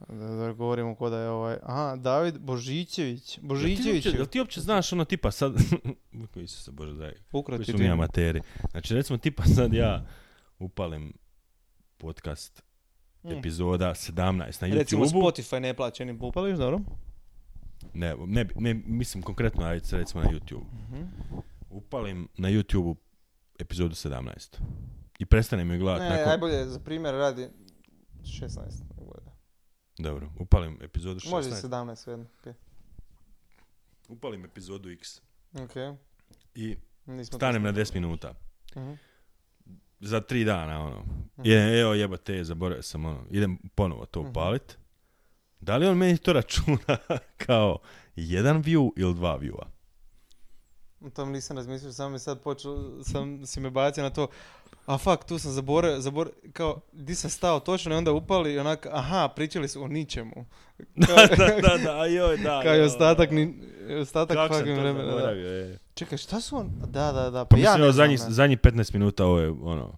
[SPEAKER 2] ono.
[SPEAKER 1] da, da govorimo ko da je ovaj, aha, David Božićević,
[SPEAKER 2] Jel ti
[SPEAKER 1] Božićević,
[SPEAKER 2] uopće, jel ti uopće znaš ono tipa sad... Isuse Bože dragi.
[SPEAKER 1] ukratko
[SPEAKER 2] Koji su
[SPEAKER 1] ti-
[SPEAKER 2] mi amateri. Znači recimo tipa sad ja upalim podcast
[SPEAKER 1] Mm.
[SPEAKER 2] epizoda 17 na
[SPEAKER 1] Recimo
[SPEAKER 2] YouTube-u.
[SPEAKER 1] Spotify ne plaća ni upališ, dobro?
[SPEAKER 2] Ne, ne, bi- ne, mislim konkretno ajde sad recimo na YouTube.
[SPEAKER 1] Mhm.
[SPEAKER 2] Upalim na YouTube epizodu 17. I prestanem ju gledati
[SPEAKER 1] Ne,
[SPEAKER 2] nakon...
[SPEAKER 1] najbolje za primjer radi 16. godina.
[SPEAKER 2] Dobro, upalim epizodu 16.
[SPEAKER 1] Može i 17 svejedno. okej.
[SPEAKER 2] Upalim epizodu X
[SPEAKER 1] Ok,
[SPEAKER 2] i
[SPEAKER 1] nismo...
[SPEAKER 2] stanem na 10 minuta.
[SPEAKER 1] Mhm.
[SPEAKER 2] Za tri dana, ono. Je, evo jebate, zaboravio sam, ono. Idem ponovo to
[SPEAKER 1] Mhm.
[SPEAKER 2] upalit. Da li on meni to računa kao jedan view ili dva viewa?
[SPEAKER 1] O tom nisam razmislio, samo mi sad počeo, sam si me bacio na to, a fak, tu sam zaboravio, zabor, kao, di sam stao točno i onda upali i onak, aha, pričali su o ničemu.
[SPEAKER 2] da, da, da, da, joj, da.
[SPEAKER 1] Kao i
[SPEAKER 2] joj. ono.
[SPEAKER 1] ostatak, ni, ostatak
[SPEAKER 2] Kako sam
[SPEAKER 1] fucking
[SPEAKER 2] to
[SPEAKER 1] vremena. da.
[SPEAKER 2] zaboravio, je.
[SPEAKER 1] Čekaj, šta su on? Da, da, da, pa,
[SPEAKER 2] Pa
[SPEAKER 1] ja
[SPEAKER 2] mislim,
[SPEAKER 1] ne
[SPEAKER 2] evo,
[SPEAKER 1] znam.
[SPEAKER 2] zadnjih,
[SPEAKER 1] ne.
[SPEAKER 2] zadnjih 15 minuta ovo je, ono,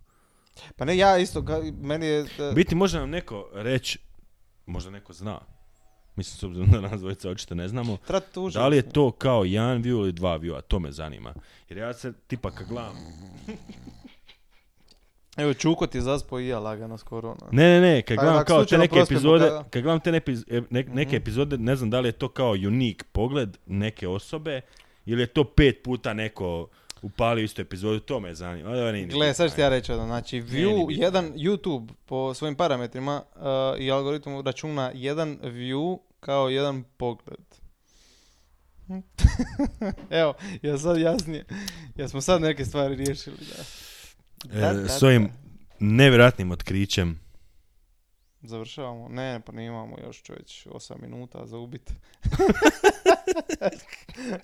[SPEAKER 1] Pa ne, ja isto, ka- meni je... e, da-
[SPEAKER 2] Biti može nam neko reći, možda neko zna, mislim s obzirom da nas dvojica očito ne znamo,
[SPEAKER 1] Treba tužit.
[SPEAKER 2] da li je to kao jedan view ili dva view, a to me zanima. Jer ja se tipa kad gledam...
[SPEAKER 1] Evo, Čuko ti je zaspao i ja lagano skoro. ono.
[SPEAKER 2] Ne, ne, ne, kad
[SPEAKER 1] Pa
[SPEAKER 2] gledam
[SPEAKER 1] ako
[SPEAKER 2] kao te
[SPEAKER 1] slučajno
[SPEAKER 2] neke
[SPEAKER 1] prospemo,
[SPEAKER 2] epizode,
[SPEAKER 1] da, da.
[SPEAKER 2] kad gledam te nepi- e, ne-
[SPEAKER 1] Mhm.
[SPEAKER 2] neke epizode, ne znam da li je to kao unik pogled neke osobe ili je to pet puta neko upalio istu epizodu, to me zanima. ali ovo nije ni
[SPEAKER 1] Gle,
[SPEAKER 2] bitno,
[SPEAKER 1] sad ću ti
[SPEAKER 2] ajde.
[SPEAKER 1] ja reći odmah. Znači,
[SPEAKER 2] ni
[SPEAKER 1] view,
[SPEAKER 2] bitno.
[SPEAKER 1] jedan YouTube po svojim parametrima uh, i algoritmu računa jedan view kao jedan pogled. Evo, ja sad jasnije. Ja smo sad neke stvari riješili, da. Da,
[SPEAKER 2] E,
[SPEAKER 1] da,
[SPEAKER 2] S ovim nevjerojatnim otkrićem,
[SPEAKER 1] Završavamo. Ne, pa ne imamo još čovječ 8 minuta za ubit.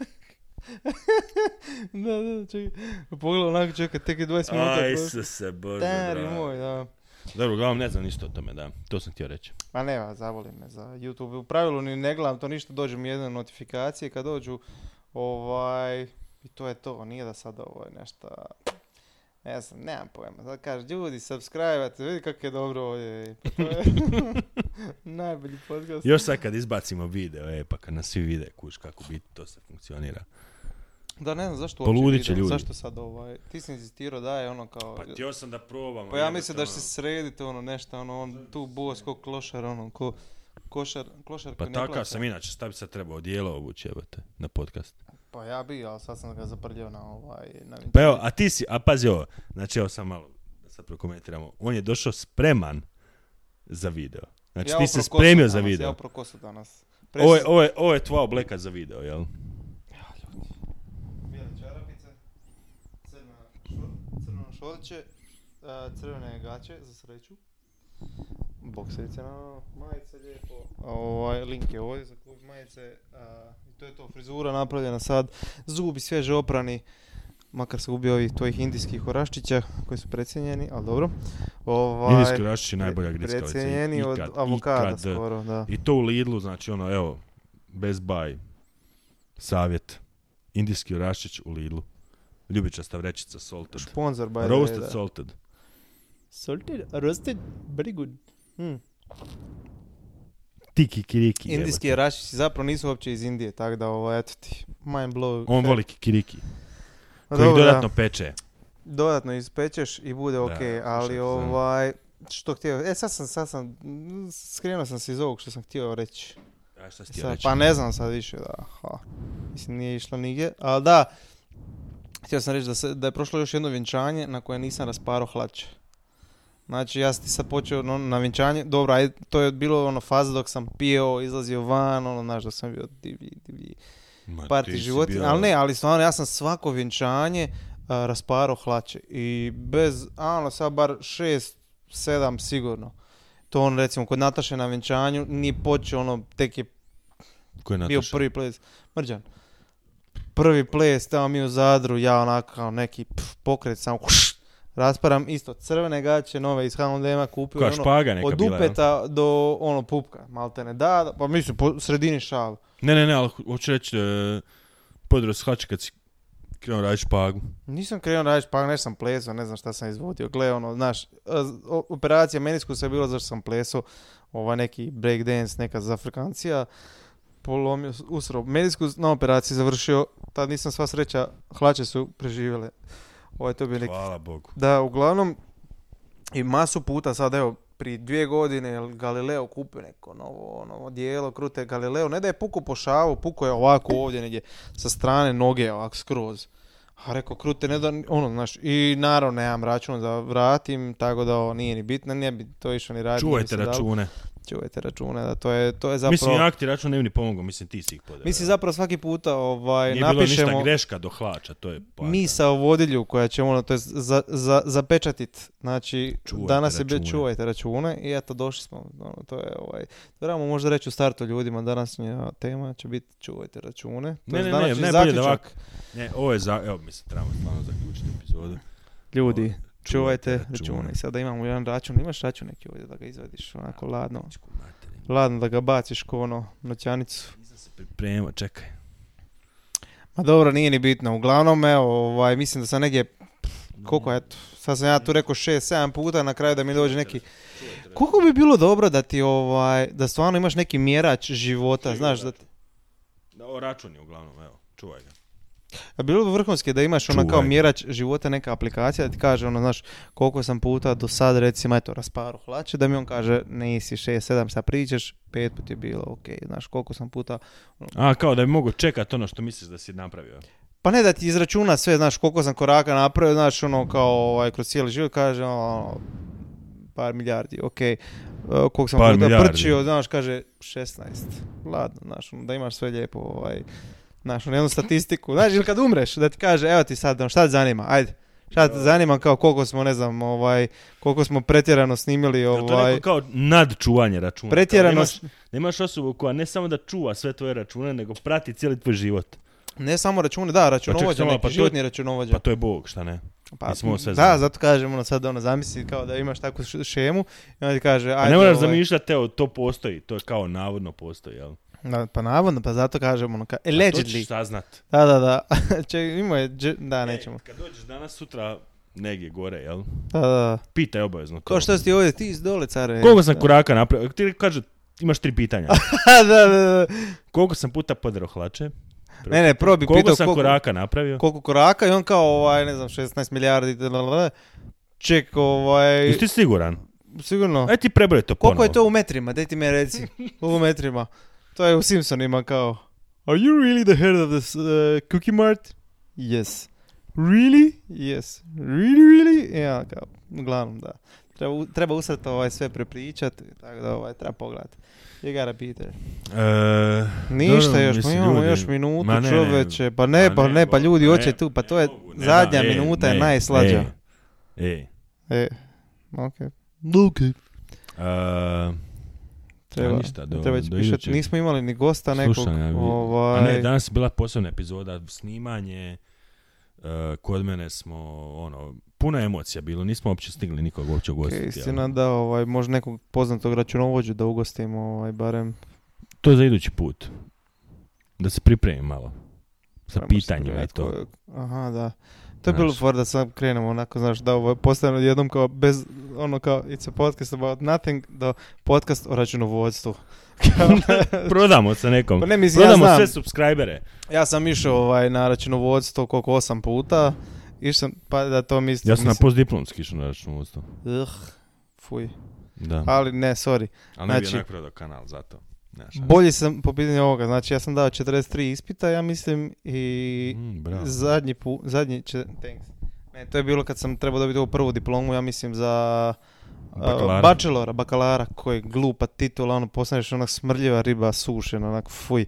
[SPEAKER 1] da, da, čekaj. Pogledaj onako, čekaj, tek je 20 minuta.
[SPEAKER 2] Aj,
[SPEAKER 1] prošlo.
[SPEAKER 2] Isuse, Bože,
[SPEAKER 1] Stari
[SPEAKER 2] dragi.
[SPEAKER 1] moj, da.
[SPEAKER 2] Dobro, uglavnom ne znam ništa o tome, da. To sam htio reći.
[SPEAKER 1] Ma ne, zavoli me za YouTube. U pravilu ni ne gledam to ništa, dođu mi jedne notifikacije kad dođu, ovaj, i to je to, nije da sad ovo je nešto, ne znam, nemam pojma. Sad kaže, ljudi, subscribe-ate, vidi kako je dobro ovdje. Pa to je najbolji podcast.
[SPEAKER 2] Još sad kad izbacimo video, e, pa kad nas svi vide, kuš kako biti, to se funkcionira.
[SPEAKER 1] Da, ne znam zašto
[SPEAKER 2] Poludit
[SPEAKER 1] uopće
[SPEAKER 2] će
[SPEAKER 1] video,
[SPEAKER 2] ljudi.
[SPEAKER 1] zašto sad ovaj, ti si inzistirao da je ono kao...
[SPEAKER 2] Pa ono htio sam da probam.
[SPEAKER 1] Pa ja mislim da će se srediti ono nešto, ono, on tu bos ko klošar, ono, ko košar, klošar
[SPEAKER 2] Pa
[SPEAKER 1] koji ne plaća.
[SPEAKER 2] takav sam inače, šta bi sad trebao odijelo obući, evo te, na podcast.
[SPEAKER 1] Pa ja bi, ali sad sam ga zaprljio na ovaj... Na
[SPEAKER 2] Pa evo, a ti si, a pazi ovo, znači evo sam malo, da sad prokomentiramo, on je došao spreman za video. Znači ti se spremio za
[SPEAKER 1] Ja
[SPEAKER 2] video.
[SPEAKER 1] opro kosu danas.
[SPEAKER 2] Ovo je, ovo, je, ovo je tvoja obleka za video, jel?
[SPEAKER 1] Bijele čarapice, crna šo- crno šolće, e, crvene gaće, za sreću. Bokserice na majice lijepo. Ovaj, link je ovdje za kup majice. a, I to je to, frizura napravljena sad, zubi svježe oprani. Makar se ubio ovih tvojih indijskih oraščića koji su precijenjeni, ali dobro.
[SPEAKER 2] Ovaj,
[SPEAKER 1] Ovaj,
[SPEAKER 2] Indijski orašić je najbolja grickalica.
[SPEAKER 1] Precijenjeni od
[SPEAKER 2] ikad,
[SPEAKER 1] avokada
[SPEAKER 2] ikad.
[SPEAKER 1] skoro, da.
[SPEAKER 2] I to u Lidlu, znači ono, evo, Best Buy, savjet, indijski orašić u Lidlu. Ljubičasta vrećica, salted.
[SPEAKER 1] Sponzor, by the way,
[SPEAKER 2] Roasted,
[SPEAKER 1] Pa da.
[SPEAKER 2] salted.
[SPEAKER 3] Salted, roasted, very good.
[SPEAKER 1] Hmm.
[SPEAKER 2] Tiki kiriki.
[SPEAKER 1] Indijski rašići zapravo nisu uopće iz Indije, tako da ovo, eto ti, mind blow.
[SPEAKER 2] On
[SPEAKER 1] Fair.
[SPEAKER 2] voli kikiriki,
[SPEAKER 1] A
[SPEAKER 2] koji
[SPEAKER 1] Pa dobro, da.
[SPEAKER 2] dodatno peče.
[SPEAKER 1] Dodatno ispečeš i bude ok, ali
[SPEAKER 2] slušaj,
[SPEAKER 1] ovaj, što htio, e sad sam, sad sam, mm, skrenuo sam se iz ovog što sam htio reći.
[SPEAKER 2] A šta si ti
[SPEAKER 1] Sad,
[SPEAKER 2] reći?
[SPEAKER 1] pa ne znam sad više, da, ha. mislim nije išlo nigdje, ali da, htio sam reći da, se, da je prošlo još jedno vjenčanje na koje nisam rasparo hlače. Znači ja sam ti sad počeo ono, na vjenčanje, dobro, ajde, to je bilo ono faza dok sam pio, izlazio van, ono, znaš da sam bio divlji, divlji
[SPEAKER 2] Ma,
[SPEAKER 1] parti
[SPEAKER 2] ti si
[SPEAKER 1] životinja,
[SPEAKER 2] bio-
[SPEAKER 1] ali ne, ali stvarno ja sam svako vjenčanje a, rasparao hlače i bez, a ono sad bar šest, sedam sigurno. To on recimo kod Nataše na vjenčanju nije počeo ono, tek je
[SPEAKER 2] Ko je
[SPEAKER 1] bio
[SPEAKER 2] Nataša?
[SPEAKER 1] prvi ples, mrđan. Prvi ples, tamo mi u Zadru, ja onako kao neki pf, pokret samo kuš, rasparam isto crvene gaće, nove iz H&M-a kupio.
[SPEAKER 2] Koja
[SPEAKER 1] ono,
[SPEAKER 2] špaga neka
[SPEAKER 1] od
[SPEAKER 2] bila, jel?
[SPEAKER 1] upeta do ono pupka, malte ne da, da, pa mislim po sredini šal.
[SPEAKER 2] Ne, ne, ne, ali ho- hoću reći, e, podros hlače kad si krenuo raditi špagu.
[SPEAKER 1] Nisam krenuo raditi špag, nešto sam plesao, ne znam šta sam izvodio. Gle, ono, znaš, a, z- o- operacija meniskusa je bila zašto sam plesao, ovaj neki breakdance, neka zafrikancija, polomio, s- usro meniskus, na operaciji završio, tad nisam sva sreća, hlače su preživjele. Ovaj, to bi neki...
[SPEAKER 2] Hvala Bogu.
[SPEAKER 1] Da, uglavnom, i masu puta sad, evo, pri dvije godine je Galileo kupio neko novo ono, odijelo, krute Galileo, ne da je puku po šavu, puko je ovako ovdje negdje, sa strane noge ovako skroz. A rekao, krute, ne da, ono, znaš, i naravno nemam račun da vratim, tako da ovo nije ni bitno, ne bi to išao ni raditi.
[SPEAKER 2] Čuvajte
[SPEAKER 1] mislim, da-
[SPEAKER 2] račune.
[SPEAKER 1] Čuvajte račune, da to je, to je zapravo...
[SPEAKER 2] Mislim, ja ti račun ne bi ni pomogao, mislim, ti si ih podelio.
[SPEAKER 1] mislim, zapravo svaki puta ovaj,
[SPEAKER 2] Nije bilo
[SPEAKER 1] napišemo...
[SPEAKER 2] ništa greška do hlača, to je poanta.
[SPEAKER 1] misa o vodilju koja će ono, to je za, za, zapečatit. Znači,
[SPEAKER 2] Čuvajte
[SPEAKER 1] danas je bio
[SPEAKER 2] račune.
[SPEAKER 1] čuvajte račune i eto, došli smo. Ono, to je ovaj, trebamo možda reći u startu ljudima, današnja tema će biti čuvajte račune. To
[SPEAKER 2] Ne,
[SPEAKER 1] je
[SPEAKER 2] ne, ne,
[SPEAKER 1] današnji
[SPEAKER 2] ne, bolje da
[SPEAKER 1] zaključak.
[SPEAKER 2] ovak. Ne, ovo je za... Evo, mislim, trebamo stvarno zaključiti epizodu.
[SPEAKER 1] Ljudi, čuvajte,
[SPEAKER 2] ono, Čuvajte račune.
[SPEAKER 1] račune. I sada imamo jedan račun, imaš račun neki ovdje da ga izvadiš, onako ladno.
[SPEAKER 2] Pičku materinu.
[SPEAKER 1] Ladno da ga baciš ko ono, noćanicu.
[SPEAKER 2] Nisam se pripremao, čekaj.
[SPEAKER 1] Ma dobro, nije ni bitno. Uglavnom, evo, ovaj, mislim da sam negdje, koliko, eto, sad sam ja tu rekao 6-7 puta, na kraju da mi dođe neki... Koliko bi bilo dobro da ti, ovaj, da stvarno imaš neki mjerač života, znaš, da ti...
[SPEAKER 2] Da, ovo račun je uglavnom, evo, čuvaj ga.
[SPEAKER 1] A bilo bi vrhunski da imaš ono kao
[SPEAKER 2] Čuvaj.
[SPEAKER 1] mjerač života, neka aplikacija da ti kaže, ono, znaš, koliko sam puta do sad, recimo, eto, rasparu hlače, da mi on kaže, nisi 6-7, sad pričaš, pet put je bilo, ok, znaš, koliko sam puta
[SPEAKER 2] A, kao da bi mogao čekat ono što misliš da si napravio.
[SPEAKER 1] Pa ne da ti izračuna sve, znaš, koliko sam koraka napravio, znaš, ono, kao, ovaj, kroz cijeli život, kaže, ono, par milijardi, okej, E, koliko sam
[SPEAKER 2] Par
[SPEAKER 1] puta
[SPEAKER 2] milijardi.
[SPEAKER 1] prčio, znaš, kaže, 16, ladno, znaš, ono, da imaš sve lijepo, ovaj, znaš, ono, jednu statistiku, znaš, ili kad umreš, da ti kaže, evo ti sad, ono, šta te zanima, ajde, šta te zanima, kao, koliko smo, ne znam, ovaj, koliko smo pretjerano snimili,
[SPEAKER 2] Jel to
[SPEAKER 1] ovaj,
[SPEAKER 2] neko kao nadčuvanje računa.
[SPEAKER 1] Pretjerano
[SPEAKER 2] Kao
[SPEAKER 1] s-
[SPEAKER 2] Nemaš, nemaš osobu koja ne samo da čuva sve tvoje račune, nego prati cijeli tvoj život.
[SPEAKER 1] ne samo račune, da, računovođa,
[SPEAKER 2] samo,
[SPEAKER 1] neki
[SPEAKER 2] pa to-
[SPEAKER 1] životni računovođa.
[SPEAKER 2] Pa to je Bog, šta ne?
[SPEAKER 1] Pa,
[SPEAKER 2] Mislim, ovo sve
[SPEAKER 1] da,
[SPEAKER 2] znam.
[SPEAKER 1] zato kažem, ono, sad ono, zamisli kao da imaš takvu š- šemu i onda ti kaže,
[SPEAKER 2] A
[SPEAKER 1] ajde,
[SPEAKER 2] Pa ne moraš
[SPEAKER 1] ovaj,
[SPEAKER 2] zamišljati, evo, to postoji, to je kao navodno postoji, jel?
[SPEAKER 1] na- pa navodno, pa zato kažem, ono, ka,
[SPEAKER 2] A to ćeš
[SPEAKER 1] allegedly.
[SPEAKER 2] saznat.
[SPEAKER 1] Da, da, da, Če, imao je, dž- da, nećemo.
[SPEAKER 2] E, kad dođeš danas, sutra, negdje gore, jel?
[SPEAKER 1] Da, da, da.
[SPEAKER 2] Pitaj obavezno to.
[SPEAKER 1] Ko što si ti ovdje, ti iz dole, care.
[SPEAKER 2] Koliko sam koraka napravio? Ti kaže, imaš tri pitanja.
[SPEAKER 1] da, da, da.
[SPEAKER 2] Koliko sam puta podero hlače?
[SPEAKER 1] Ne, ne, prvo bi
[SPEAKER 2] Koliko
[SPEAKER 1] pitao
[SPEAKER 2] sam
[SPEAKER 1] koliko,
[SPEAKER 2] koraka napravio?
[SPEAKER 1] koliko koraka i on kao, ovaj, ne znam, 16 milijardi, da, da, da. ček, ovaj,
[SPEAKER 2] Jesi ti siguran?
[SPEAKER 1] sigurno.
[SPEAKER 2] Aj ti prebroj to
[SPEAKER 1] Koliko je
[SPEAKER 2] ponovo.
[SPEAKER 1] to u metrima, daj ti mi reci. U metrima. To je u Simpsonima kao Are you really the head of this uh, Cookie Mart? Yes. Really? Yes. Really, really? Ja, kao, uglavnom da. Treba, u- treba usret ovaj sve prepričat, tako da ovaj, treba pogledat. You gotta be there.
[SPEAKER 2] E,
[SPEAKER 1] Ništa
[SPEAKER 2] dobro,
[SPEAKER 1] još,
[SPEAKER 2] mislim,
[SPEAKER 1] pa imamo
[SPEAKER 2] ljudi,
[SPEAKER 1] još minutu,
[SPEAKER 2] ma ne,
[SPEAKER 1] čoveče, pa ne, pa ne, pa
[SPEAKER 2] mogu,
[SPEAKER 1] ljudi
[SPEAKER 2] ne,
[SPEAKER 1] hoće tu, pa
[SPEAKER 2] ne
[SPEAKER 1] to je
[SPEAKER 2] mogu, ne,
[SPEAKER 1] zadnja
[SPEAKER 2] e,
[SPEAKER 1] minuta je
[SPEAKER 2] ne,
[SPEAKER 1] najslađa.
[SPEAKER 2] E, e,
[SPEAKER 1] E, okej. Okay.
[SPEAKER 2] a,
[SPEAKER 1] Treba,
[SPEAKER 2] ništa, do-
[SPEAKER 1] treba će
[SPEAKER 2] do
[SPEAKER 1] pišat.
[SPEAKER 2] idućeg
[SPEAKER 1] Nismo imali ni gosta nekog.
[SPEAKER 2] slušanja, vi-
[SPEAKER 1] ovaj,
[SPEAKER 2] a ne, danas je bila posebna epizoda, snimanje, E, kod mene smo, ono, puno emocija bilo, nismo uopće stigli nikog uopće ugostiti.
[SPEAKER 1] Okay,
[SPEAKER 2] ali-
[SPEAKER 1] istina da ovaj, možda nekog poznatog računovođu da ugostimo ovaj, barem.
[SPEAKER 2] To je za idući put. Da se pripremim malo. Sa
[SPEAKER 1] barem
[SPEAKER 2] pitanjima
[SPEAKER 1] što
[SPEAKER 2] i
[SPEAKER 1] bi
[SPEAKER 2] to.
[SPEAKER 1] rekao, Aha, da. To je
[SPEAKER 2] Znaš.
[SPEAKER 1] bilo for da sam krenemo onako, znaš, da ovaj, postavljeno jednom kao bez, ono kao, it's a podcast about nothing, da podcast o računovodstvu.
[SPEAKER 2] Prodamo se nekom.
[SPEAKER 1] Pa ne, mislim, ja
[SPEAKER 2] Prodamo
[SPEAKER 1] znam.
[SPEAKER 2] sve subscribere.
[SPEAKER 1] Ja sam išao ovaj, na računovodstvo koliko osam puta. Išao sam, pa da to mislim.
[SPEAKER 2] Ja sam na
[SPEAKER 1] mislim-
[SPEAKER 2] postdiplomski išao na računovodstvo.
[SPEAKER 1] Ugh, fuj.
[SPEAKER 2] Da.
[SPEAKER 1] Ali ne, sorry.
[SPEAKER 2] Ali ne bi
[SPEAKER 1] znači-
[SPEAKER 2] onak prodao kanal, zato. Znaš, ono. ali-
[SPEAKER 1] Bolji sam po pitanju ovoga. Znači, ja sam dao 43 ispita, ja mislim, i
[SPEAKER 2] Mm, bravo.
[SPEAKER 1] zadnji put, zadnji, će, thanks. Ne, to je bilo kad sam trebao dobiti ovu prvu diplomu, ja mislim za... uh,
[SPEAKER 2] Bakalara.
[SPEAKER 1] bachelora, bakalara, koji je glupa titula, ono, postaneš onak smrljiva riba sušena, onak, fuj.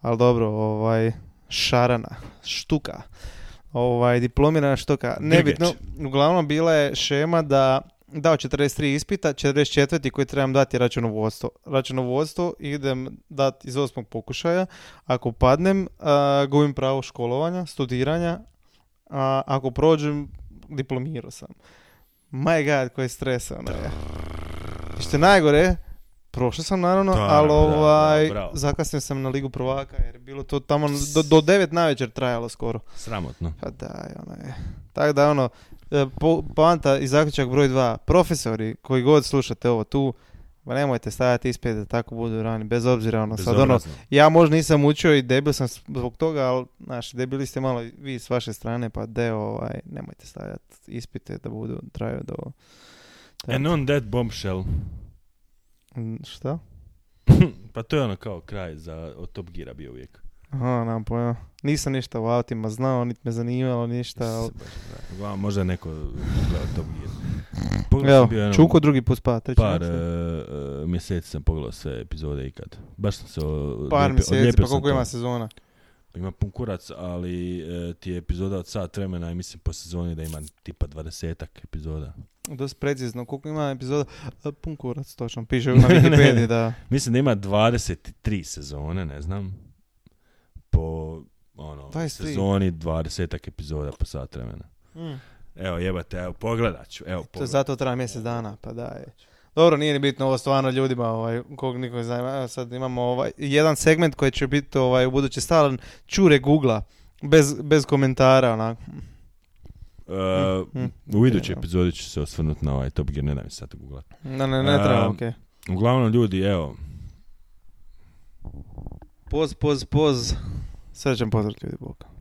[SPEAKER 1] Ali dobro, ovaj, šarana, štuka, ovaj, diplomirana štuka. Nebitno, uglavnom bila je šema da dao 43 ispita, 44. koji trebam dati je računovodstvo. Računovodstvo idem dati iz osmog pokušaja. Ako padnem, a, gubim pravo školovanja, studiranja. A, ako prođem, diplomirao sam. My god, koji je stresa. ono je. I što je najgore, prošao sam naravno,
[SPEAKER 2] Da,
[SPEAKER 1] ali
[SPEAKER 2] da,
[SPEAKER 1] ovaj,
[SPEAKER 2] da, bravo.
[SPEAKER 1] zakasnio sam na Ligu prvaka jer je bilo to tamo do, do 9 navečer trajalo skoro.
[SPEAKER 2] ono, Sramotno.
[SPEAKER 1] Pa da, ono je. Tako da ono, e, po, poanta i zaključak broj dva. Profesori koji god slušate ovo tu, ma nemojte stajati ispred da tako budu rani, bez obzira ono, sad ono,
[SPEAKER 2] Bezobrazno.
[SPEAKER 1] ja možda nisam učio i debil sam zbog toga, ali znaš, debili ste malo i vi s vaše strane, pa deo, ovaj, nemojte stavljati ispite da budu traju do... ono-
[SPEAKER 2] And on that bombshell.
[SPEAKER 1] Mm, Šta?
[SPEAKER 2] pa to je ono kao kraj za od Top Gira bio uvijek.
[SPEAKER 1] Aha, nam pojma. Nisam ništa o autima znao, niti me zanimalo ništa, ali...
[SPEAKER 2] Baš, da. Uglavnom, možda je neko pogledao Top Gear. Pogledao
[SPEAKER 1] Evo,
[SPEAKER 2] sam bio jednom
[SPEAKER 1] čuko znači. drugi put spava, treći
[SPEAKER 2] par
[SPEAKER 1] ne
[SPEAKER 2] e,
[SPEAKER 1] znam.
[SPEAKER 2] e, mjeseci sam pogledao sve epizode ikad. Baš sam se o-
[SPEAKER 1] Par
[SPEAKER 2] odlijepio-
[SPEAKER 1] mjeseci,
[SPEAKER 2] odlijepio
[SPEAKER 1] pa
[SPEAKER 2] sam
[SPEAKER 1] koliko
[SPEAKER 2] to.
[SPEAKER 1] ima sezona?
[SPEAKER 2] Ima pun kurac, ali e, ti je epizoda od sat vremena i mislim po sezoni da ima tipa dvadesetak epizoda.
[SPEAKER 1] Dosta precizno, koliko ima epizoda? E, Pun kurac, točno, piše na Wikipediji, da.
[SPEAKER 2] Mislim da ima 23 sezone, ne znam. Po ono,
[SPEAKER 1] 23.
[SPEAKER 2] sezoni 20 epizoda po sat vremena.
[SPEAKER 1] Hmm.
[SPEAKER 2] Evo jebate, evo pogledat ću. Evo,
[SPEAKER 1] To
[SPEAKER 2] pogledat.
[SPEAKER 1] zato traja mjesec dana, pa da je. Dobro, nije ni bitno ovo stvarno ljudima, ovaj, kog niko ne zna. Evo sad imamo ovaj, jedan segment koji će biti ovaj, u buduće stalan, čure Googla, bez, bez komentara, onak.
[SPEAKER 2] E,
[SPEAKER 1] Mm,
[SPEAKER 2] u idućoj
[SPEAKER 1] ok,
[SPEAKER 2] epizodi ću se osvrnuti na ovaj Top Gear, ne dam mi sad googlat.
[SPEAKER 1] Ne, ne, ne treba,
[SPEAKER 2] Ehm,
[SPEAKER 1] okej.
[SPEAKER 2] Uglavnom ljudi, evo,
[SPEAKER 1] Poz, poz, poz. Srećan pozdrav ljudi, Bog.